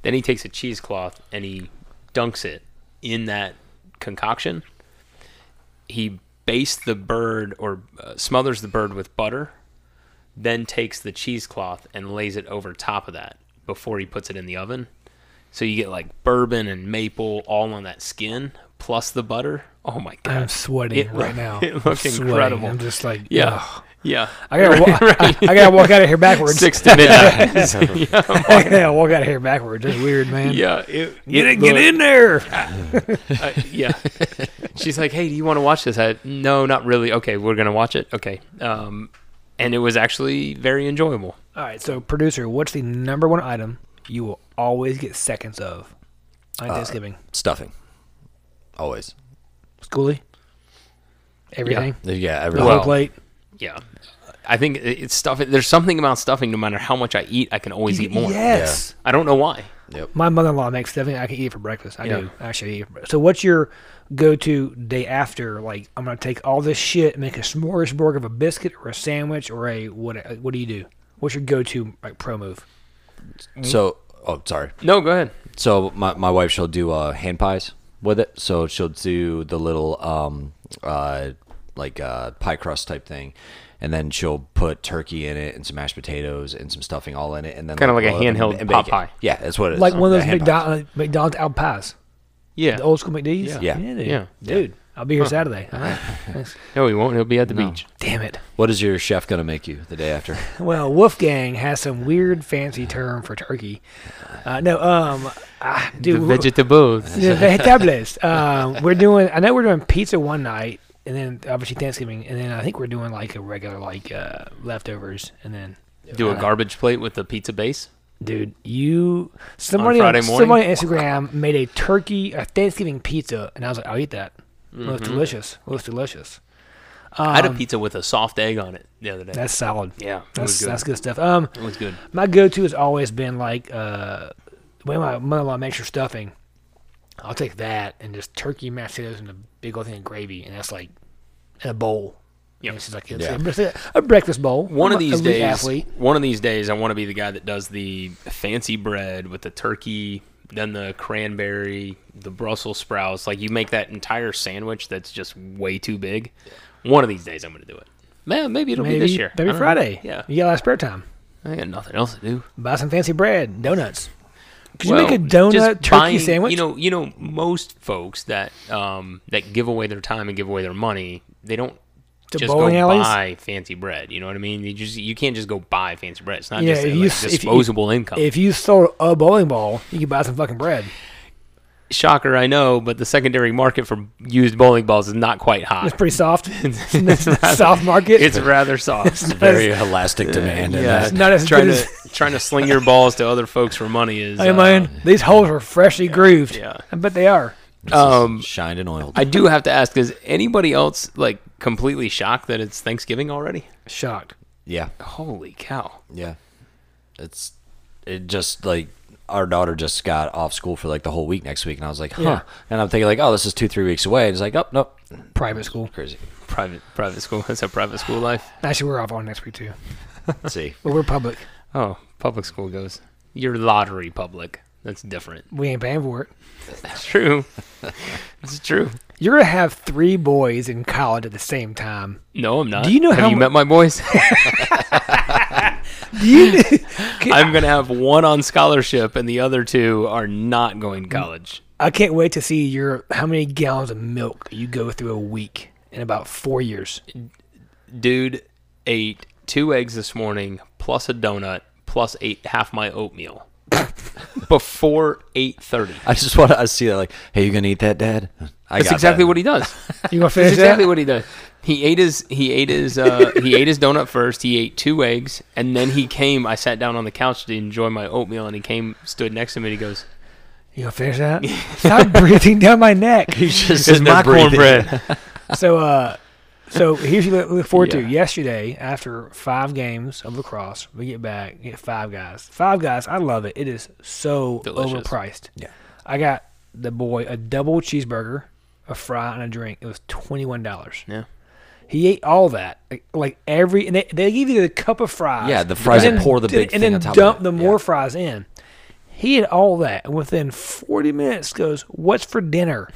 Speaker 1: Then he takes a cheesecloth and he dunks it in that concoction. He bastes the bird or uh, smothers the bird with butter, then takes the cheesecloth and lays it over top of that before he puts it in the oven. So you get like bourbon and maple all on that skin, plus the butter. Oh my
Speaker 3: I'm
Speaker 1: god!
Speaker 3: sweating
Speaker 1: It
Speaker 3: right
Speaker 1: look-
Speaker 3: now.
Speaker 1: [LAUGHS] it
Speaker 3: I'm
Speaker 1: looked
Speaker 3: sweating.
Speaker 1: incredible.
Speaker 3: I'm just like,
Speaker 1: Yeah,
Speaker 3: ugh.
Speaker 1: yeah.
Speaker 3: I
Speaker 1: [LAUGHS]
Speaker 3: gotta, wa- [LAUGHS] I, I gotta walk out of here backwards. [LAUGHS]
Speaker 1: Six to [LAUGHS] midnight.
Speaker 3: I gotta walk out of here backwards. That's weird, man.
Speaker 1: yeah, it,
Speaker 3: Get,
Speaker 1: it
Speaker 3: in, get
Speaker 1: looked-
Speaker 3: in there.
Speaker 1: Uh, [LAUGHS] yeah. She's like, "Hey, do you want to watch this?" I, no, not really. Okay, we're gonna watch it. Okay. Um, and it was actually very enjoyable.
Speaker 3: All right, so producer, what's the number one item you will always get seconds of on
Speaker 1: Uh,
Speaker 3: Thanksgiving?
Speaker 5: Stuffing. Always.
Speaker 3: Schoolie? Everything?
Speaker 5: Yeah,
Speaker 3: The
Speaker 5: everyone.
Speaker 3: whole
Speaker 1: Well,
Speaker 3: plate?
Speaker 1: Yeah. I think it- it's stuffing. There's something about stuffing. No matter how much I eat, I can always eat more.
Speaker 3: Yes.
Speaker 1: I don't know why.
Speaker 3: My mother in law makes stuffing. I can eat it for breakfast. I
Speaker 1: Yeah.
Speaker 3: do. I should eat it. For breakfast. So, what's your go to day after? Like, I'm going to take all this shit and make a smorgasbord of a biscuit or a sandwich or a what What do you do? What's your go to like pro move?
Speaker 5: So, oh, sorry.
Speaker 1: No, go ahead.
Speaker 5: So my, my wife she'll do uh, hand pies with it. So she'll do the little um uh like uh pie crust type thing, and then she'll put turkey in it and some mashed potatoes and some stuffing all in it, and then
Speaker 1: Kinda like a
Speaker 5: roll it up and-
Speaker 1: handheld
Speaker 5: and bake
Speaker 1: pot
Speaker 5: it.
Speaker 1: pie.
Speaker 5: Yeah, that's what it is.
Speaker 3: Like one of
Speaker 5: Yeah,
Speaker 3: those
Speaker 5: hand pies.
Speaker 3: McDonald's, McDonald's out pies,
Speaker 1: Yeah.
Speaker 3: the old school McDee's?
Speaker 5: Yeah.
Speaker 3: dude.
Speaker 1: Yeah.
Speaker 3: Dude, I'll be here Saturday. All right.
Speaker 1: No, he won't. He'll be at the beach.
Speaker 3: Damn it.
Speaker 5: What is your chef gonna make you the day
Speaker 1: [LAUGHS]
Speaker 5: after?
Speaker 3: Well, Wolfgang has some weird fancy term for turkey. Uh, no, um, ah,
Speaker 1: The
Speaker 3: dude, we're-
Speaker 1: vegetables.
Speaker 3: the vegetables. [LAUGHS] Um, we're doing. I know we're doing pizza one night, and then obviously Thanksgiving, and then I think we're doing like a regular like uh, leftovers, and then. Uh,
Speaker 1: Do a garbage plate with the pizza base.
Speaker 3: Dude, you somebody on,
Speaker 1: Friday morning?
Speaker 3: somebody on Instagram made a turkey a Thanksgiving pizza, and I was like, I'll eat that. It looks
Speaker 1: Mm-hmm.
Speaker 3: delicious. It looks delicious.
Speaker 1: I had a pizza with a soft egg on it the other day.
Speaker 3: That's solid.
Speaker 1: yeah, it was
Speaker 3: that's
Speaker 1: good.
Speaker 3: that's good stuff. Um,
Speaker 1: it was good.
Speaker 3: my go-to has always been like uh when my mother-in-law makes her stuffing i'll take that and just turkey mashed potatoes and a big old thing of gravy and that's like in a bowl yeah she's like it's a, a breakfast bowl
Speaker 1: One
Speaker 3: I'm
Speaker 1: of
Speaker 3: a-
Speaker 1: these
Speaker 3: elite
Speaker 1: days,
Speaker 3: athlete.
Speaker 1: one of these days, I want to be the guy that does the fancy bread with the turkey, then the cranberry, the Brussels sprouts. Like you make that entire sandwich that's just way too big. One of these days, I'm going to do it. Man, maybe it'll
Speaker 3: maybe,
Speaker 1: be this year. I
Speaker 3: maybe
Speaker 1: don't know.
Speaker 3: friday
Speaker 1: Yeah,
Speaker 3: you got a lot of spare time
Speaker 1: I got nothing else to do.
Speaker 3: buy some fancy bread donuts could
Speaker 1: Well,
Speaker 3: you make a
Speaker 1: just
Speaker 3: donut turkey
Speaker 1: buying-
Speaker 3: sandwich
Speaker 1: You know, you know, most folks that um, that give away their time and give away their money, they don't
Speaker 3: To
Speaker 1: just go
Speaker 3: bowling alleys?
Speaker 1: buy fancy bread. You know what I mean? You just you can't just go buy fancy bread. It's not
Speaker 3: Yeah,
Speaker 1: just a,
Speaker 3: if
Speaker 1: like,
Speaker 3: you s- if you-
Speaker 1: disposable income.
Speaker 3: if you sold a bowling ball you could buy some fucking bread
Speaker 1: Shocker, I know, but the secondary market for used bowling balls is not quite
Speaker 3: it's
Speaker 1: hot. [LAUGHS]
Speaker 3: pretty soft [LAUGHS] soft market
Speaker 1: It's rather soft.
Speaker 5: Very elastic demand. in
Speaker 1: yeah. [LAUGHS]
Speaker 5: that.
Speaker 3: not as
Speaker 1: trying
Speaker 3: good
Speaker 1: to [LAUGHS] trying to sling your balls to other folks for money is.
Speaker 3: Hey
Speaker 1: uh,
Speaker 3: man, these holes are freshly grooved.
Speaker 1: yeah.
Speaker 3: I bet they are.
Speaker 1: Um,
Speaker 5: shined and oiled.
Speaker 1: I do have to ask: Is anybody else like completely shocked that it's Thanksgiving already?
Speaker 3: Shocked.
Speaker 5: Yeah.
Speaker 1: Holy cow!
Speaker 5: Yeah. It's it just like our daughter just got off school for like the whole week next week and I was like, huh.
Speaker 3: Yeah.
Speaker 5: And I'm thinking like, oh, this is two, three weeks away. And it's like, oh nope.
Speaker 3: Private school.
Speaker 1: [LAUGHS]
Speaker 5: Crazy.
Speaker 1: Private private school. [LAUGHS] That's a private school life.
Speaker 3: Actually, we're off on next week too,
Speaker 5: See.
Speaker 3: but we're public.
Speaker 1: Oh, public school goes. Your lottery public. That's different.
Speaker 3: We ain't paying for it.
Speaker 1: It's true. [LAUGHS] it's true.
Speaker 3: You're gonna have three boys in college at the same time.
Speaker 1: No, I'm not.
Speaker 3: Do you know
Speaker 1: Have
Speaker 3: how
Speaker 1: you
Speaker 3: mu-
Speaker 1: met my [LAUGHS] boys?
Speaker 3: Do you?
Speaker 1: [LAUGHS] I'm gonna have one on scholarship, and the other two are not going to college.
Speaker 3: I can't wait to see your how many gallons of milk you go through a week in about four years.
Speaker 1: Dude ate two eggs this morning, plus a donut, plus ate half my [LAUGHS] oatmeal before 8:30.
Speaker 5: I just want to see that like, hey, you gonna eat that, Dad? I
Speaker 1: That's
Speaker 5: got
Speaker 1: exactly
Speaker 5: that.
Speaker 1: what he does.
Speaker 3: [LAUGHS] You gonna finish
Speaker 1: That's exactly
Speaker 3: that?
Speaker 1: what he does. He ate his he ate his uh, he ate his donut first. He ate two eggs, and then he came. I sat down on the couch to enjoy my oatmeal, and he came, stood next to me, and he goes,
Speaker 3: You gonna finish that? Stop breathing down my neck.
Speaker 5: He's just
Speaker 1: "This is
Speaker 5: sitting there
Speaker 1: my
Speaker 5: breathing.
Speaker 1: cornbread."
Speaker 3: So, uh, so here's what we look forward
Speaker 1: Yeah.
Speaker 3: to. Yesterday, after five games of lacrosse, we get back, get five guys. Five guys, I love it. It is so
Speaker 1: Delicious.
Speaker 3: overpriced.
Speaker 5: Yeah.
Speaker 3: I got the boy a double cheeseburger, a fry, and a drink. It was twenty one dollars.
Speaker 1: [LAUGHS] Yeah.
Speaker 3: He ate all that, like, like every, and they, they give you the cup of fries.
Speaker 5: Yeah, the fries
Speaker 3: and
Speaker 5: and pour the big
Speaker 3: and then
Speaker 5: thing on top of
Speaker 3: dump
Speaker 5: it.
Speaker 3: the
Speaker 5: Yeah.
Speaker 3: more fries in. He had all that, and within forty minutes, goes, "What's for dinner?"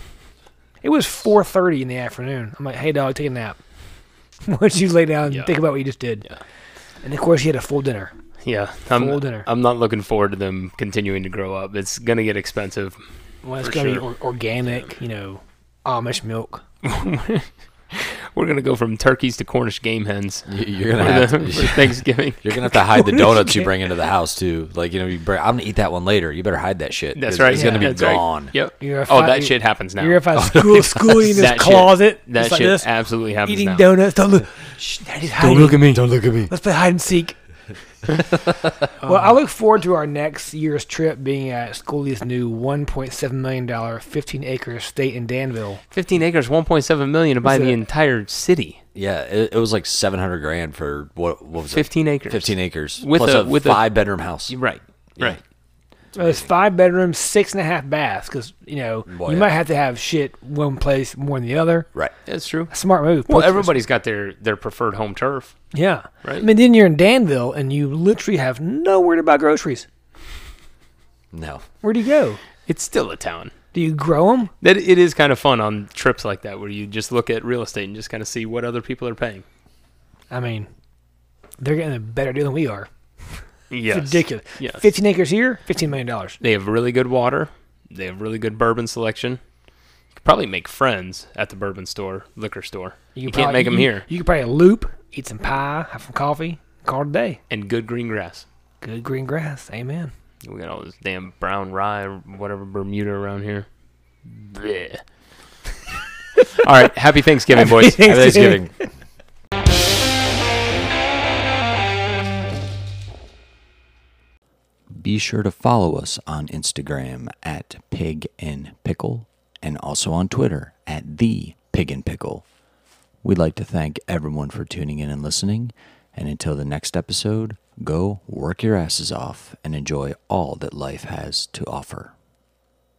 Speaker 3: It was four thirty in the afternoon. I'm like, "Hey, dog, take a nap. [LAUGHS] Once you lay down, and
Speaker 1: Yeah.
Speaker 3: think about what you just did." And of course, he had a full dinner.
Speaker 1: Yeah, I'm,
Speaker 3: Full dinner.
Speaker 1: I'm not looking forward to them continuing to grow up. It's gonna get expensive.
Speaker 3: Well, it's
Speaker 1: For
Speaker 3: gonna be
Speaker 1: sure.
Speaker 3: or- organic, you know, Amish milk.
Speaker 1: We're gonna go from turkeys to Cornish game hens
Speaker 5: You- [LAUGHS] [LAUGHS] You're gonna
Speaker 1: for,
Speaker 5: have
Speaker 1: the- for
Speaker 5: to,
Speaker 1: [LAUGHS] Thanksgiving.
Speaker 5: you're gonna have
Speaker 1: [LAUGHS]
Speaker 5: to hide the donuts you bring into the house too. Like you know, you bring, I'm gonna eat that one later. You better hide that shit.
Speaker 1: That's
Speaker 5: 'cause
Speaker 1: right.
Speaker 5: It's gonna be
Speaker 1: That's right.
Speaker 5: gone.
Speaker 1: Yep.
Speaker 3: You're a
Speaker 1: oh,
Speaker 3: fi-
Speaker 1: that shit happens now.
Speaker 3: You're
Speaker 1: [LAUGHS]
Speaker 3: if I school, schooling in this
Speaker 1: That shit-
Speaker 3: closet,
Speaker 1: that
Speaker 3: just like
Speaker 1: shit
Speaker 3: this,
Speaker 1: absolutely happens
Speaker 3: eating
Speaker 1: now.
Speaker 3: donuts. Don't look. Shh, Daddy's hiding.
Speaker 5: at me. Don't look at me.
Speaker 3: Let's play hide
Speaker 1: [LAUGHS]
Speaker 3: and seek. well, I look forward to our next year's trip being at Schooley's new $1.7 million, 15 acre estate in Danville.
Speaker 1: 15 acres, 1.7 million to buy the
Speaker 3: that?
Speaker 1: entire city.
Speaker 5: Yeah, it, it was like seven hundred grand for what? What was
Speaker 1: 15
Speaker 5: it?
Speaker 1: acres.
Speaker 5: Fifteen acres
Speaker 1: With
Speaker 5: plus
Speaker 1: a-
Speaker 5: a,
Speaker 1: with a-
Speaker 5: five bedroom house.
Speaker 1: Right. Right.
Speaker 3: Well, it's five bedrooms, six and a half baths, because, you know,
Speaker 5: Boy,
Speaker 3: you
Speaker 5: yeah.
Speaker 3: might have to have shit one place more than the other.
Speaker 5: Right.
Speaker 1: That's true.
Speaker 3: Smart move.
Speaker 1: Well,
Speaker 3: Purchase.
Speaker 1: everybody's got their, their preferred home turf.
Speaker 3: Yeah.
Speaker 1: Right.
Speaker 3: I mean, then you're in Danville and you literally have nowhere to buy groceries.
Speaker 5: No.
Speaker 3: Where do you go?
Speaker 1: It's still a town.
Speaker 3: Do you grow them?
Speaker 1: That it is kind of fun on trips like that where you just look at real estate and just kind of see what other people are paying.
Speaker 3: I mean, they're getting a better deal than we are.
Speaker 1: Yes.
Speaker 3: Ridiculous.
Speaker 1: Yes.
Speaker 3: 15 acres here, $15 million.
Speaker 1: They have really good water. They have really good bourbon selection. You could probably make friends at the bourbon store, liquor store. You,
Speaker 3: could
Speaker 1: can't
Speaker 3: probably-
Speaker 1: make them
Speaker 3: you-
Speaker 1: here.
Speaker 3: You could probably loop, eat some pie, have some coffee, call it a day.
Speaker 1: And good green grass.
Speaker 3: Good green grass. Amen.
Speaker 1: We got all this damn brown rye or whatever Bermuda around here. Bleh. all right. Happy Thanksgiving, boys.
Speaker 3: Thanksgiving.
Speaker 5: Thanksgiving.
Speaker 4: Be sure to follow us on Instagram at Pig and Pickle and also on Twitter at The Pig and Pickle. We'd like to thank everyone for tuning in and listening. And until the next episode, go work your asses off and enjoy all that life has to offer.